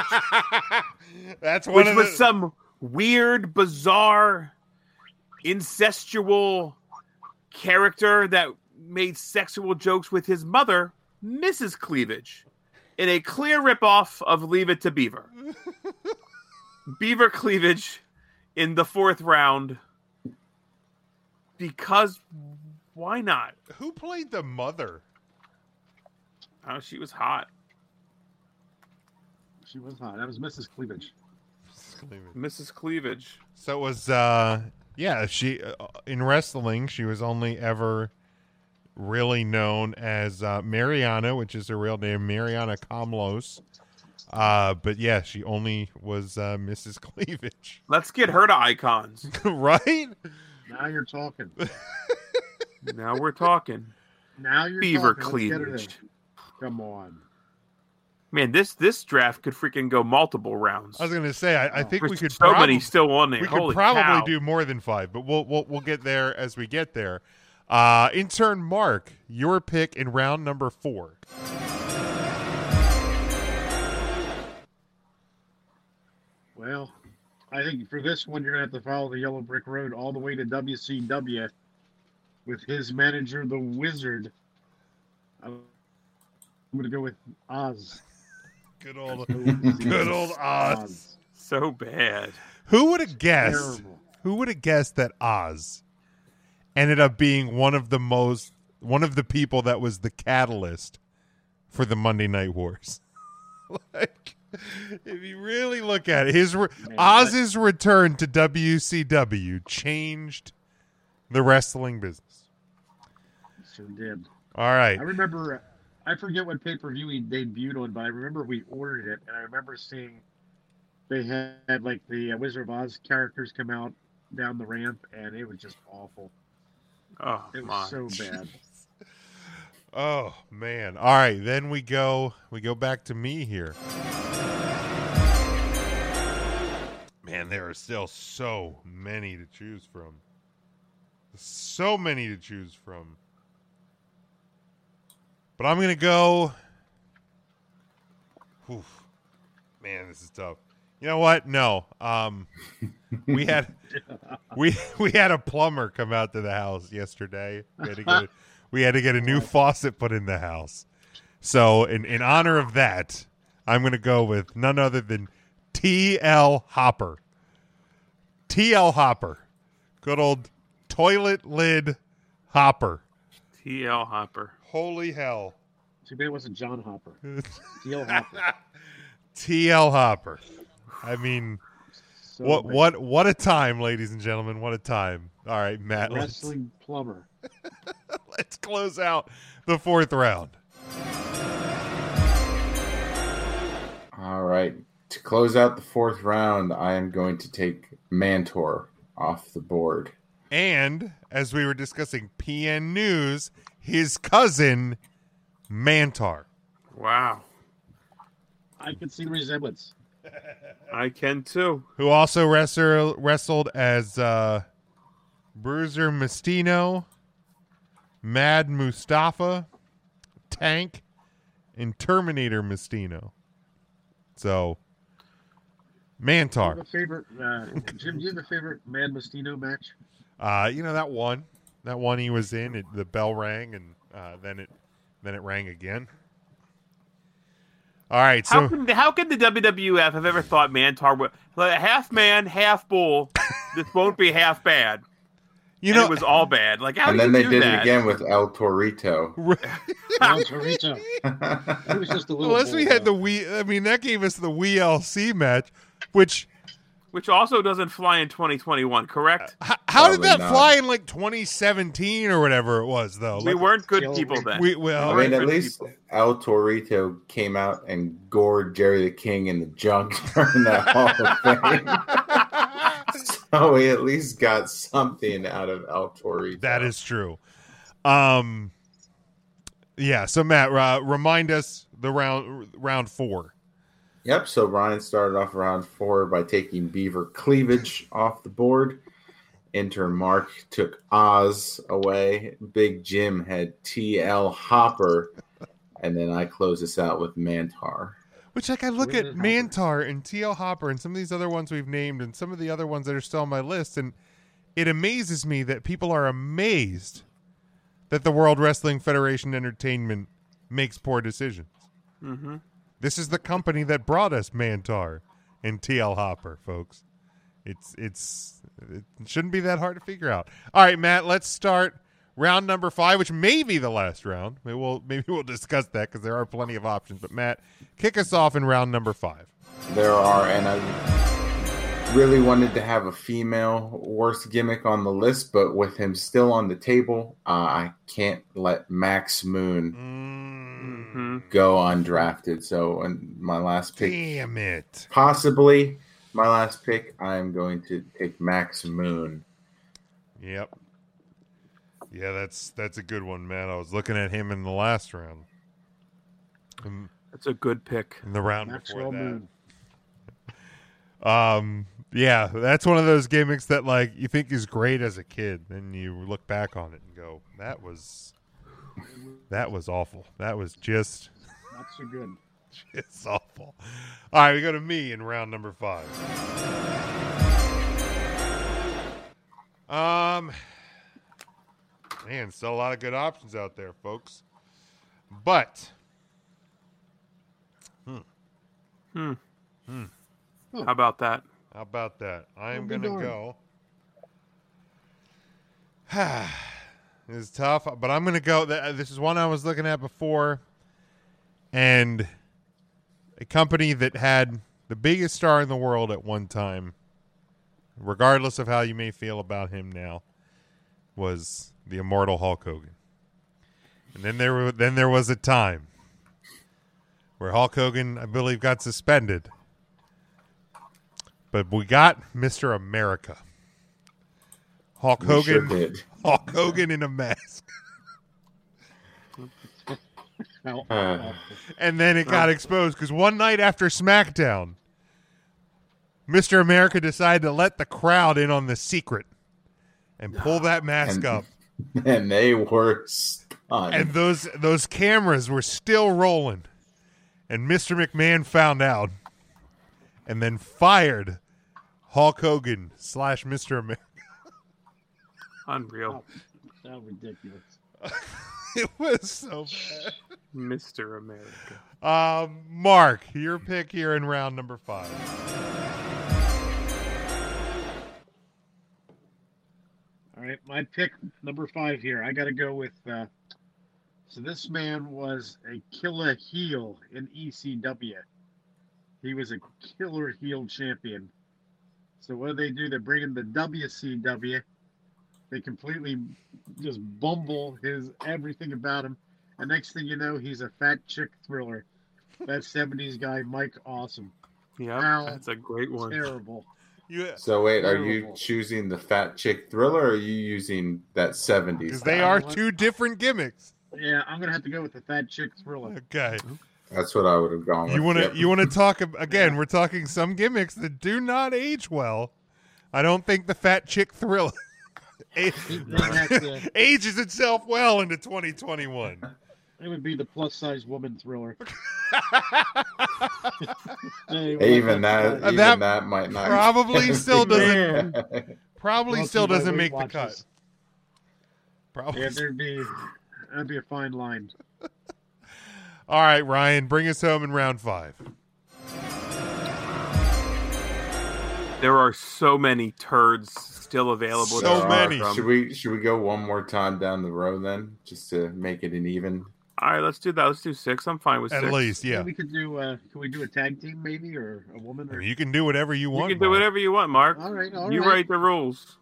[SPEAKER 9] That's
[SPEAKER 10] which
[SPEAKER 9] one of
[SPEAKER 10] was
[SPEAKER 9] the-
[SPEAKER 10] some weird, bizarre, incestual character that made sexual jokes with his mother, Mrs. Cleavage, in a clear ripoff of Leave It to Beaver. Beaver Cleavage in the fourth round because why not?
[SPEAKER 9] Who played the mother?
[SPEAKER 10] Oh, she was hot.
[SPEAKER 12] She was hot. That was Mrs. Cleavage.
[SPEAKER 10] Mrs. Cleavage.
[SPEAKER 9] So it was, uh, yeah, she uh, in wrestling, she was only ever really known as uh, Mariana, which is her real name, Mariana Comlos. Uh, but yeah, she only was uh, Mrs. Cleavage,
[SPEAKER 10] Let's get her to icons.
[SPEAKER 9] right?
[SPEAKER 12] Now you're talking.
[SPEAKER 10] now we're talking.
[SPEAKER 12] Now you're
[SPEAKER 10] Beaver
[SPEAKER 12] talking. Let's get her
[SPEAKER 10] Cleavage.
[SPEAKER 12] there. Come on.
[SPEAKER 10] Man, this this draft could freaking go multiple rounds.
[SPEAKER 9] I was gonna say, I, I think
[SPEAKER 10] There's
[SPEAKER 9] we could.
[SPEAKER 10] so
[SPEAKER 9] probab-
[SPEAKER 10] many still on there.
[SPEAKER 9] We
[SPEAKER 10] Holy
[SPEAKER 9] could probably
[SPEAKER 10] cow.
[SPEAKER 9] do more than five, but we'll we'll we'll get there as we get there. Uh, intern Mark, your pick in round number four.
[SPEAKER 12] Well, I think for this one, you're going to have to follow the yellow brick road all the way to WCW with his manager, the Wizard. I'm going to go with Oz.
[SPEAKER 9] Good old,
[SPEAKER 12] good
[SPEAKER 9] old Oz.
[SPEAKER 10] So bad.
[SPEAKER 9] Who would have guessed?
[SPEAKER 10] Terrible.
[SPEAKER 9] Who would have guessed that Oz ended up being one of the most one of the people that was the catalyst for the Monday Night Wars? like, if you really look at it, his re- Oz's return to WCW changed the wrestling business.
[SPEAKER 12] Sure did.
[SPEAKER 9] All right.
[SPEAKER 12] I remember, I forget what pay per view he debuted on, but I remember we ordered it, and I remember seeing they had, like the uh, Wizard of Oz characters come out down the ramp, and it was just awful.
[SPEAKER 10] Oh,
[SPEAKER 12] it was so
[SPEAKER 10] my.
[SPEAKER 12] bad.
[SPEAKER 9] Oh man. All right, then we go we go back to me here. Man, there are still so many to choose from. So many to choose from. But I'm going to go Oof. Man, this is tough. You know what? No. Um we had we we had a plumber come out to the house yesterday. We had to get a, we had to get a new faucet put in the house. So in in honor of that, I'm going to go with none other than T.L. Hopper. T.L. Hopper. Good old toilet lid hopper.
[SPEAKER 10] TL Hopper.
[SPEAKER 9] Holy hell.
[SPEAKER 12] Too bad it wasn't John Hopper. Deal Hopper.
[SPEAKER 9] T.L. Hopper. I mean,
[SPEAKER 12] So
[SPEAKER 9] what
[SPEAKER 12] great.
[SPEAKER 9] what what a time, ladies and gentlemen. What a time. All right, Matt. Let's,
[SPEAKER 12] Wrestling plumber.
[SPEAKER 9] let's close out the fourth round.
[SPEAKER 11] All right. To close out the fourth round, I am going to take Mantor off the board.
[SPEAKER 9] And as we were discussing PN News, his cousin Mantar.
[SPEAKER 10] Wow.
[SPEAKER 12] I can see the resemblance.
[SPEAKER 10] I can too.
[SPEAKER 9] who also wrestler, wrestled as uh, Bruiser Mistino, Mad Mustafa, Tank, and Terminator Mistino. So,
[SPEAKER 12] Do you
[SPEAKER 9] Mantar.
[SPEAKER 12] have a favorite, uh, Jim? Do you have a favorite Mad Mustino match?
[SPEAKER 9] Uh, you know that one, that one he was in. It, the bell rang, and uh, then it, then it rang again. All right, so
[SPEAKER 10] How can how can the WWF have ever thought Mantar would like, half man, half bull? this won't be half bad.
[SPEAKER 9] You
[SPEAKER 10] know, it was all bad. Like how
[SPEAKER 11] and
[SPEAKER 10] do
[SPEAKER 11] then
[SPEAKER 10] you
[SPEAKER 11] they
[SPEAKER 10] do
[SPEAKER 11] did
[SPEAKER 10] that?
[SPEAKER 11] it again with El Torito.
[SPEAKER 12] El Torito. He was just a little.
[SPEAKER 9] unless we
[SPEAKER 12] bull,
[SPEAKER 9] had the we, I mean that gave us the WLC match, which
[SPEAKER 10] Which also doesn't fly in 2021, correct?
[SPEAKER 9] How did that fly in like 2017 or whatever it was though?
[SPEAKER 10] We
[SPEAKER 9] Like-
[SPEAKER 10] weren't good people then.
[SPEAKER 9] Uh, We well,
[SPEAKER 11] I mean, at least El Torito came out and gored Jerry the King in the junk during that Hall of Fame. so we at least got something out of El Torito.
[SPEAKER 9] that is true. Um, yeah. So Matt, uh, remind us the round round four.
[SPEAKER 11] Yep. So Ryan started off round four by taking Beaver Cleavage off the board. Enter Mark took Oz away. Big Jim had TL Hopper. And then I close this out with Mantar.
[SPEAKER 9] Which like I look at Mantar and TL Hopper and some of these other ones we've named and some of the other ones that are still on my list, and it amazes me that people are amazed that the World Wrestling Federation Entertainment makes poor decisions.
[SPEAKER 10] Mm-hmm.
[SPEAKER 9] This is the company that brought us Mantar and TL Hopper, folks. It's it's it shouldn't be that hard to figure out. All right, Matt, let's start round number five, which may be the last round. Maybe we'll maybe we'll discuss that because there are plenty of options. But Matt, kick us off in round number five.
[SPEAKER 11] There are, and I really wanted to have a female worst gimmick on the list, but with him still on the table, uh, I can't let Max Moon
[SPEAKER 10] Mm-hmm.
[SPEAKER 11] go undrafted. So, and my last pick,
[SPEAKER 9] Damn it,
[SPEAKER 11] possibly my last pick, I'm going to take Max Moon.
[SPEAKER 9] Yep. Yeah, that's that's a good one, Matt. I was looking at him in the last round. Um,
[SPEAKER 10] That's a good pick.
[SPEAKER 9] In the round
[SPEAKER 10] Maxwell
[SPEAKER 9] before that.
[SPEAKER 10] Moon.
[SPEAKER 9] Um, yeah, that's one of those gimmicks that like you think is great as a kid, then you look back on it and go, "That was, that was awful. That was just,
[SPEAKER 12] Not so good.
[SPEAKER 9] it's awful." All right, we go to me in round number five. Um, man, still a lot of good options out there, folks. But, hmm,
[SPEAKER 10] Hmm.
[SPEAKER 9] hmm.
[SPEAKER 10] How about that?
[SPEAKER 9] How about that? I am
[SPEAKER 10] Well,
[SPEAKER 9] going
[SPEAKER 10] be
[SPEAKER 9] to go. it's tough, but I'm going to go. th- This is one I was looking at before, and a company that had the biggest star in the world at one time, regardless of how you may feel about him now, was the immortal Hulk Hogan. And then there, wa- then there was a time where Hulk Hogan, I believe, got suspended but we got Mr. America. Hulk
[SPEAKER 11] We sure
[SPEAKER 9] Hogan.
[SPEAKER 11] did.
[SPEAKER 9] Hulk Hogan in a mask.
[SPEAKER 12] Now,
[SPEAKER 11] Uh.
[SPEAKER 9] And then it got exposed because one night after SmackDown, Mr. America decided to let the crowd in on the secret and pull that mask
[SPEAKER 11] And-
[SPEAKER 9] up.
[SPEAKER 11] And they were stunned.
[SPEAKER 9] And those those cameras were still rolling. And Mr. McMahon found out and then fired Hulk Hogan slash Mr. America.
[SPEAKER 10] Unreal.
[SPEAKER 12] How ridiculous.
[SPEAKER 9] it was so bad.
[SPEAKER 10] Mr. America.
[SPEAKER 9] Um, Mark, your pick here in round number five.
[SPEAKER 12] All right, my pick number five here. I got to go with. Uh, so this man was a killer heel E in ECW. He was a killer heel champion. So what do they do? They bring in the WCW. They completely just bumble his everything about him. And next thing you know, he's a fat chick thriller. That '70s guy, Mike Awesome.
[SPEAKER 10] Yeah,
[SPEAKER 12] How
[SPEAKER 10] that's a great one.
[SPEAKER 12] Terrible.
[SPEAKER 9] Yeah.
[SPEAKER 11] So wait, are you choosing the fat chick thriller, or are you using that 70s?
[SPEAKER 9] Because they are two different gimmicks.
[SPEAKER 12] Yeah, I'm gonna have to go with the fat chick thriller.
[SPEAKER 9] Okay.
[SPEAKER 11] That's what I would have gone with.
[SPEAKER 9] You want to
[SPEAKER 11] Yep.
[SPEAKER 9] you want to talk ab- again? We're talking some gimmicks that do not age well. I don't think the fat chick thriller a- ages itself well into 2021.
[SPEAKER 12] It would be the plus size woman thriller.
[SPEAKER 11] Even that,
[SPEAKER 9] Uh,
[SPEAKER 11] even
[SPEAKER 9] that
[SPEAKER 11] that, might not.
[SPEAKER 9] probably still doesn't-
[SPEAKER 12] Well,
[SPEAKER 9] Probably
[SPEAKER 12] if
[SPEAKER 9] still
[SPEAKER 12] you go
[SPEAKER 9] doesn't make
[SPEAKER 12] Weight
[SPEAKER 9] the cut.
[SPEAKER 12] Watchers.
[SPEAKER 9] Probably.
[SPEAKER 12] Yeah, there'd be that'd be a fine line.
[SPEAKER 9] All right, Ryan, bring us home in round five.
[SPEAKER 10] There are so many turds still available. to draw from.
[SPEAKER 11] Should we should we go one more time down the road then, just to make it an even?
[SPEAKER 10] All right, let's do that. Let's do six. I'm fine with six.
[SPEAKER 12] We could do. Uh, can we do a tag team maybe, or a woman? Or...
[SPEAKER 9] You can do whatever you
[SPEAKER 10] You
[SPEAKER 9] want.
[SPEAKER 10] can do whatever you want, Mark.
[SPEAKER 12] All right, all
[SPEAKER 10] you
[SPEAKER 12] right.
[SPEAKER 10] write the rules.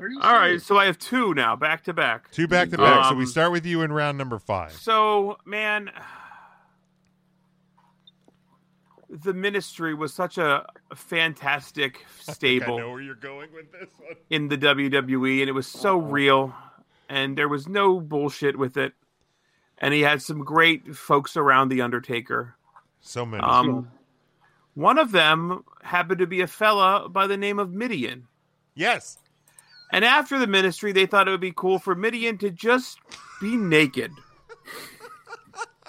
[SPEAKER 12] Are you
[SPEAKER 10] All right,
[SPEAKER 12] serious?
[SPEAKER 10] so I have two now, back to back.
[SPEAKER 9] Two back to back. So we
[SPEAKER 10] Um,
[SPEAKER 9] start with you in round number five.
[SPEAKER 10] So, man, the ministry was such a fantastic
[SPEAKER 9] I,
[SPEAKER 10] stable
[SPEAKER 9] know where you're going with this one.
[SPEAKER 10] in the WWE, and it was so real, and there was no bullshit with it. And he had some great folks around the Undertaker.
[SPEAKER 9] So many.
[SPEAKER 10] Um, one of them happened to be a fella by the name of Midian.
[SPEAKER 9] Yes.
[SPEAKER 10] And after the ministry, they thought it would be cool for Midian to just be naked.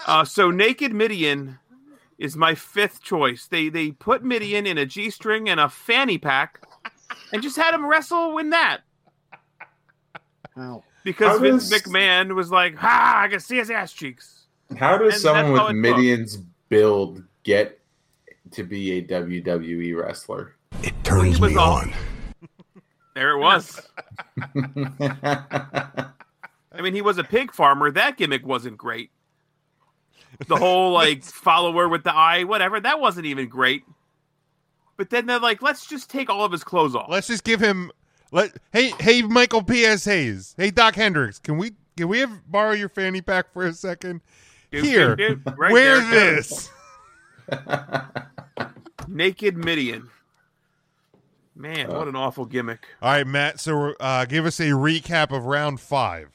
[SPEAKER 10] Uh, so naked Midian is my fifth choice. They they put Midian in a G string and a fanny pack, and just had him wrestle in that.
[SPEAKER 12] Wow.
[SPEAKER 10] Because
[SPEAKER 11] How
[SPEAKER 10] Vince
[SPEAKER 11] does-
[SPEAKER 10] McMahon was like, "Ha! I can see his ass cheeks."
[SPEAKER 11] How does
[SPEAKER 10] And
[SPEAKER 11] someone
[SPEAKER 10] that's how
[SPEAKER 11] with
[SPEAKER 10] it
[SPEAKER 11] Midian's build get to be a WWE wrestler? It turns me on.
[SPEAKER 10] There it was. I mean, he was a pig farmer. That gimmick wasn't great. The whole like follower with the eye, whatever, that wasn't even great. But then they're like, let's just take all of his clothes off.
[SPEAKER 9] Let's just give him. Let hey hey Michael P S Hayes. Hey Doc Hendricks. Can we can we have borrow your fanny pack for a second?
[SPEAKER 10] Doop,
[SPEAKER 9] Here,
[SPEAKER 10] doop, doop. Right
[SPEAKER 9] wear
[SPEAKER 10] there, dude.
[SPEAKER 9] this.
[SPEAKER 10] Naked Midian.
[SPEAKER 9] Uh.
[SPEAKER 10] Man, what an awful gimmick.
[SPEAKER 9] All right, Matt. So uh, give us a recap of round five.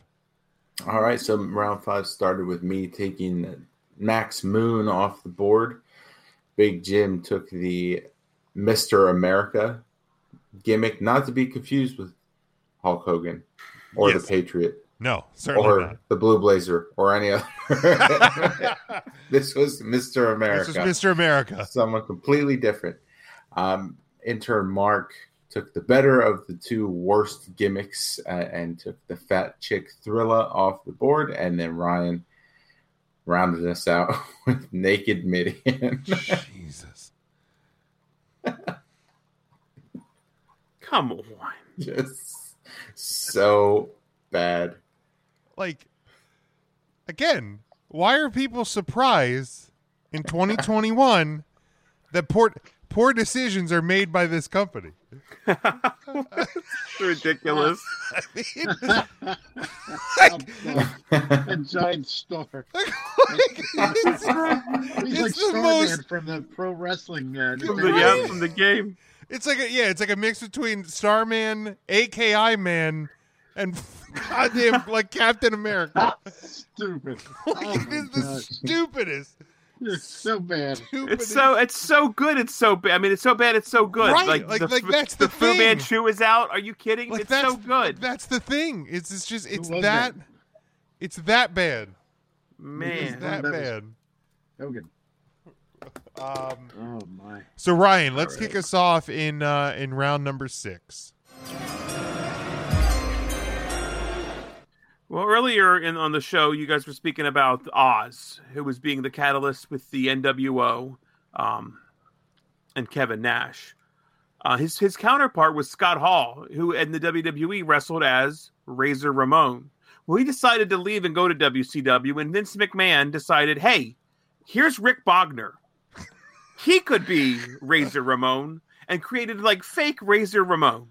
[SPEAKER 11] All right, so round five started with me taking Max Moon off the board. Big Jim took the Mr. America gimmick, not to be confused with Hulk Hogan or
[SPEAKER 9] Yes.
[SPEAKER 11] the Patriot.
[SPEAKER 9] No, certainly
[SPEAKER 11] or
[SPEAKER 9] not.
[SPEAKER 11] the Blue Blazer or any other. this was Mr. America.
[SPEAKER 9] This is Mr. America.
[SPEAKER 11] Someone completely different. Um, intern Mark took the better of the two worst gimmicks uh, and took the fat chick thriller off the board, and then Ryan rounded us out with naked Midian.
[SPEAKER 9] Jesus.
[SPEAKER 10] Come on.
[SPEAKER 11] Just so bad.
[SPEAKER 9] Like again, why are people surprised in 2021 that poor poor decisions are made by this company?
[SPEAKER 10] Ridiculous.
[SPEAKER 12] a giant star.
[SPEAKER 9] He's
[SPEAKER 12] like
[SPEAKER 9] it's the
[SPEAKER 12] Starman
[SPEAKER 9] most-
[SPEAKER 12] from the pro wrestling. Uh,
[SPEAKER 10] From the,
[SPEAKER 12] Nintendo.
[SPEAKER 10] yeah, from the game.
[SPEAKER 9] It's like a, yeah, it's like a mix between Starman, AKI Man, and goddamn like Captain America.
[SPEAKER 12] Stupid. Oh
[SPEAKER 9] Like, it is the stupidest.
[SPEAKER 12] You're so bad.
[SPEAKER 9] stupidest.
[SPEAKER 10] It's so it's so good. It's so bad. I mean, it's so bad. It's so good.
[SPEAKER 9] Right,
[SPEAKER 10] Like,
[SPEAKER 9] like-
[SPEAKER 10] the,
[SPEAKER 9] like, that's the
[SPEAKER 10] Fu
[SPEAKER 9] thing.
[SPEAKER 10] Manchu is out. Are you kidding?
[SPEAKER 9] Like,
[SPEAKER 10] it's so good,
[SPEAKER 9] That's the thing. It's it's just it's
[SPEAKER 12] was
[SPEAKER 9] that it's that bad. It's
[SPEAKER 10] man.
[SPEAKER 9] that
[SPEAKER 12] That was-
[SPEAKER 9] bad.
[SPEAKER 12] Hogan.
[SPEAKER 9] Um,
[SPEAKER 12] Oh my.
[SPEAKER 9] so Ryan, let's
[SPEAKER 11] Alright.
[SPEAKER 9] kick us off in uh in round number six.
[SPEAKER 10] Well, earlier in on the show, you guys were speaking about Oz, who was being the catalyst with the NWO, um, and Kevin Nash. Uh, his his counterpart was Scott Hall, who in the WWE wrestled as Razor Ramon. Well, he decided to leave and go to WCW, and Vince McMahon decided, hey, here's Rick Bogner. He could be Razor Ramon, and created like fake Razor Ramon.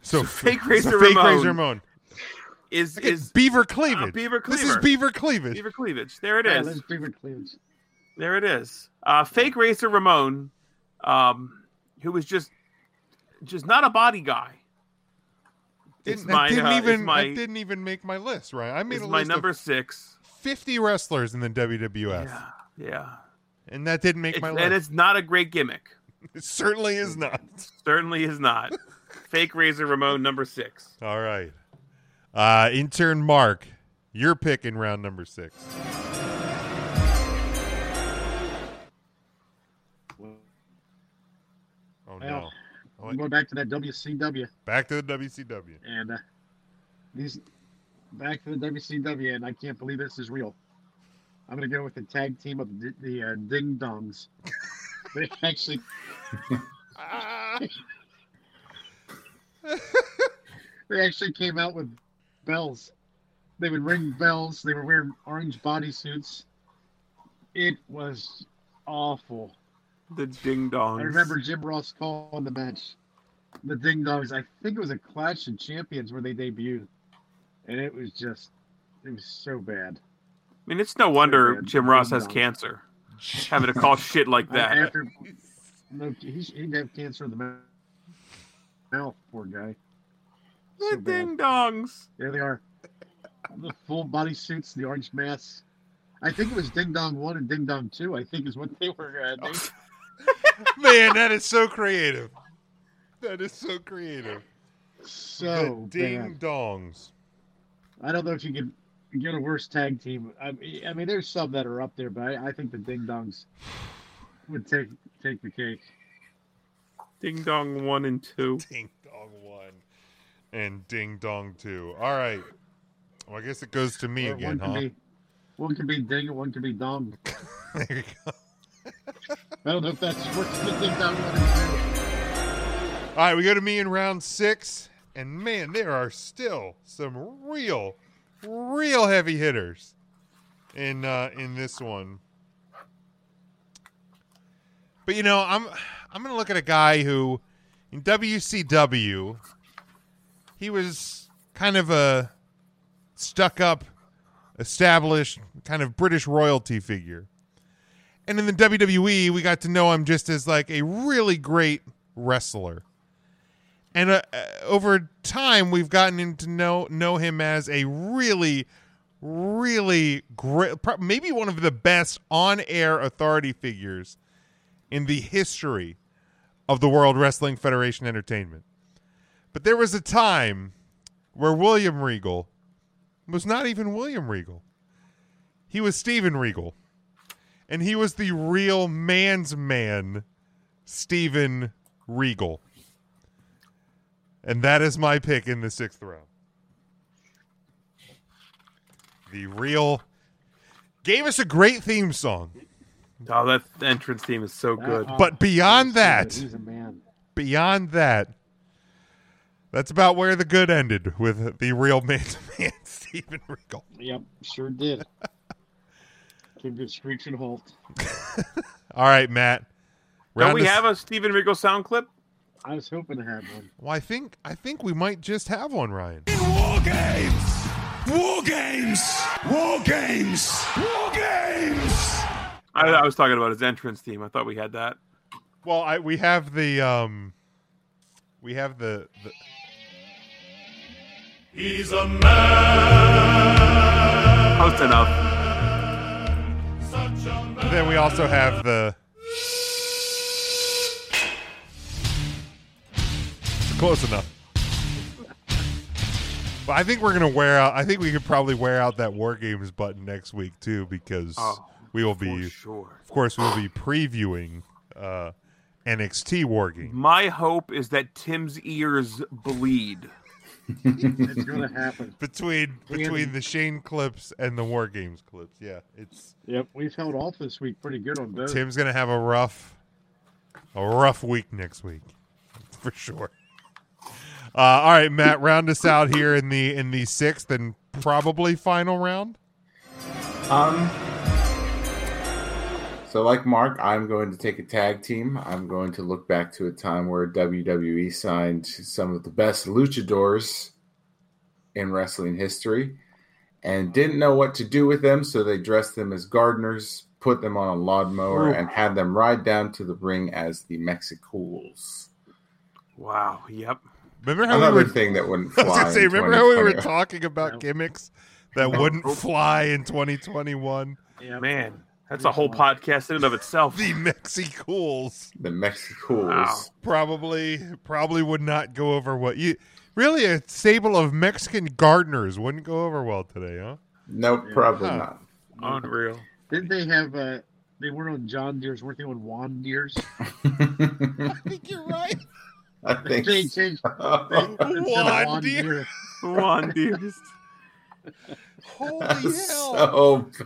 [SPEAKER 9] So
[SPEAKER 10] fake
[SPEAKER 9] so
[SPEAKER 10] Razor
[SPEAKER 9] fake
[SPEAKER 10] Ramon.
[SPEAKER 9] Razor Ramon.
[SPEAKER 10] Is
[SPEAKER 9] Look at
[SPEAKER 10] is
[SPEAKER 9] beaver
[SPEAKER 10] Ah,
[SPEAKER 9] cleavage.
[SPEAKER 10] beaver
[SPEAKER 9] This is
[SPEAKER 10] cleaver.
[SPEAKER 9] beaver cleavage.
[SPEAKER 10] Beaver cleavage. There it
[SPEAKER 12] Yeah,
[SPEAKER 10] is.
[SPEAKER 12] that's beaver cleavage.
[SPEAKER 10] There it is. Uh, fake Razor Ramon, um, who was just just not a body guy. It's
[SPEAKER 9] Didn't,
[SPEAKER 10] my,
[SPEAKER 9] I didn't
[SPEAKER 10] uh, it's
[SPEAKER 9] even
[SPEAKER 10] my-
[SPEAKER 9] I didn't even make my list right. I made
[SPEAKER 10] is
[SPEAKER 9] a
[SPEAKER 10] my
[SPEAKER 9] list
[SPEAKER 10] number
[SPEAKER 9] of
[SPEAKER 10] six.
[SPEAKER 9] fifty wrestlers in the WWF,
[SPEAKER 10] Yeah,
[SPEAKER 9] and that didn't make
[SPEAKER 10] It's-
[SPEAKER 9] my list.
[SPEAKER 10] and it's not a great gimmick.
[SPEAKER 9] It certainly is not.
[SPEAKER 10] Certainly is not. fake Razor Ramon number six.
[SPEAKER 9] All right. Uh, intern Mark, your pick in round number six. Oh no!
[SPEAKER 12] Well,
[SPEAKER 9] Oh,
[SPEAKER 12] I'm going back to that WCW
[SPEAKER 9] Back to the WCW.
[SPEAKER 12] and uh, these back to the WCW, and I can't believe this is real. I'm going to go with the tag team of the, the uh, Ding Dongs. they actually they actually came out with bells. They would ring bells. They were wearing orange bodysuits. It was awful.
[SPEAKER 10] The Ding Dongs.
[SPEAKER 12] I remember Jim Ross calling the match. The Ding Dongs. I think it was a Clash of Champions where they debuted, and it was just, it was so bad.
[SPEAKER 10] I mean, it's no wonder
[SPEAKER 12] Yeah,
[SPEAKER 10] Jim Ross has
[SPEAKER 12] Ding Dong.
[SPEAKER 10] cancer, having to call shit like
[SPEAKER 12] I-
[SPEAKER 10] that.
[SPEAKER 12] After, no, he he'd have cancer in the mouth. Mouth, poor guy.
[SPEAKER 10] The Ding Dongs.
[SPEAKER 12] There they are. The full body suits, the orange masks. I think it was Ding Dong One and Ding Dong Two. I think is what they were. Uh, named.
[SPEAKER 9] Man, that is so creative. That is so creative.
[SPEAKER 10] Oh,
[SPEAKER 12] So
[SPEAKER 9] the ding
[SPEAKER 12] bad.
[SPEAKER 9] dongs.
[SPEAKER 12] I don't know if you could get a worse tag team. I mean, I mean, there's some that are up there, but I, I think the Ding Dongs would take take the cake.
[SPEAKER 10] Ding Dong one and two.
[SPEAKER 9] Ding Dong one. And ding dong two. All right. Well, I guess it goes to me
[SPEAKER 12] Or
[SPEAKER 9] again,
[SPEAKER 12] one
[SPEAKER 9] huh?
[SPEAKER 12] could be one could be Ding and one could be Dong.
[SPEAKER 9] there you go.
[SPEAKER 12] I don't know if that's what's the Ding Dong one and two.
[SPEAKER 9] All right, we go to me in round six, and man, there are still some real, real heavy hitters in uh, in this one. But you know, I'm I'm gonna look at a guy who in WCW he was kind of a stuck up, established kind of British royalty figure. And in the WWE, we got to know him just as like a really great wrestler. And uh, uh, over time, we've gotten in to know know him as a really, really great, pro- maybe one of the best on-air authority figures in the history of the World Wrestling Federation Entertainment. But there was a time where William Regal was not even William Regal. He was Steven Regal. And he was the real man's man, Steven Regal. And that is my pick in the sixth round. The real gave us a great theme song.
[SPEAKER 10] Oh, that entrance theme is so good.
[SPEAKER 9] But beyond that,
[SPEAKER 12] Uh-uh. He's a man.
[SPEAKER 9] beyond that, that's about where the good ended with the real man's man, Steven Regal.
[SPEAKER 12] Yep, sure did. Came to a screeching halt.
[SPEAKER 9] All right, Matt.
[SPEAKER 10] Don't
[SPEAKER 9] round
[SPEAKER 10] we
[SPEAKER 9] us-
[SPEAKER 10] have a Steven Regal sound clip?
[SPEAKER 12] I was hoping to have one.
[SPEAKER 9] Well, I think I think we might just have one, Ryan.
[SPEAKER 14] War games! War games! War games! War games!
[SPEAKER 10] I, I was talking about his entrance theme. I thought we had that.
[SPEAKER 9] Well, I we have the um, we have the, the
[SPEAKER 14] He's a man!
[SPEAKER 10] Close enough.
[SPEAKER 9] then we also have the close enough. But I think we're gonna wear out. I think we could probably wear out that War Games button next week too, because
[SPEAKER 10] Oh,
[SPEAKER 9] we will be,
[SPEAKER 10] sure.
[SPEAKER 9] of course, we will be previewing uh, NXT War Games.
[SPEAKER 10] My hope is that Tim's ears bleed.
[SPEAKER 12] It's gonna happen.
[SPEAKER 9] between
[SPEAKER 12] We
[SPEAKER 9] between
[SPEAKER 12] haven't-
[SPEAKER 9] the Shane clips and the War Games clips. Yeah, it's
[SPEAKER 12] Yep, we've held off this week pretty good on both.
[SPEAKER 9] Tim's gonna have a rough, a rough week next week, for sure. Uh, all right, Matt, round us out here in the in the sixth and probably final round.
[SPEAKER 11] Um, So, like Mark, I'm going to take a tag team. I'm going to look back to a time where WWE signed some of the best luchadors in wrestling history and didn't know what to do with them. So, they dressed them as gardeners, put them on a lawnmower,
[SPEAKER 10] Ooh.
[SPEAKER 11] and had them ride down to the ring as the Mexicools.
[SPEAKER 10] Wow. Yep.
[SPEAKER 9] Remember how
[SPEAKER 11] Another
[SPEAKER 9] we were,
[SPEAKER 11] thing that wouldn't
[SPEAKER 9] I
[SPEAKER 11] fly.
[SPEAKER 9] was gonna say,
[SPEAKER 11] in
[SPEAKER 9] remember how we were
[SPEAKER 11] 2020.
[SPEAKER 9] talking about gimmicks that wouldn't fly in 2021?
[SPEAKER 10] Man, that's a whole podcast in and of itself.
[SPEAKER 9] The Mexicools.
[SPEAKER 11] The Mexicools.
[SPEAKER 10] Wow.
[SPEAKER 9] Probably, probably would not go over what you. Really, a stable of Mexican gardeners wouldn't go over well today, huh?
[SPEAKER 11] Nope, probably not.
[SPEAKER 10] Unreal.
[SPEAKER 12] Didn't they have uh they weren't on John Deere's, weren't they on Juan Deere's?
[SPEAKER 11] I
[SPEAKER 9] think you're right.
[SPEAKER 11] I think
[SPEAKER 12] they changed
[SPEAKER 11] so.
[SPEAKER 12] they- instead of
[SPEAKER 9] Juan
[SPEAKER 12] Juan
[SPEAKER 9] Deere.
[SPEAKER 12] Deere.
[SPEAKER 10] Juan Deere's.
[SPEAKER 9] Holy
[SPEAKER 11] That
[SPEAKER 9] hell!
[SPEAKER 11] was so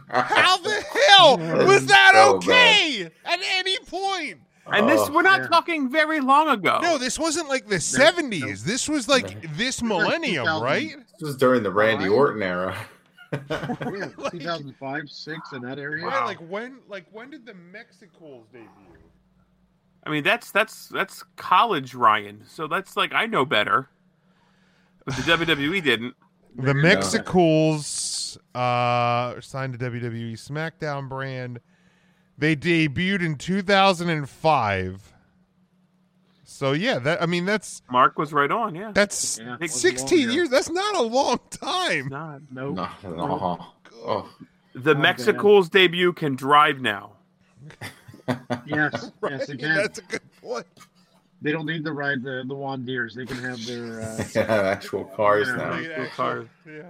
[SPEAKER 11] bad.
[SPEAKER 9] How the hell
[SPEAKER 11] That
[SPEAKER 9] was
[SPEAKER 11] is
[SPEAKER 9] that
[SPEAKER 11] so
[SPEAKER 9] okay at any point?
[SPEAKER 10] And this, we're not talking very long ago.
[SPEAKER 9] No, this wasn't like the seventies. This was like this millennium,
[SPEAKER 12] 2000.
[SPEAKER 9] right?
[SPEAKER 11] This was during the Randy
[SPEAKER 12] Right?
[SPEAKER 11] Orton era.
[SPEAKER 12] Yeah, 2005, 6 in that area.
[SPEAKER 9] Yeah, like when, like when did the Mexicools debut?
[SPEAKER 10] I mean, that's that's that's college Ryan. So that's like I know better. But the WWE didn't.
[SPEAKER 9] The Mexicools uh, signed to WWE SmackDown brand. They debuted in 2005. So yeah, that I mean that's
[SPEAKER 10] Mark was right on. Yeah.
[SPEAKER 9] that's
[SPEAKER 10] Yeah, it was a
[SPEAKER 9] 16
[SPEAKER 10] long
[SPEAKER 9] years. That's not a long time.
[SPEAKER 10] Not.
[SPEAKER 12] No.
[SPEAKER 11] Not at all. Oh,
[SPEAKER 10] The
[SPEAKER 12] Oh,
[SPEAKER 10] Mexicools debut can drive now.
[SPEAKER 12] Yes, yes,
[SPEAKER 9] Right,
[SPEAKER 12] again.
[SPEAKER 9] That's a good point.
[SPEAKER 12] They don't need to ride the, the Juan Deere's. They can have their. Uh,
[SPEAKER 11] they have actual cars
[SPEAKER 12] Yeah.
[SPEAKER 11] now.
[SPEAKER 9] Like an
[SPEAKER 10] Cool
[SPEAKER 9] actual-
[SPEAKER 10] card.
[SPEAKER 9] yeah.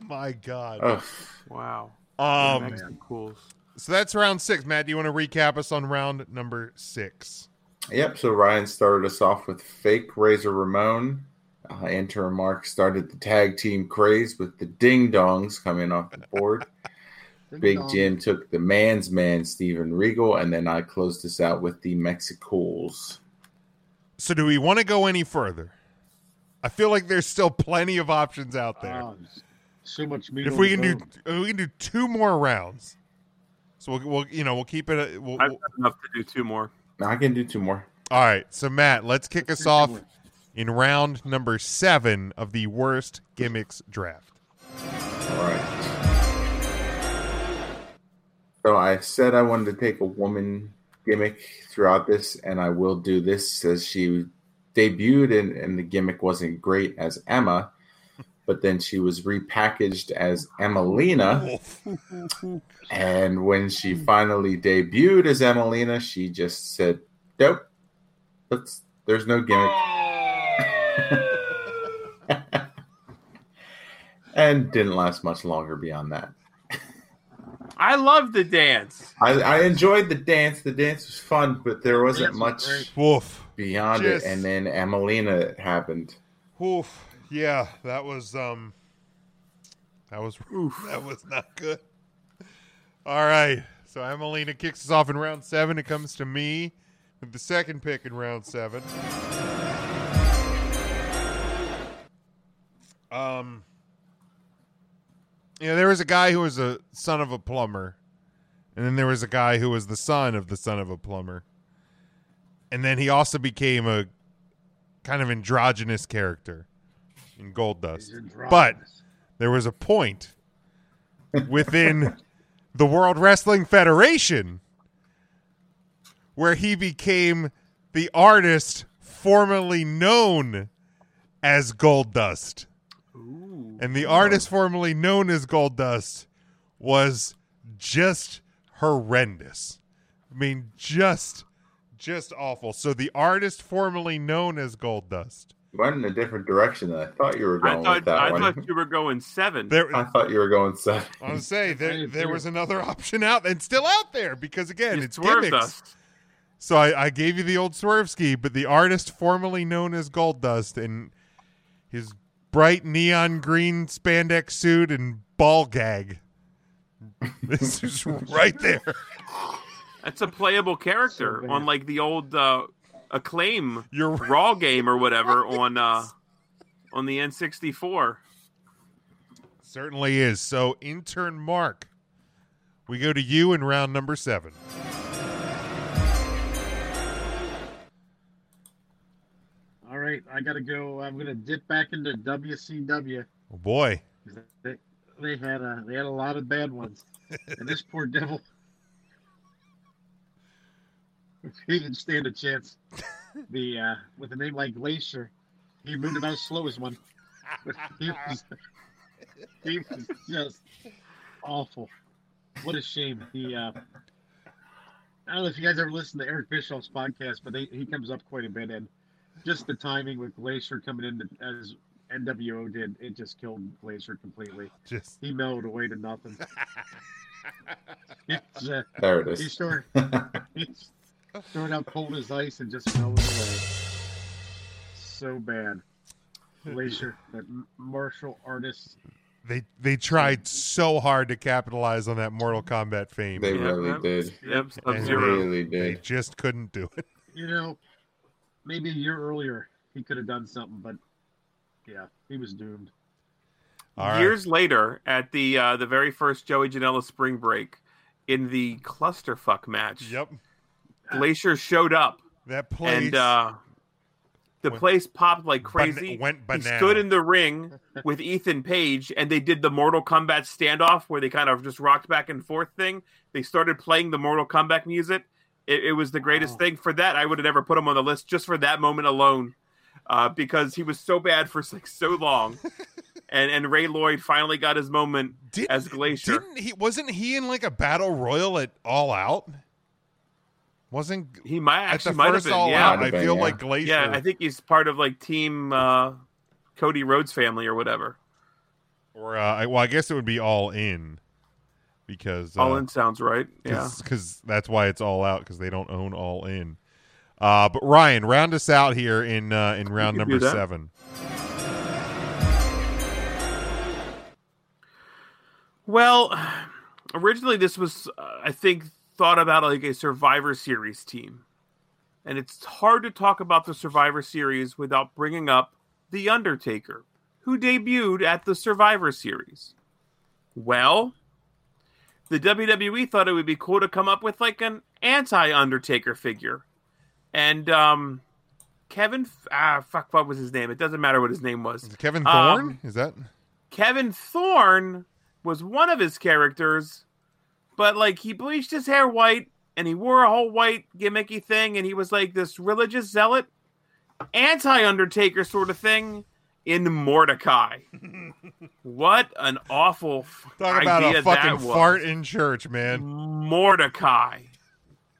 [SPEAKER 9] My God.
[SPEAKER 11] Ugh.
[SPEAKER 10] Wow.
[SPEAKER 9] Um,
[SPEAKER 10] the Mexicools.
[SPEAKER 9] So that's round six. Matt, do you want to recap us on round number six?
[SPEAKER 11] Yep. So Ryan started us off with fake Razor Ramon. Uh, Enter Mark started the tag team craze with the Ding Dongs coming off the board. Big
[SPEAKER 12] Dong.
[SPEAKER 11] Jim took the man's man, Steven Regal, and then I closed this out with the Mexicools.
[SPEAKER 9] So do we want to go any further? I feel like there's still plenty of options out there.
[SPEAKER 12] oh, so much meat.
[SPEAKER 9] if
[SPEAKER 12] on
[SPEAKER 9] we
[SPEAKER 12] the
[SPEAKER 9] can do,
[SPEAKER 12] bone.
[SPEAKER 9] if we can do two more rounds. So we'll, we'll you know, we'll keep it. uh, We'll,
[SPEAKER 10] I've
[SPEAKER 9] we'll-
[SPEAKER 10] got enough to do two more.
[SPEAKER 11] Now I can do two more.
[SPEAKER 9] all right. So Matt, let's kick us off in round number seven of the worst gimmicks draft.
[SPEAKER 11] All right. So I said I wanted to take a woman gimmick throughout this, and I will do this as she debuted, and, and the gimmick wasn't great as Emma, but then she was repackaged as Emelina. And when she finally debuted as Emelina, she just said, Nope, that's, there's no gimmick. and didn't last much longer beyond that.
[SPEAKER 10] I love the dance.
[SPEAKER 11] I, I enjoyed the dance. The dance was fun, but there wasn't
[SPEAKER 12] Dance was
[SPEAKER 11] much
[SPEAKER 12] great.
[SPEAKER 9] Woof.
[SPEAKER 11] beyond
[SPEAKER 9] Yes.
[SPEAKER 11] it. And then Emelina happened.
[SPEAKER 9] Oof. Yeah, that was um that was that was not good. All right. So Emelina kicks us off in round seven. It comes to me with the second pick in round seven. Um Yeah, there was a guy who was a son of a plumber. And then there was a guy who was the son of the son of a plumber. And then he also became a kind of androgynous character in Gold Dust. But there was a point within the World Wrestling Federation where he became the artist formerly known as Gold Dust. And the artist formerly known as Gold Dust was just horrendous. I mean, just just awful. So the artist formerly known as Gold Dust.
[SPEAKER 11] Went in a different direction than I thought you were
[SPEAKER 10] I
[SPEAKER 11] going with
[SPEAKER 10] thought
[SPEAKER 11] that
[SPEAKER 10] I
[SPEAKER 11] one.
[SPEAKER 10] thought you were going seven.
[SPEAKER 9] There
[SPEAKER 11] I thought you were going seven.
[SPEAKER 9] I was say there
[SPEAKER 12] Same
[SPEAKER 9] there
[SPEAKER 12] here.
[SPEAKER 9] was another option out and still out there because again
[SPEAKER 10] You
[SPEAKER 9] it's
[SPEAKER 10] swerved
[SPEAKER 9] gimmicks.
[SPEAKER 10] us.
[SPEAKER 9] So I, I gave you the old Swervsky, but the artist formerly known as Gold Dust and his bright neon green spandex suit and ball gag. this is right there.
[SPEAKER 10] That's a playable character on like the old uh, acclaim
[SPEAKER 9] You're right.
[SPEAKER 10] raw game or whatever on uh, on the N64.
[SPEAKER 9] Certainly is. So intern Mark, we go to you in round number seven.
[SPEAKER 12] I gotta go. I'm gonna dip back into WCW.
[SPEAKER 9] Oh boy.
[SPEAKER 12] They, they had a they had a lot of bad ones, and this poor devil, he didn't stand a chance. The uh, with a name like Glacier, he moved about as slow as one. But he was, he was just awful. What a shame. He uh, I don't know if you guys ever listen to Eric Bischoff's podcast, but they, he comes up quite a bit, and just the timing with Glacier coming in as NWO did, it just killed Glacier completely.
[SPEAKER 9] Just
[SPEAKER 12] he mellowed away to nothing. It's, uh,
[SPEAKER 11] There it is.
[SPEAKER 12] He started, he started out cold as ice and just mellowed away. So bad, Glacier, that m- martial artist.
[SPEAKER 9] They they tried so hard to capitalize on that Mortal Kombat fame.
[SPEAKER 11] They Yep, really yep. did. Yep,
[SPEAKER 9] And
[SPEAKER 11] Sub-Zero.
[SPEAKER 9] they-
[SPEAKER 11] Really did.
[SPEAKER 9] They just couldn't do it.
[SPEAKER 12] You know, maybe a year earlier he could have done something, but yeah, he was doomed.
[SPEAKER 10] Years later, at the uh, the very first Joey Janela spring break, in the clusterfuck match,
[SPEAKER 9] yep,
[SPEAKER 10] Glacier showed up.
[SPEAKER 9] That place
[SPEAKER 10] and uh, the place popped like crazy.
[SPEAKER 9] went
[SPEAKER 10] He
[SPEAKER 9] banana.
[SPEAKER 10] stood in the ring with Ethan Page, and they did the Mortal Kombat standoff where they kind of just rocked back and forth thing. They started playing the Mortal Kombat music. It, it was the greatest thing. For that, I would have never put him on the list just for that moment alone, uh, because he was so bad for like so long. And, and Ray Lloyd finally got his moment as Glacier.
[SPEAKER 9] Didn't he wasn't he in like a battle royal at All Out? Wasn't
[SPEAKER 10] he might
[SPEAKER 9] at
[SPEAKER 10] actually
[SPEAKER 9] the
[SPEAKER 10] might have
[SPEAKER 9] first
[SPEAKER 10] been.
[SPEAKER 9] All
[SPEAKER 10] yeah,
[SPEAKER 9] Out? I feel like Glacier.
[SPEAKER 10] Yeah, I think he's part of like Team uh, Cody Rhodes family or whatever.
[SPEAKER 9] or uh, I- well, I guess it would be All In because
[SPEAKER 10] All
[SPEAKER 9] uh,
[SPEAKER 10] In sounds right. Yeah.
[SPEAKER 9] because that's why it's All Out because they don't own All In. Uh, but Ryan, round us out here in uh, in round
[SPEAKER 10] could
[SPEAKER 9] number
[SPEAKER 10] do that.
[SPEAKER 9] seven.
[SPEAKER 10] Well, originally this was, uh, I think, thought about like a Survivor Series team, and it's hard to talk about the Survivor Series without bringing up the Undertaker, who debuted at the Survivor Series. Well, the WWE thought it would be cool to come up with like an anti-Undertaker figure, and um, Kevin, F- ah, fuck, what was his name? It doesn't matter what his name was.
[SPEAKER 9] Kevin
[SPEAKER 10] Um,
[SPEAKER 9] Thorne is that?
[SPEAKER 10] Kevin Thorne was one of his characters, but like he bleached his hair white and he wore a whole white gimmicky thing and he was like this religious zealot, anti Undertaker sort of thing in Mordecai. what an awful f-
[SPEAKER 9] Talk about
[SPEAKER 10] idea
[SPEAKER 9] a fucking
[SPEAKER 10] that was.
[SPEAKER 9] fart in church, man.
[SPEAKER 10] Mordecai.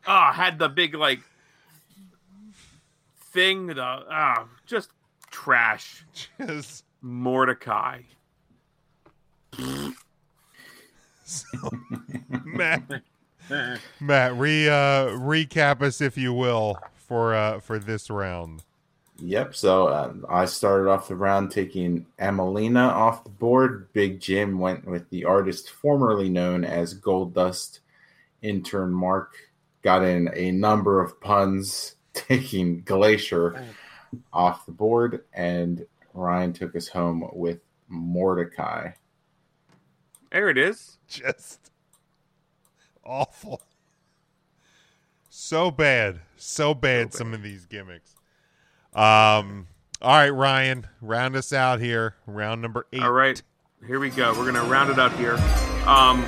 [SPEAKER 10] Ah, had the big like thing the ah just trash.
[SPEAKER 9] Just
[SPEAKER 10] Mordecai.
[SPEAKER 9] Matt, Matt, re uh, recap us if you will for uh, for this round.
[SPEAKER 11] Yep. So uh, I started off the round taking Emelina off the board. Big Jim went with the artist formerly known as Gold Dust. Intern Mark got in a number of puns, taking Glacier off the board, and Ryan took us home with Mordecai.
[SPEAKER 10] There it is.
[SPEAKER 9] Just awful. So bad, so bad. some of these gimmicks. Um. All right, Ryan, round us out here. Round number eight.
[SPEAKER 10] All right, here we go. We're gonna round it up here. Um,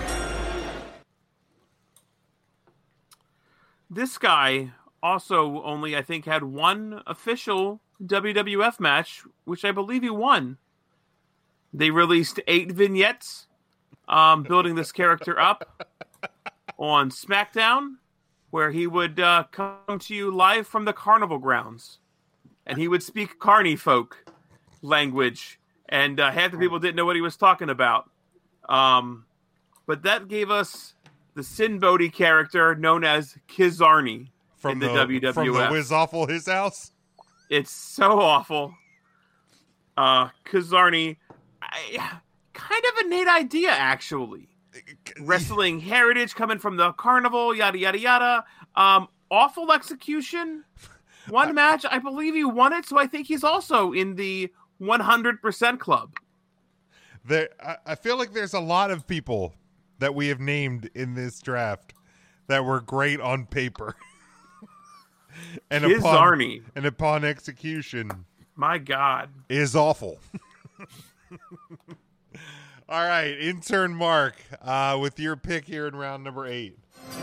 [SPEAKER 10] this guy also only I think had one official WWF match, which I believe he won. They released eight vignettes, um, building this character up on SmackDown, where he would uh, come to you live from the carnival grounds, and he would speak carny folk language, and uh, half the people didn't know what he was talking about. Um, but that gave us the Sin Bodhi character known as Kizarni
[SPEAKER 9] from
[SPEAKER 10] in the, WWF.
[SPEAKER 9] From the Wiz Awful His House.
[SPEAKER 10] It's so awful. Uh, Kazarni, I, kind of a neat idea, actually. Wrestling heritage coming from the carnival, yada, yada, yada. Um, awful execution. One match, I believe he won it, so I think he's also in the 100% club.
[SPEAKER 9] There, I, I feel like there's a lot of people that we have named in this draft that were great on paper, and upon
[SPEAKER 10] Kizarni.
[SPEAKER 9] and upon execution,
[SPEAKER 10] My God.
[SPEAKER 9] is awful. All right, intern Mark, uh, with your pick here in round number eight.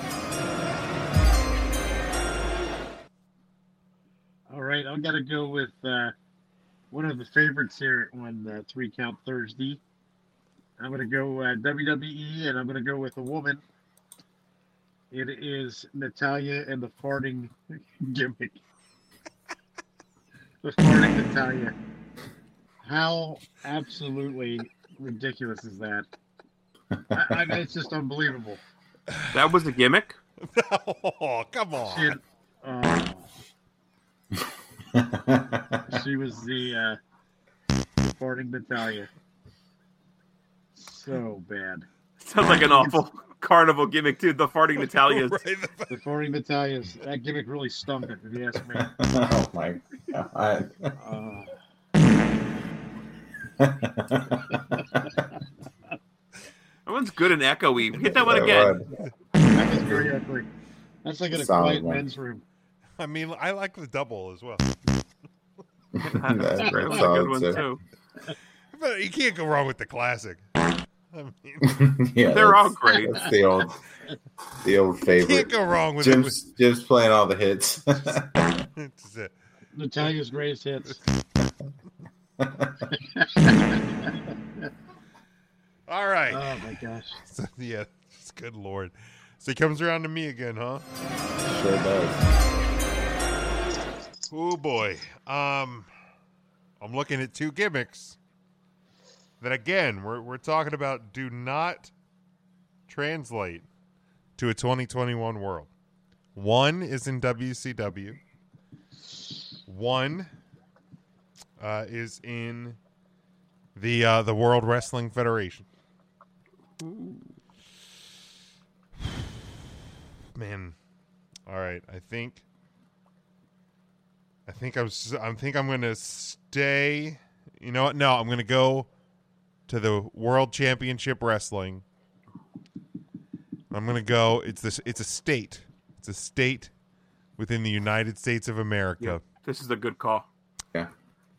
[SPEAKER 12] All right, I've got to go with uh, one of the favorites here on uh, Three Count Thursday. I'm going to go uh, WWE, and I'm going to go with a woman. It is Natalia and the farting gimmick. the farting Natalia. How absolutely ridiculous is that? I, I mean, it's just unbelievable.
[SPEAKER 10] That was a gimmick?
[SPEAKER 9] Oh, come
[SPEAKER 12] She, had- oh.
[SPEAKER 11] Oh
[SPEAKER 12] she was the uh, farting Natalia. So bad.
[SPEAKER 10] Sounds like an awful carnival gimmick, dude. The farting Natalias.
[SPEAKER 12] The farting Natalia's that gimmick really stumped it, if you ask me.
[SPEAKER 11] oh my god.
[SPEAKER 12] Uh,
[SPEAKER 10] That one's good and echoey. Hit that one
[SPEAKER 11] That
[SPEAKER 10] again.
[SPEAKER 12] that was very ugly. That's like in a
[SPEAKER 11] Solid
[SPEAKER 12] quiet
[SPEAKER 11] one.
[SPEAKER 12] men's room.
[SPEAKER 9] I mean, I like the double as well.
[SPEAKER 11] That's a
[SPEAKER 10] That was a
[SPEAKER 11] solid
[SPEAKER 10] good one,
[SPEAKER 11] set.
[SPEAKER 10] too.
[SPEAKER 9] But you can't go wrong with the classic.
[SPEAKER 11] yeah,
[SPEAKER 10] They're all
[SPEAKER 11] that's-
[SPEAKER 10] great.
[SPEAKER 11] That's the old, the old favorite.
[SPEAKER 9] go wrong with it.
[SPEAKER 11] Jim's, Jim's playing all the hits.
[SPEAKER 9] That's it.
[SPEAKER 12] Natalia's greatest hits.
[SPEAKER 9] All right.
[SPEAKER 12] Oh my gosh.
[SPEAKER 9] So, yeah, it's good lord. So he comes around to me again, huh?
[SPEAKER 11] Sure does.
[SPEAKER 9] Oh boy. Um I'm looking at two gimmicks that again we're we're talking about do not translate to a 2021 world. One is in WCW. One uh, is in the uh, the World Wrestling Federation. Man, all right. I think I think I'm. s- I think I'm going to stay. You know what? No, I'm going to go to the World Championship Wrestling. I'm going to go. It's this. It's a state. It's a state within the United States of America.
[SPEAKER 10] This is a good call.
[SPEAKER 11] Yeah.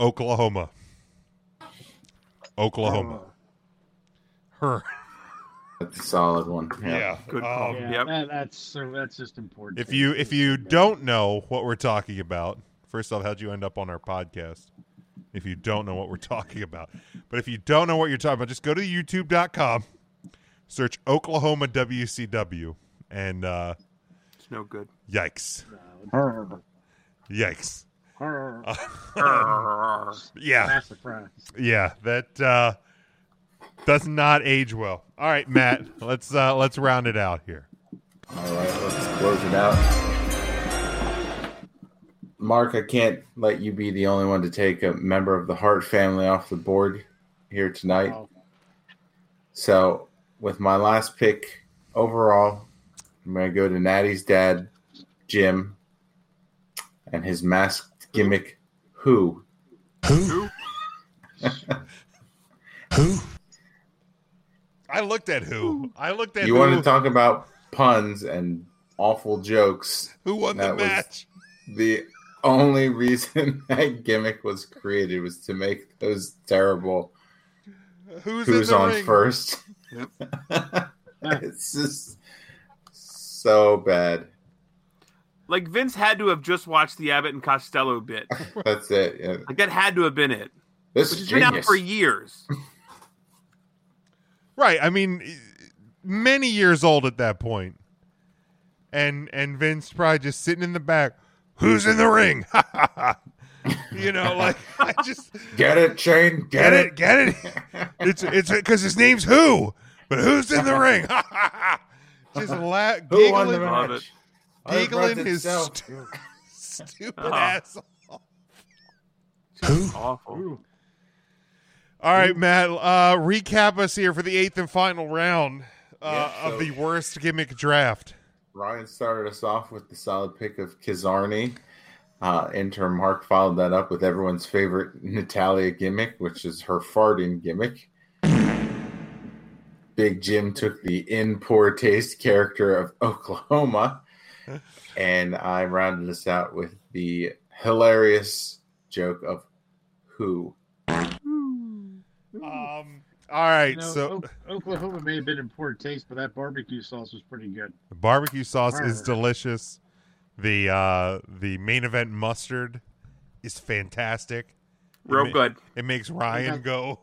[SPEAKER 9] Oklahoma. Oklahoma. Her.
[SPEAKER 11] That's a solid one.
[SPEAKER 9] Yeah. Um,
[SPEAKER 10] Good call.
[SPEAKER 12] Yeah,
[SPEAKER 10] yep.
[SPEAKER 12] that, that's so that's just important.
[SPEAKER 9] If you if you don't know what we're talking about, first off, how'd you end up on our podcast? If you don't know what we're talking about, but if you don't know what you're talking about, just go to YouTube.com, search Oklahoma WCW, and uh,
[SPEAKER 10] It's no good.
[SPEAKER 9] yikes,
[SPEAKER 12] Uh, Herb.
[SPEAKER 9] yikes,
[SPEAKER 12] Herb.
[SPEAKER 9] Oh, yeah,
[SPEAKER 12] That's the prize.
[SPEAKER 9] yeah, that uh, does not age well. All right, Matt, let's uh, let's round it out here.
[SPEAKER 11] All right, let's close it out. Mark, I can't let you be the only one to take a member of the Hart family off the board here tonight.
[SPEAKER 12] Oh.
[SPEAKER 11] So, with my last pick overall, I'm going to go to Natty's dad, Jim, and his masked gimmick, Who.
[SPEAKER 10] Who?
[SPEAKER 11] Who?
[SPEAKER 9] I looked at who. I looked at
[SPEAKER 11] You
[SPEAKER 9] who,
[SPEAKER 11] want to talk about puns and awful jokes?
[SPEAKER 9] who won the
[SPEAKER 11] That was-
[SPEAKER 9] match.
[SPEAKER 11] the only reason that gimmick was created was to make those terrible
[SPEAKER 9] Who's, in
[SPEAKER 11] who's
[SPEAKER 9] the
[SPEAKER 11] on
[SPEAKER 9] ring?
[SPEAKER 11] first. it's just so bad.
[SPEAKER 10] Like Vince had to have just watched the Abbott and Costello bit.
[SPEAKER 11] That's it. Yeah.
[SPEAKER 10] Like that had to have been it.
[SPEAKER 11] This
[SPEAKER 10] Which
[SPEAKER 11] is
[SPEAKER 10] has been out
[SPEAKER 11] genius.
[SPEAKER 10] for years.
[SPEAKER 9] Right. I mean, i- many years old at that point. And and Vince probably just sitting in the back, who's in the ring? you know, like I just
[SPEAKER 11] Get it, Shane. Get,
[SPEAKER 9] get it, get it. It's it's because his name's who, but who's in the ring? just la-
[SPEAKER 11] Who won the
[SPEAKER 9] giggling,
[SPEAKER 10] Love
[SPEAKER 11] match?
[SPEAKER 9] giggling
[SPEAKER 11] Unbroken
[SPEAKER 9] his
[SPEAKER 11] self.
[SPEAKER 9] stu- stupid
[SPEAKER 11] Oh.
[SPEAKER 10] Uh-huh.
[SPEAKER 9] ass. off.
[SPEAKER 10] It's awful.
[SPEAKER 12] Ooh.
[SPEAKER 9] All right, Matt. Uh, recap us here for the eighth and final round uh,
[SPEAKER 11] Yeah,
[SPEAKER 9] of
[SPEAKER 11] so-
[SPEAKER 9] the worst gimmick draft.
[SPEAKER 11] Ryan started us off with the solid pick of Kizarni. Uh, intern Mark followed that up with everyone's favorite Natalia gimmick, which is her farting gimmick. Big Jim took the in poor taste character of Oklahoma, and I rounded us out with the hilarious joke of who?
[SPEAKER 9] Um, All right, so-
[SPEAKER 12] oh. Oklahoma may have been in poor taste, but that barbecue sauce was pretty good.
[SPEAKER 9] The barbecue sauce is
[SPEAKER 12] Arr.
[SPEAKER 9] delicious. The uh, the main event mustard is fantastic. It
[SPEAKER 10] Real
[SPEAKER 9] ma-
[SPEAKER 10] good.
[SPEAKER 9] It makes Ryan go.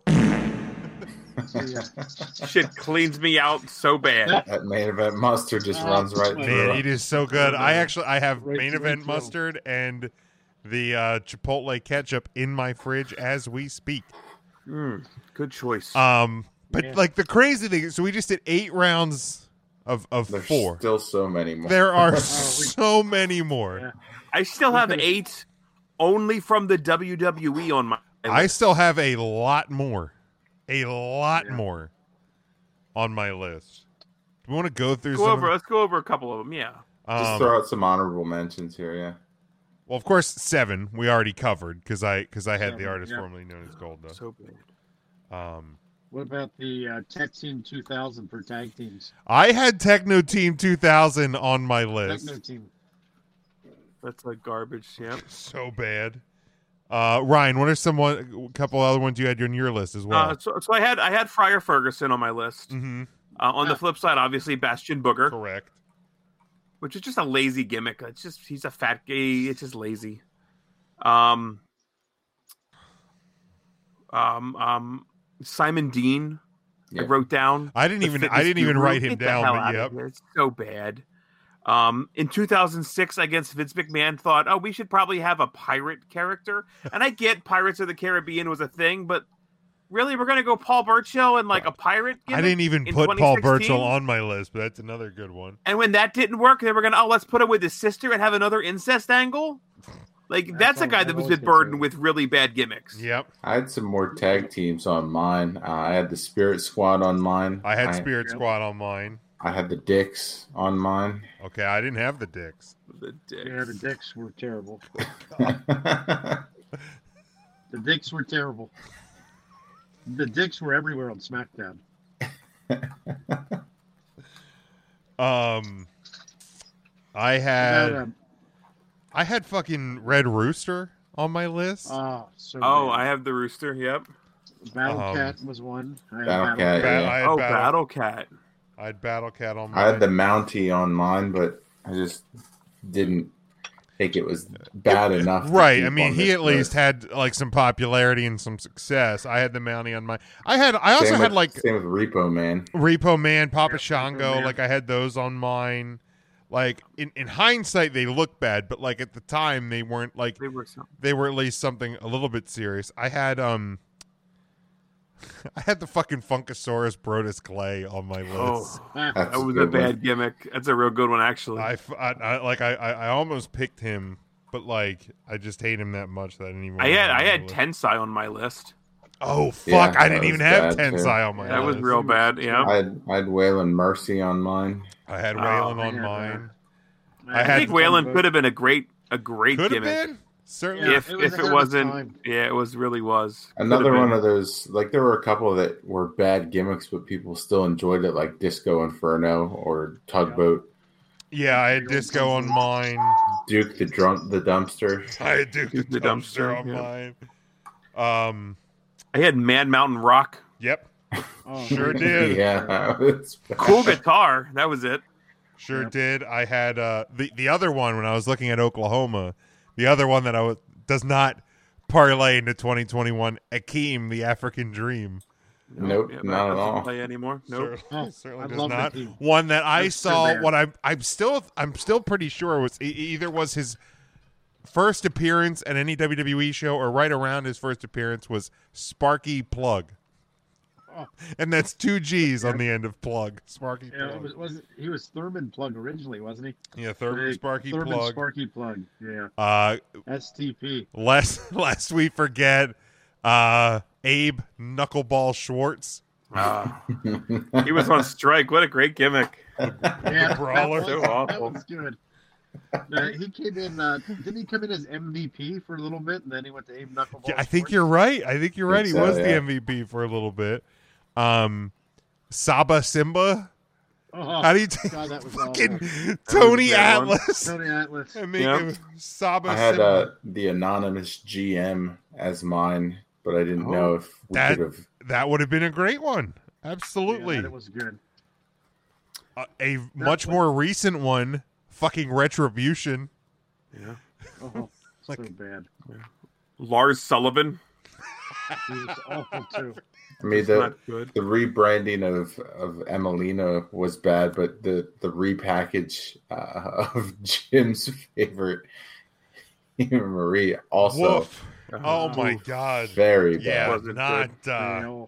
[SPEAKER 10] Shit cleans me out so bad.
[SPEAKER 11] That main event mustard just runs right through.
[SPEAKER 9] Uh, Man, it is so good. I actually I have
[SPEAKER 11] Right
[SPEAKER 9] main
[SPEAKER 11] through,
[SPEAKER 9] event
[SPEAKER 11] right through.
[SPEAKER 9] mustard and the uh, chipotle ketchup in my fridge as we speak.
[SPEAKER 10] Mm. good choice.
[SPEAKER 9] Um, but
[SPEAKER 10] Yeah.
[SPEAKER 9] like the crazy thing, is, so we just did eight rounds of of
[SPEAKER 11] There's
[SPEAKER 9] four.
[SPEAKER 11] Still so many more.
[SPEAKER 9] There are so many more.
[SPEAKER 10] I still have eight, only from the WWE on my.
[SPEAKER 9] I still have a lot more, a lot more on my list. Do we want to go through
[SPEAKER 10] Go
[SPEAKER 9] some? of
[SPEAKER 10] over.
[SPEAKER 9] them?
[SPEAKER 10] Let's go over a couple of them. Yeah.
[SPEAKER 11] Just
[SPEAKER 9] Um,
[SPEAKER 11] throw out some honorable mentions here, yeah.
[SPEAKER 9] Well, of course, seven we already covered because I because I had the
[SPEAKER 12] Seven,
[SPEAKER 9] artist
[SPEAKER 12] yeah.
[SPEAKER 9] formerly known as Gold Dust.
[SPEAKER 10] So
[SPEAKER 9] Um,
[SPEAKER 12] What about the uh, Tech Team 2000 for tag teams?
[SPEAKER 9] I had Techno Team 2000 on my list.
[SPEAKER 12] Techno Team.
[SPEAKER 10] That's like garbage. Yeah.
[SPEAKER 9] So bad. Uh, Ryan, what are some one, couple other ones you had on your list as well?
[SPEAKER 10] Uh, so, so I had I had Friar Ferguson on my list.
[SPEAKER 9] Mhm.
[SPEAKER 10] Uh, on the flip side, obviously Bastion Booger,
[SPEAKER 9] correct,
[SPEAKER 10] which is just a lazy gimmick. It's just he's a fat gay. It's just lazy. Um, um, um, Simon Dean,
[SPEAKER 9] Yeah.
[SPEAKER 10] I wrote down.
[SPEAKER 9] I didn't
[SPEAKER 10] the
[SPEAKER 9] even- I
[SPEAKER 10] fitness
[SPEAKER 9] didn't even
[SPEAKER 10] guru.
[SPEAKER 9] write him
[SPEAKER 10] Get the
[SPEAKER 9] down,
[SPEAKER 10] hell
[SPEAKER 9] but
[SPEAKER 10] out of
[SPEAKER 9] yep.
[SPEAKER 10] here. It's so bad. Um, in 2006, against Vince McMahon, thought, "Oh, we should probably have a pirate character." And I get Pirates of the Caribbean was a thing, but really, we're gonna go Paul Burchill and like a pirate.
[SPEAKER 9] I
[SPEAKER 10] gimmick
[SPEAKER 9] didn't e-, even
[SPEAKER 10] in
[SPEAKER 9] put Paul
[SPEAKER 10] 2016?
[SPEAKER 9] Burchill on my list, but that's another good one.
[SPEAKER 10] And when that didn't work, they were gonna, "Oh, let's put him with his sister and have another incest angle." Like that's, a
[SPEAKER 12] all-
[SPEAKER 10] guy
[SPEAKER 12] that
[SPEAKER 10] that was
[SPEAKER 12] always
[SPEAKER 10] been
[SPEAKER 12] gets me.
[SPEAKER 10] burdened with really bad gimmicks.
[SPEAKER 9] Yep.
[SPEAKER 11] I had some more tag teams on mine. Uh, I had the Spirit Squad on mine.
[SPEAKER 9] I had Spirit Squad on mine.
[SPEAKER 11] I had the Dicks on mine.
[SPEAKER 9] Okay, I didn't have the dicks.
[SPEAKER 10] The dicks.
[SPEAKER 12] Yeah, the dicks were terrible. the dicks were terrible. The dicks were everywhere on SmackDown.
[SPEAKER 9] Um, I had
[SPEAKER 12] um,
[SPEAKER 9] I had fucking Red Rooster on my list.
[SPEAKER 12] Oh, so
[SPEAKER 10] Oh, I have the rooster. Yep.
[SPEAKER 12] Battle
[SPEAKER 9] Um,
[SPEAKER 12] Cat was one. I had
[SPEAKER 11] Battle Cat,
[SPEAKER 9] Ba-
[SPEAKER 11] yeah.
[SPEAKER 9] I had Battle-
[SPEAKER 10] Oh, Battle Cat.
[SPEAKER 9] I had Battle Cat on.
[SPEAKER 11] I had the
[SPEAKER 9] mine.
[SPEAKER 11] Mountie on mine, but I just didn't think it was bad enough. to
[SPEAKER 9] Right. I
[SPEAKER 11] keep
[SPEAKER 9] mean,
[SPEAKER 11] on
[SPEAKER 9] he
[SPEAKER 11] this
[SPEAKER 9] at least
[SPEAKER 11] list.
[SPEAKER 9] had like some popularity and some success. I had the Mountie on my. I had. I also
[SPEAKER 11] Same
[SPEAKER 9] had
[SPEAKER 11] with-
[SPEAKER 9] like
[SPEAKER 11] same with Repo Man.
[SPEAKER 9] Repo Man, Papa Shango.
[SPEAKER 11] Man.
[SPEAKER 9] Like I had those on mine. Like in, in hindsight, they look bad, but like at the time, they weren't like
[SPEAKER 10] they were something.
[SPEAKER 9] They were at least something a little bit serious. I had um, I had the fucking Funkasaurus Brodus Clay on my list.
[SPEAKER 10] Oh, that was a bad gimmick. That's a real good one, actually.
[SPEAKER 9] I, f- I- I- like I, I I almost picked him, but like I just hate him that much that I didn't even.
[SPEAKER 10] I
[SPEAKER 9] wanna have
[SPEAKER 10] had I
[SPEAKER 9] him on
[SPEAKER 10] had
[SPEAKER 9] my list.
[SPEAKER 10] Tensai on my list.
[SPEAKER 9] Oh fuck! I didn't
[SPEAKER 11] that
[SPEAKER 9] even
[SPEAKER 11] was
[SPEAKER 9] have
[SPEAKER 11] bad, too.
[SPEAKER 9] Tensai on Oh my
[SPEAKER 10] That was
[SPEAKER 9] list.
[SPEAKER 10] real bad. Yeah.
[SPEAKER 11] I had, I had Waylon Mercy on mine.
[SPEAKER 9] I had
[SPEAKER 10] Oh,
[SPEAKER 9] Waylon on
[SPEAKER 10] yeah.
[SPEAKER 9] mine.
[SPEAKER 10] I, think Whalen could have been a great a great
[SPEAKER 9] Could have
[SPEAKER 10] gimmick.
[SPEAKER 9] been certainly
[SPEAKER 10] if if it wasn't, yeah, it was really was. Could have
[SPEAKER 11] Another
[SPEAKER 10] been.
[SPEAKER 11] one of those, like there were a couple that were bad gimmicks, but people still enjoyed it, like Disco Inferno or Tugboat,
[SPEAKER 9] Yeah, I had Disco on mine.
[SPEAKER 11] Duke the Drunk, the Dumpster.
[SPEAKER 9] I had Duke the, dumpster, on mine. Um,
[SPEAKER 10] I had Mad Mountain Rock.
[SPEAKER 9] Yep.
[SPEAKER 12] Oh,
[SPEAKER 9] Sure did.
[SPEAKER 11] yeah, it's
[SPEAKER 10] Cool guitar. That was it.
[SPEAKER 9] Sure did. I had uh, the the other one when I was looking at Oklahoma. The other one that I was does not parlay into 2021. Akeem, the African Dream.
[SPEAKER 11] Nope,
[SPEAKER 10] Yeah, that
[SPEAKER 11] not at
[SPEAKER 10] doesn't
[SPEAKER 11] all.
[SPEAKER 10] Play anymore? Nope.
[SPEAKER 9] Certainly,
[SPEAKER 10] Oh, I
[SPEAKER 9] certainly does
[SPEAKER 10] love
[SPEAKER 9] not.
[SPEAKER 10] Akeem.
[SPEAKER 9] One that I
[SPEAKER 10] That's so
[SPEAKER 9] saw.
[SPEAKER 10] bad.
[SPEAKER 9] What I'm I'm still I'm still pretty sure was e- either was his first appearance at any WWE show or right around his first appearance was Sparky Plug. And that's two G's on the end of plug. Oh. Sparky
[SPEAKER 12] Yeah, it
[SPEAKER 9] Plug.
[SPEAKER 12] was, was he was Thurman Plug originally, wasn't he?
[SPEAKER 9] Yeah, Thurman
[SPEAKER 12] Hey,
[SPEAKER 9] Sparky
[SPEAKER 12] Thurman
[SPEAKER 9] Plug.
[SPEAKER 12] Sparky Plug. Yeah.
[SPEAKER 9] Uh,
[SPEAKER 12] STP.
[SPEAKER 9] Lest lest we forget uh Abe Knuckleball Schwartz.
[SPEAKER 10] Ah. he was on strike. What a great gimmick.
[SPEAKER 12] Yeah, that
[SPEAKER 9] brawler.
[SPEAKER 12] was-
[SPEAKER 10] So
[SPEAKER 12] That
[SPEAKER 10] awful.
[SPEAKER 12] was good. Uh, he came in. Uh, didn't he come in as MVP for a little bit, and then he went to aim knuckleball?
[SPEAKER 9] Yeah, I think you're right. I think you're right. He
[SPEAKER 11] Think so,
[SPEAKER 9] was
[SPEAKER 11] yeah.
[SPEAKER 9] the MVP for a little bit. Um Saba Simba.
[SPEAKER 12] Oh,
[SPEAKER 9] How do you take
[SPEAKER 12] God, that was
[SPEAKER 9] fucking
[SPEAKER 12] awful.
[SPEAKER 9] Tony
[SPEAKER 11] That was a
[SPEAKER 9] Atlas?
[SPEAKER 12] Tony Atlas.
[SPEAKER 9] And make
[SPEAKER 11] Yeah.
[SPEAKER 9] him Saba
[SPEAKER 11] I had
[SPEAKER 9] Simba.
[SPEAKER 11] uh, the anonymous GM as mine. but I didn't know if
[SPEAKER 9] Oh,
[SPEAKER 11] we
[SPEAKER 9] That
[SPEAKER 11] could have.
[SPEAKER 9] that would have been a great one. Absolutely,
[SPEAKER 12] it was good.
[SPEAKER 9] a, a much more recent one. Fucking retribution.
[SPEAKER 10] Yeah.
[SPEAKER 12] Oh, so bad.
[SPEAKER 10] Lars Sullivan.
[SPEAKER 12] He was awful too.
[SPEAKER 11] I mean,
[SPEAKER 10] It's
[SPEAKER 11] the,
[SPEAKER 10] not good.
[SPEAKER 11] the rebranding of of Emelina was bad, but the the repackage uh, of Jim's favorite Eva Marie also. uh-huh.
[SPEAKER 9] Woof. Oh
[SPEAKER 10] Uh-huh.
[SPEAKER 9] my god.
[SPEAKER 11] Very
[SPEAKER 9] Yeah,
[SPEAKER 11] bad.
[SPEAKER 10] Wasn't
[SPEAKER 9] not.
[SPEAKER 10] good.
[SPEAKER 9] Uh,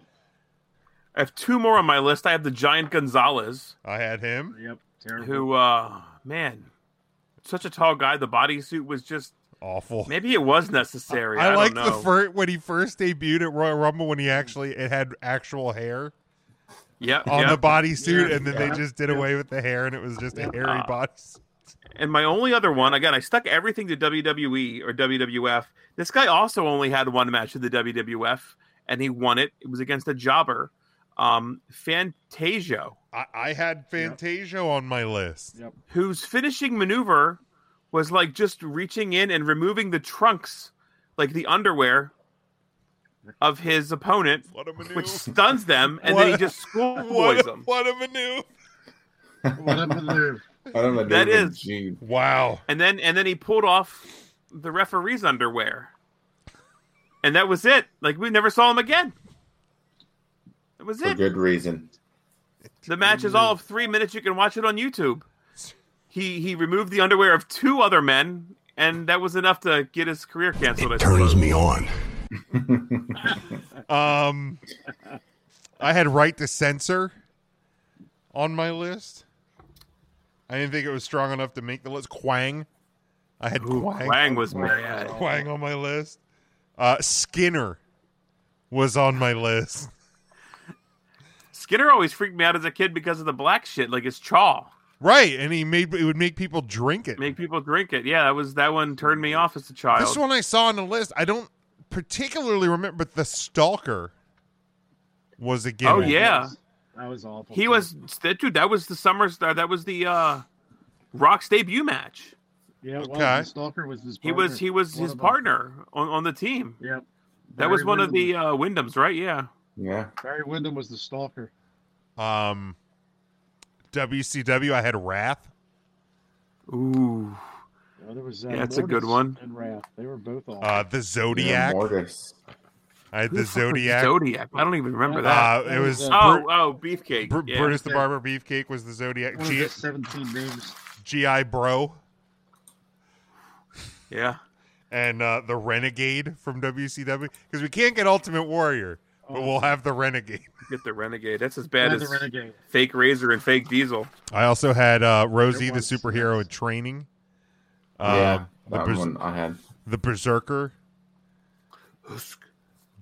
[SPEAKER 10] I have two more on my list. I have the Giant Gonzalez.
[SPEAKER 9] I had him.
[SPEAKER 12] Yep.
[SPEAKER 10] Who, uh, man, such a tall guy. The bodysuit was just
[SPEAKER 9] awful.
[SPEAKER 10] Maybe it was necessary. I,
[SPEAKER 9] I like
[SPEAKER 10] don't
[SPEAKER 9] the
[SPEAKER 10] know.
[SPEAKER 9] first when he first debuted at Royal Rumble when he actually it had actual hair
[SPEAKER 10] Yep,
[SPEAKER 9] on
[SPEAKER 10] yep.
[SPEAKER 9] the bodysuit, and then
[SPEAKER 10] Yeah.
[SPEAKER 9] they just did away with the hair, and it was just a hairy
[SPEAKER 11] Ah.
[SPEAKER 10] Uh,
[SPEAKER 9] bodysuit.
[SPEAKER 10] And my only other one, again, I stuck everything to WWE or WWF. This guy also only had one match in the WWF, and he won it. It was against a jobber, um, Fantasio.
[SPEAKER 9] I, I had Fantasio on my list.
[SPEAKER 12] Yep.
[SPEAKER 10] Whose finishing maneuver was like just reaching in and removing the trunks, like the underwear of his opponent, which stuns them, and then he
[SPEAKER 9] What-
[SPEAKER 10] just schoolboys
[SPEAKER 9] What a,
[SPEAKER 10] them.
[SPEAKER 9] what a maneuver!
[SPEAKER 12] What a maneuver!
[SPEAKER 10] That is
[SPEAKER 9] wow.
[SPEAKER 10] And then and then he pulled off the referee's underwear, and that was it. Like we never saw him again. That was
[SPEAKER 11] For
[SPEAKER 10] it.
[SPEAKER 11] good reason.
[SPEAKER 10] The match is all of three minutes. You can watch it on YouTube. He he removed the underwear of two other men, and that was enough to get his career canceled. It turns me on.
[SPEAKER 9] Um, I had right to censor on my list. I didn't think it was strong enough to make the list. Quang, I had Quang.
[SPEAKER 10] Quang was bad.
[SPEAKER 9] Quang on my list. Uh, Skinner was on my list.
[SPEAKER 10] Skinner always freaked me out as a kid because of the black shit, like his chaw.
[SPEAKER 9] Right, and he made it would make people drink it.
[SPEAKER 10] Make people drink it. Yeah, that was that one turned me off as a child.
[SPEAKER 9] This one I saw on the list. I don't particularly remember, but the Stalker was a gimmick.
[SPEAKER 10] oh yeah.
[SPEAKER 12] That was awful.
[SPEAKER 10] He was that dude. That was the summer star. That was the uh, Rock's debut match.
[SPEAKER 12] Yeah, it was.
[SPEAKER 10] Okay.
[SPEAKER 12] The Stalker was his.
[SPEAKER 10] He was
[SPEAKER 12] partner.
[SPEAKER 10] he was
[SPEAKER 12] One
[SPEAKER 10] his
[SPEAKER 12] of them.
[SPEAKER 10] partner on, on the team.
[SPEAKER 12] Yep.
[SPEAKER 10] That was
[SPEAKER 12] Barry
[SPEAKER 10] one of the uh, Wyndhams, right? Yeah.
[SPEAKER 11] Yeah.
[SPEAKER 12] Barry Windham was the Stalker.
[SPEAKER 9] Um, WCW. I had Wrath.
[SPEAKER 10] Ooh.
[SPEAKER 12] The other was uh,
[SPEAKER 9] Yeah, it's a good
[SPEAKER 12] Mortis
[SPEAKER 9] one.
[SPEAKER 12] And Wrath. They were both awful.
[SPEAKER 9] Uh, the Zodiac. I had
[SPEAKER 10] Who
[SPEAKER 9] the
[SPEAKER 10] the fuck was
[SPEAKER 9] Zodiac.
[SPEAKER 10] Zodiac? I don't even remember
[SPEAKER 9] Uh,
[SPEAKER 10] that.
[SPEAKER 9] it was
[SPEAKER 10] oh
[SPEAKER 9] Bru-
[SPEAKER 10] oh beefcake.
[SPEAKER 9] Bru-
[SPEAKER 10] yeah.
[SPEAKER 9] Brutus the Barber Beefcake was the Zodiac.
[SPEAKER 12] One of
[SPEAKER 9] G-
[SPEAKER 12] the seventeen names.
[SPEAKER 9] GI Bro
[SPEAKER 10] Yeah.
[SPEAKER 9] and uh, the Renegade from WCW because we can't get Ultimate Warrior, but we'll have the Renegade.
[SPEAKER 10] Get the Renegade. That's as bad
[SPEAKER 12] Yeah,
[SPEAKER 10] as
[SPEAKER 12] the Renegade.
[SPEAKER 10] fake Razor and fake Diesel.
[SPEAKER 9] I also had uh, Rosie
[SPEAKER 10] There
[SPEAKER 9] the superhero in training.
[SPEAKER 11] yeah,
[SPEAKER 9] Um,
[SPEAKER 11] that
[SPEAKER 9] the,
[SPEAKER 11] one
[SPEAKER 9] berser-
[SPEAKER 11] I had.
[SPEAKER 9] the Berserker.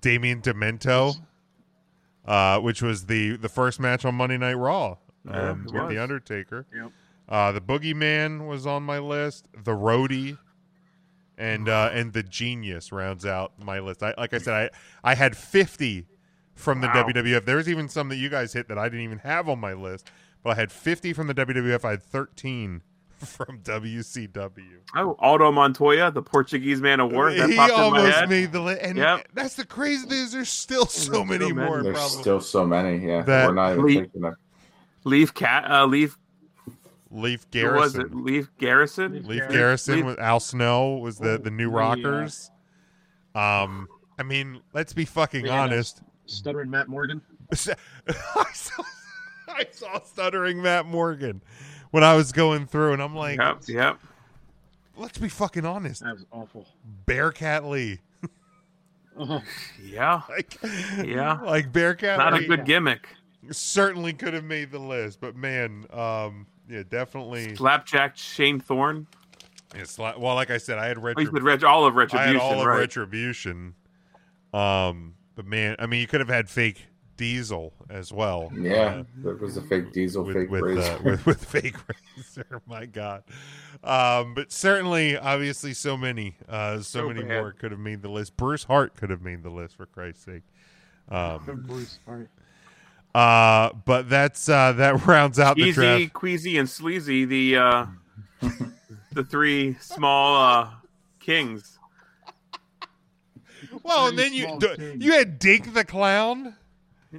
[SPEAKER 9] Damien Demento, uh, which was the the first match on Monday Night Raw
[SPEAKER 10] Yeah,
[SPEAKER 9] um,
[SPEAKER 10] it
[SPEAKER 9] with
[SPEAKER 10] was.
[SPEAKER 9] the Undertaker.
[SPEAKER 12] Yep.
[SPEAKER 9] Uh, the Boogeyman was on my list. The Roadie, and uh, and the Genius rounds out my list. I, like I said, I I had fifty from the
[SPEAKER 10] Wow.
[SPEAKER 9] WWF. There's even some that you guys hit that I didn't even have on my list, but I had fifty from the WWF. I had thirteen from WCW.
[SPEAKER 10] Oh, Aldo Montoya, the Portuguese man of war. That
[SPEAKER 9] he
[SPEAKER 10] popped in my
[SPEAKER 9] almost
[SPEAKER 10] head.
[SPEAKER 9] made the list, and
[SPEAKER 10] Yep.
[SPEAKER 9] that's the crazy thing is there's still so many more.
[SPEAKER 11] There's
[SPEAKER 9] probably.
[SPEAKER 11] still so many. Yeah,
[SPEAKER 9] That-
[SPEAKER 11] we're not even
[SPEAKER 10] Lee-
[SPEAKER 11] thinking of.
[SPEAKER 10] Leaf cat. Uh, Leaf.
[SPEAKER 9] Leaf
[SPEAKER 10] who
[SPEAKER 9] Garrison.
[SPEAKER 10] was it? Leaf Garrison.
[SPEAKER 9] Leaf Garrison
[SPEAKER 10] Leaf-
[SPEAKER 9] with Al Snow was the the new
[SPEAKER 12] yeah.
[SPEAKER 9] rockers. Um, I mean, let's be fucking
[SPEAKER 12] We had, uh,
[SPEAKER 9] honest.
[SPEAKER 12] Stuttering Matt Morgan.
[SPEAKER 9] I saw, I saw stuttering Matt Morgan when I was going through, and I'm like,
[SPEAKER 10] Yep. Yep.
[SPEAKER 9] let's be fucking honest.
[SPEAKER 12] That was awful.
[SPEAKER 9] Bearcat Lee,
[SPEAKER 12] Oh,
[SPEAKER 10] Yeah.
[SPEAKER 9] like,
[SPEAKER 10] Yeah.
[SPEAKER 9] like Bearcat.
[SPEAKER 10] Not a
[SPEAKER 9] Lee
[SPEAKER 10] good gimmick.
[SPEAKER 9] Certainly could have made the list, but man, um, yeah, definitely.
[SPEAKER 10] Slapjack Shane Thorne.
[SPEAKER 9] Yeah, sla- well, like I said, I had
[SPEAKER 10] Oh, you
[SPEAKER 9] retrib-
[SPEAKER 10] said Reg- all of
[SPEAKER 9] I had
[SPEAKER 10] Retribution,
[SPEAKER 9] all of
[SPEAKER 10] right.
[SPEAKER 9] retribution. Um, but man, I mean, you could have had fake Diesel as well.
[SPEAKER 11] Yeah,
[SPEAKER 9] Uh,
[SPEAKER 11] there was a fake diesel, fake
[SPEAKER 9] with,
[SPEAKER 11] razor.
[SPEAKER 9] uh, with with fake razor. My God, um, but certainly, obviously, so many, uh, so,
[SPEAKER 12] So
[SPEAKER 9] many
[SPEAKER 12] bad.
[SPEAKER 9] more could have made the list. Bruce Hart could have made the list for Christ's sake. Um,
[SPEAKER 12] Bruce Hart.
[SPEAKER 9] uh, but that's uh, that rounds out the
[SPEAKER 10] Easy,
[SPEAKER 9] draft.
[SPEAKER 10] Queasy, and Sleazy, the uh, the three small uh, kings.
[SPEAKER 9] Well, and then you d- you had Dink the Clown.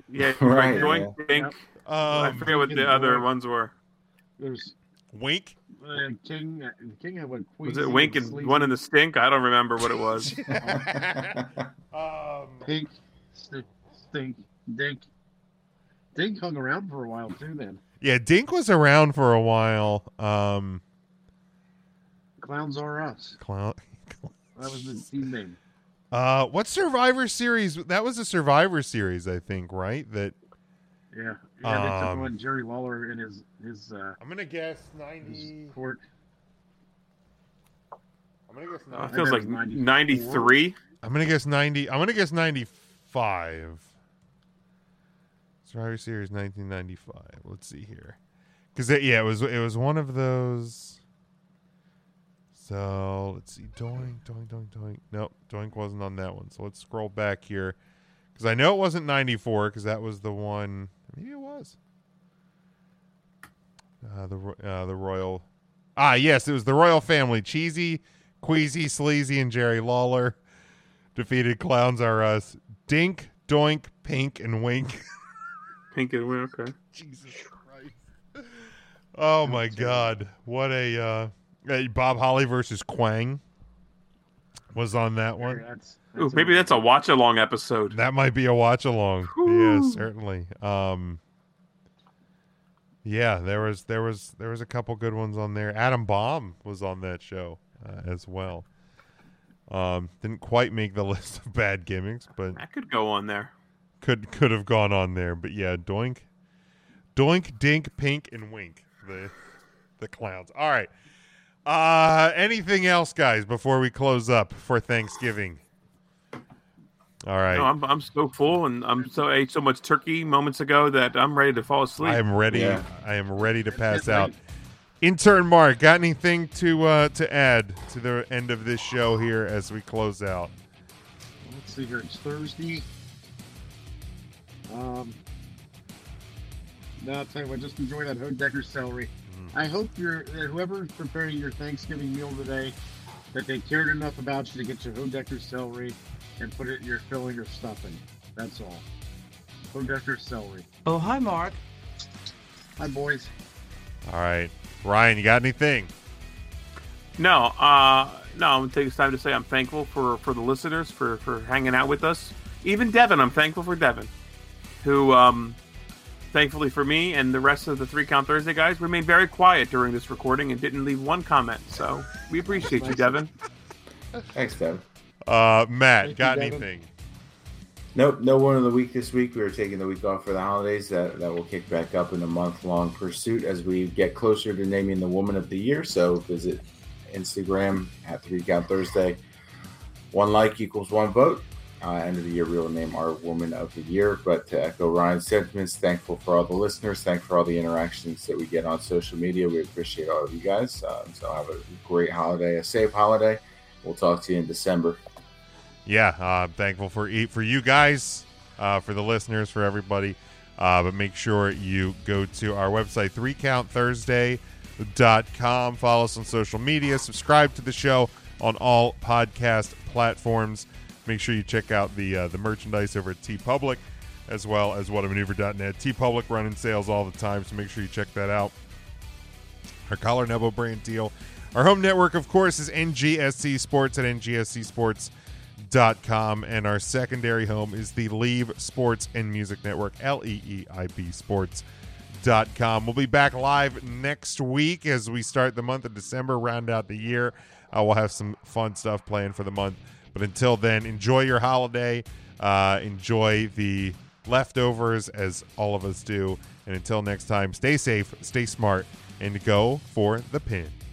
[SPEAKER 10] Yeah,
[SPEAKER 9] Right.
[SPEAKER 10] right. Doink, Dink. I
[SPEAKER 9] Um,
[SPEAKER 10] forget what the other ones were.
[SPEAKER 12] There's
[SPEAKER 9] Wink.
[SPEAKER 12] Uh, King, uh, King had one.
[SPEAKER 10] Was it Wink and one in the stink? I don't remember what it was.
[SPEAKER 9] Um,
[SPEAKER 12] Pink, st- stink, dink. Dink hung around for a while too. Then
[SPEAKER 9] Yeah, Dink was around for a while. Um,
[SPEAKER 12] clowns are us.
[SPEAKER 9] Clown.
[SPEAKER 12] That was the team name.
[SPEAKER 9] Uh, what Survivor series? That was a Survivor series, I think, right? That
[SPEAKER 12] Yeah, yeah. They took
[SPEAKER 9] Um,
[SPEAKER 12] one Jerry Lawler in his his. Uh,
[SPEAKER 9] I'm gonna guess ninety.
[SPEAKER 12] Court.
[SPEAKER 9] I'm gonna guess.
[SPEAKER 10] Uh, it feels like 93.
[SPEAKER 9] I'm gonna guess ninety. I'm gonna guess ninety-five. Survivor Series, nineteen ninety-five. Let's see here, because yeah, it was it was one of those. So let's see, doink, doink, doink, doink. Nope, doink wasn't on that one. So let's scroll back here, because I know it wasn't ninety-four, because that was the one. Maybe it was. Uh, the Ro- uh, the royal, ah yes, it was the royal family. Cheesy, Queasy, Sleazy, and Jerry Lawler defeated Clowns R Us. Dink, Doink, Pink, and Wink.
[SPEAKER 10] Pink and Wink. Okay.
[SPEAKER 9] Jesus Christ. Oh my God! What a uh, hey, Bob Holly versus Quang was on that one.
[SPEAKER 10] Ooh, maybe that's a watch along episode.
[SPEAKER 9] That might be a watch along. Yeah,
[SPEAKER 10] Whew.
[SPEAKER 9] certainly. Um, yeah, there was there was there was a couple good ones on there. Adam Baum was on that show uh, as well. Um, didn't quite make the list of bad gimmicks, but
[SPEAKER 10] I could go on there.
[SPEAKER 9] could could have gone on there. But yeah, Doink, Doink, Dink, Pink, and Wink. The the clowns. All right. Uh, anything else, guys, before we close up for Thanksgiving? All right.
[SPEAKER 10] No, I'm I'm so full and I'm so I ate so much turkey moments ago that I'm ready to fall asleep.
[SPEAKER 9] I am ready. I am ready to pass out. Intern Mark, got anything to uh, to add to the end of this show here as we close out?
[SPEAKER 12] Let's see here. It's Thursday. Um. No, I'll tell you what. Just enjoy that Hodecker celery. I hope you're uh, whoever's preparing your Thanksgiving meal today that they cared enough about you to get your Hodecker celery and put it in your filling or stuffing. That's all. Hodecker celery.
[SPEAKER 16] Oh, hi, Mark.
[SPEAKER 12] Hi, boys.
[SPEAKER 9] All right, Ryan, you got anything?
[SPEAKER 10] No, uh, no, I'm gonna take this time to say I'm thankful for for the listeners for for hanging out with us. Even Devin, I'm thankful for Devin, who, um, thankfully for me and the rest of the Three Count Thursday guys, remained very quiet during this recording and didn't leave one comment. So we appreciate you, Devin.
[SPEAKER 11] Thanks, Devin.
[SPEAKER 9] Uh, Matt,
[SPEAKER 11] Thank you,
[SPEAKER 9] got
[SPEAKER 11] Devin.
[SPEAKER 9] anything?
[SPEAKER 11] Nope, no one of the week this week. We are taking the week off for the holidays. That that will kick back up in a month long pursuit as we get closer to naming the woman of the year. So visit Instagram at Three Count Thursday. One like equals one vote. Uh, end of the year, we will name our woman of the year. But to echo Ryan's sentiments, thankful for all the listeners, thankful for all the interactions that we get on social media. We appreciate all of you guys. Um, so have a great holiday, a safe holiday. We'll talk to you in December.
[SPEAKER 9] Yeah, uh, I'm thankful for e- for you guys, uh, for the listeners, for everybody. Uh, but make sure you go to our website, 3countthursday.com. Follow us on social media. Subscribe to the show on all podcast platforms. Make sure you check out the uh, the merchandise over at T Public, as well as whatamaneuver.net. T Public running sales all the time, so make sure you check that out our collar and elbow brand deal. Our home network, of course, is NGSC Sports at ngscsports.com. And our secondary home is the Leave Sports and Music Network, L E E I B Sports.com. We'll be back live next week as we start the month of December, round out the year. Uh, we'll have some fun stuff planned for the month. But until then, enjoy your holiday. Uh, enjoy the leftovers as all of us do. And until next time, stay safe, stay smart, and go for the pin.